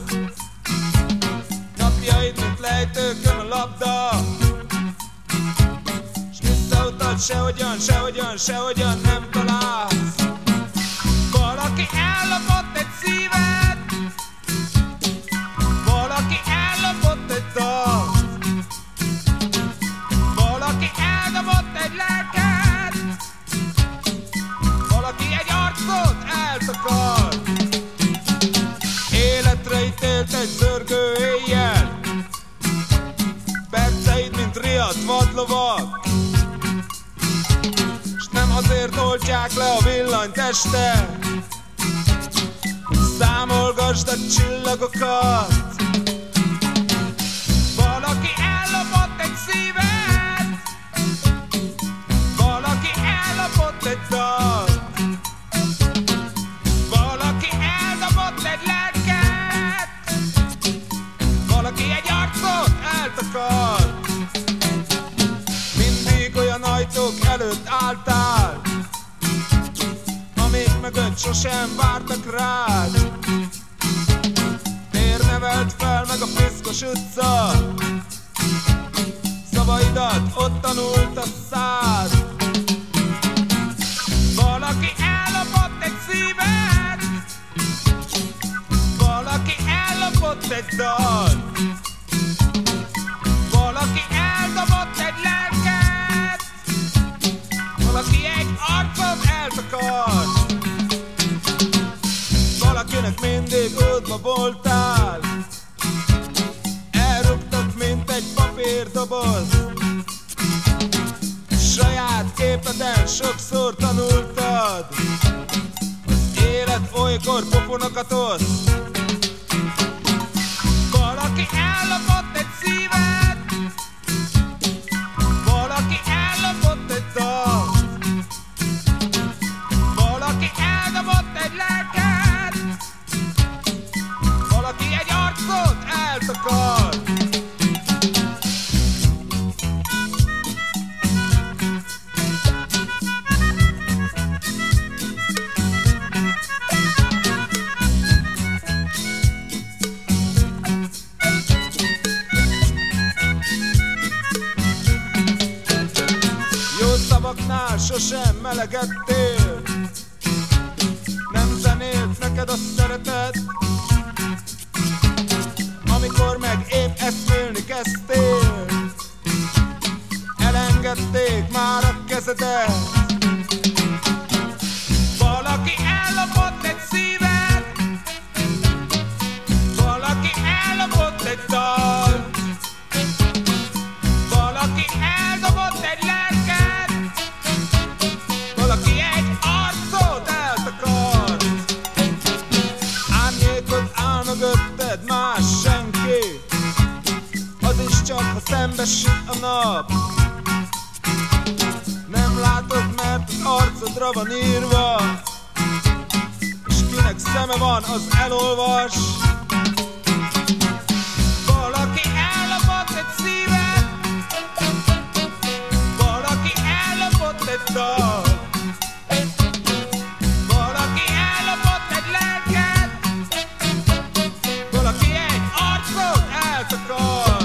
[SPEAKER 6] Napjaid, mint lejtőkön a labda S visszautat sehogyan, sehogyan, sehogyan nem találsz Valaki ellopott egy szívet Valaki ellopott egy dalt valaki eldobott egy lelket, valaki egy arcot eltakar. Életre ítélt egy zörgő éjjel, perceid, mint riadt vadlovak, s nem azért oltják le a villanyt este, számolgasd a csillagokat. Valaki ellopott egy szívet Valaki ellopott egy dalt Valaki eldobott egy lelket Valaki egy arcot eltakar Mindig olyan ajtók előtt álltál Amik mögött sosem vártak rád Miért nevelt fel meg a piszkos utca? Szavaidat ott tanult a szád Valaki ellopott egy szívet Valaki ellopott egy dalt Valaki eldobott egy lelket Valaki egy arcot eltakart valakinek mindig útba voltál Elrúgtak, mint egy papírdoboz Saját képeden sokszor tanultad Az élet olykor pofonokat osz Valaki ellopott egy szívet Valaki ellopott egy dalt valaki eldobott egy lelket, valaki egy arcot eltakar. Jó szavaknál sosem melegettél, nem zenélt neked a szeretet Amikor meg épp eszmélni kezdtél Elengedték már a kezedet szembesít a nap Nem látod, mert az arcodra van írva És kinek szeme van, az elolvas Valaki ellopott egy szívet Valaki ellopott egy dal Valaki ellopott egy lelket valaki egy arcot eltakar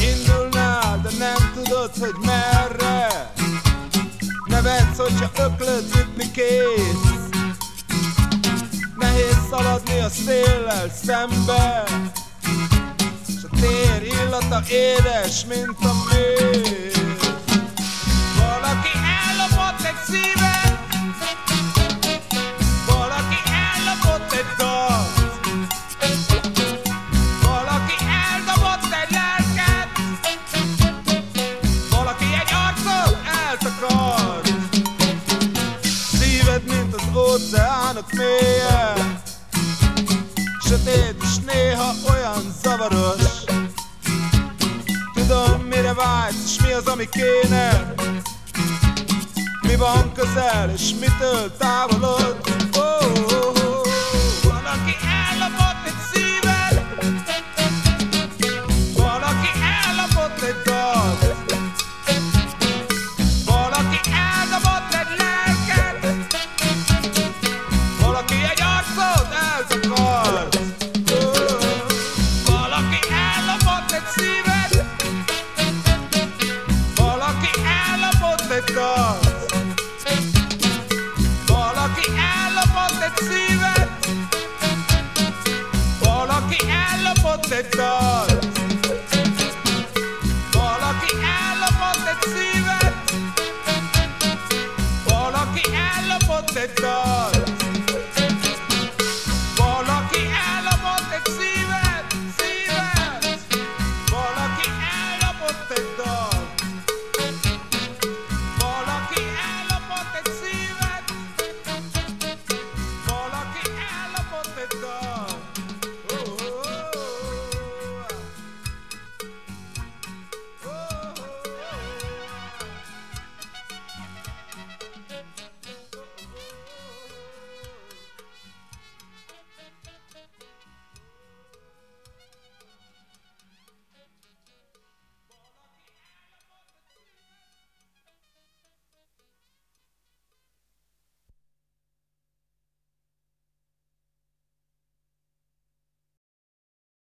[SPEAKER 6] Indulnál, de nem tudod, hogy merre Nevetsz, hogyha öklöd ütni kész Nehéz szaladni a széllel szembe S a tér illata édes, mint a méz Valaki ellopott egy szívet Valaki ellopott egy dalt valaki eldobott egy lelket, valaki egy arcot eltakar. Szíved, mint az óceánok mélye, sötét és néha olyan zavaros. Tudom, mire vágysz, és mi az, ami kéne, mi van közel, és mitől távolod? Oh, oh, oh. Valaki ellopott egy szíved, valaki ellopott egy dalt, valaki eldobott egy lelket, valaki egy arcot Oh, oh,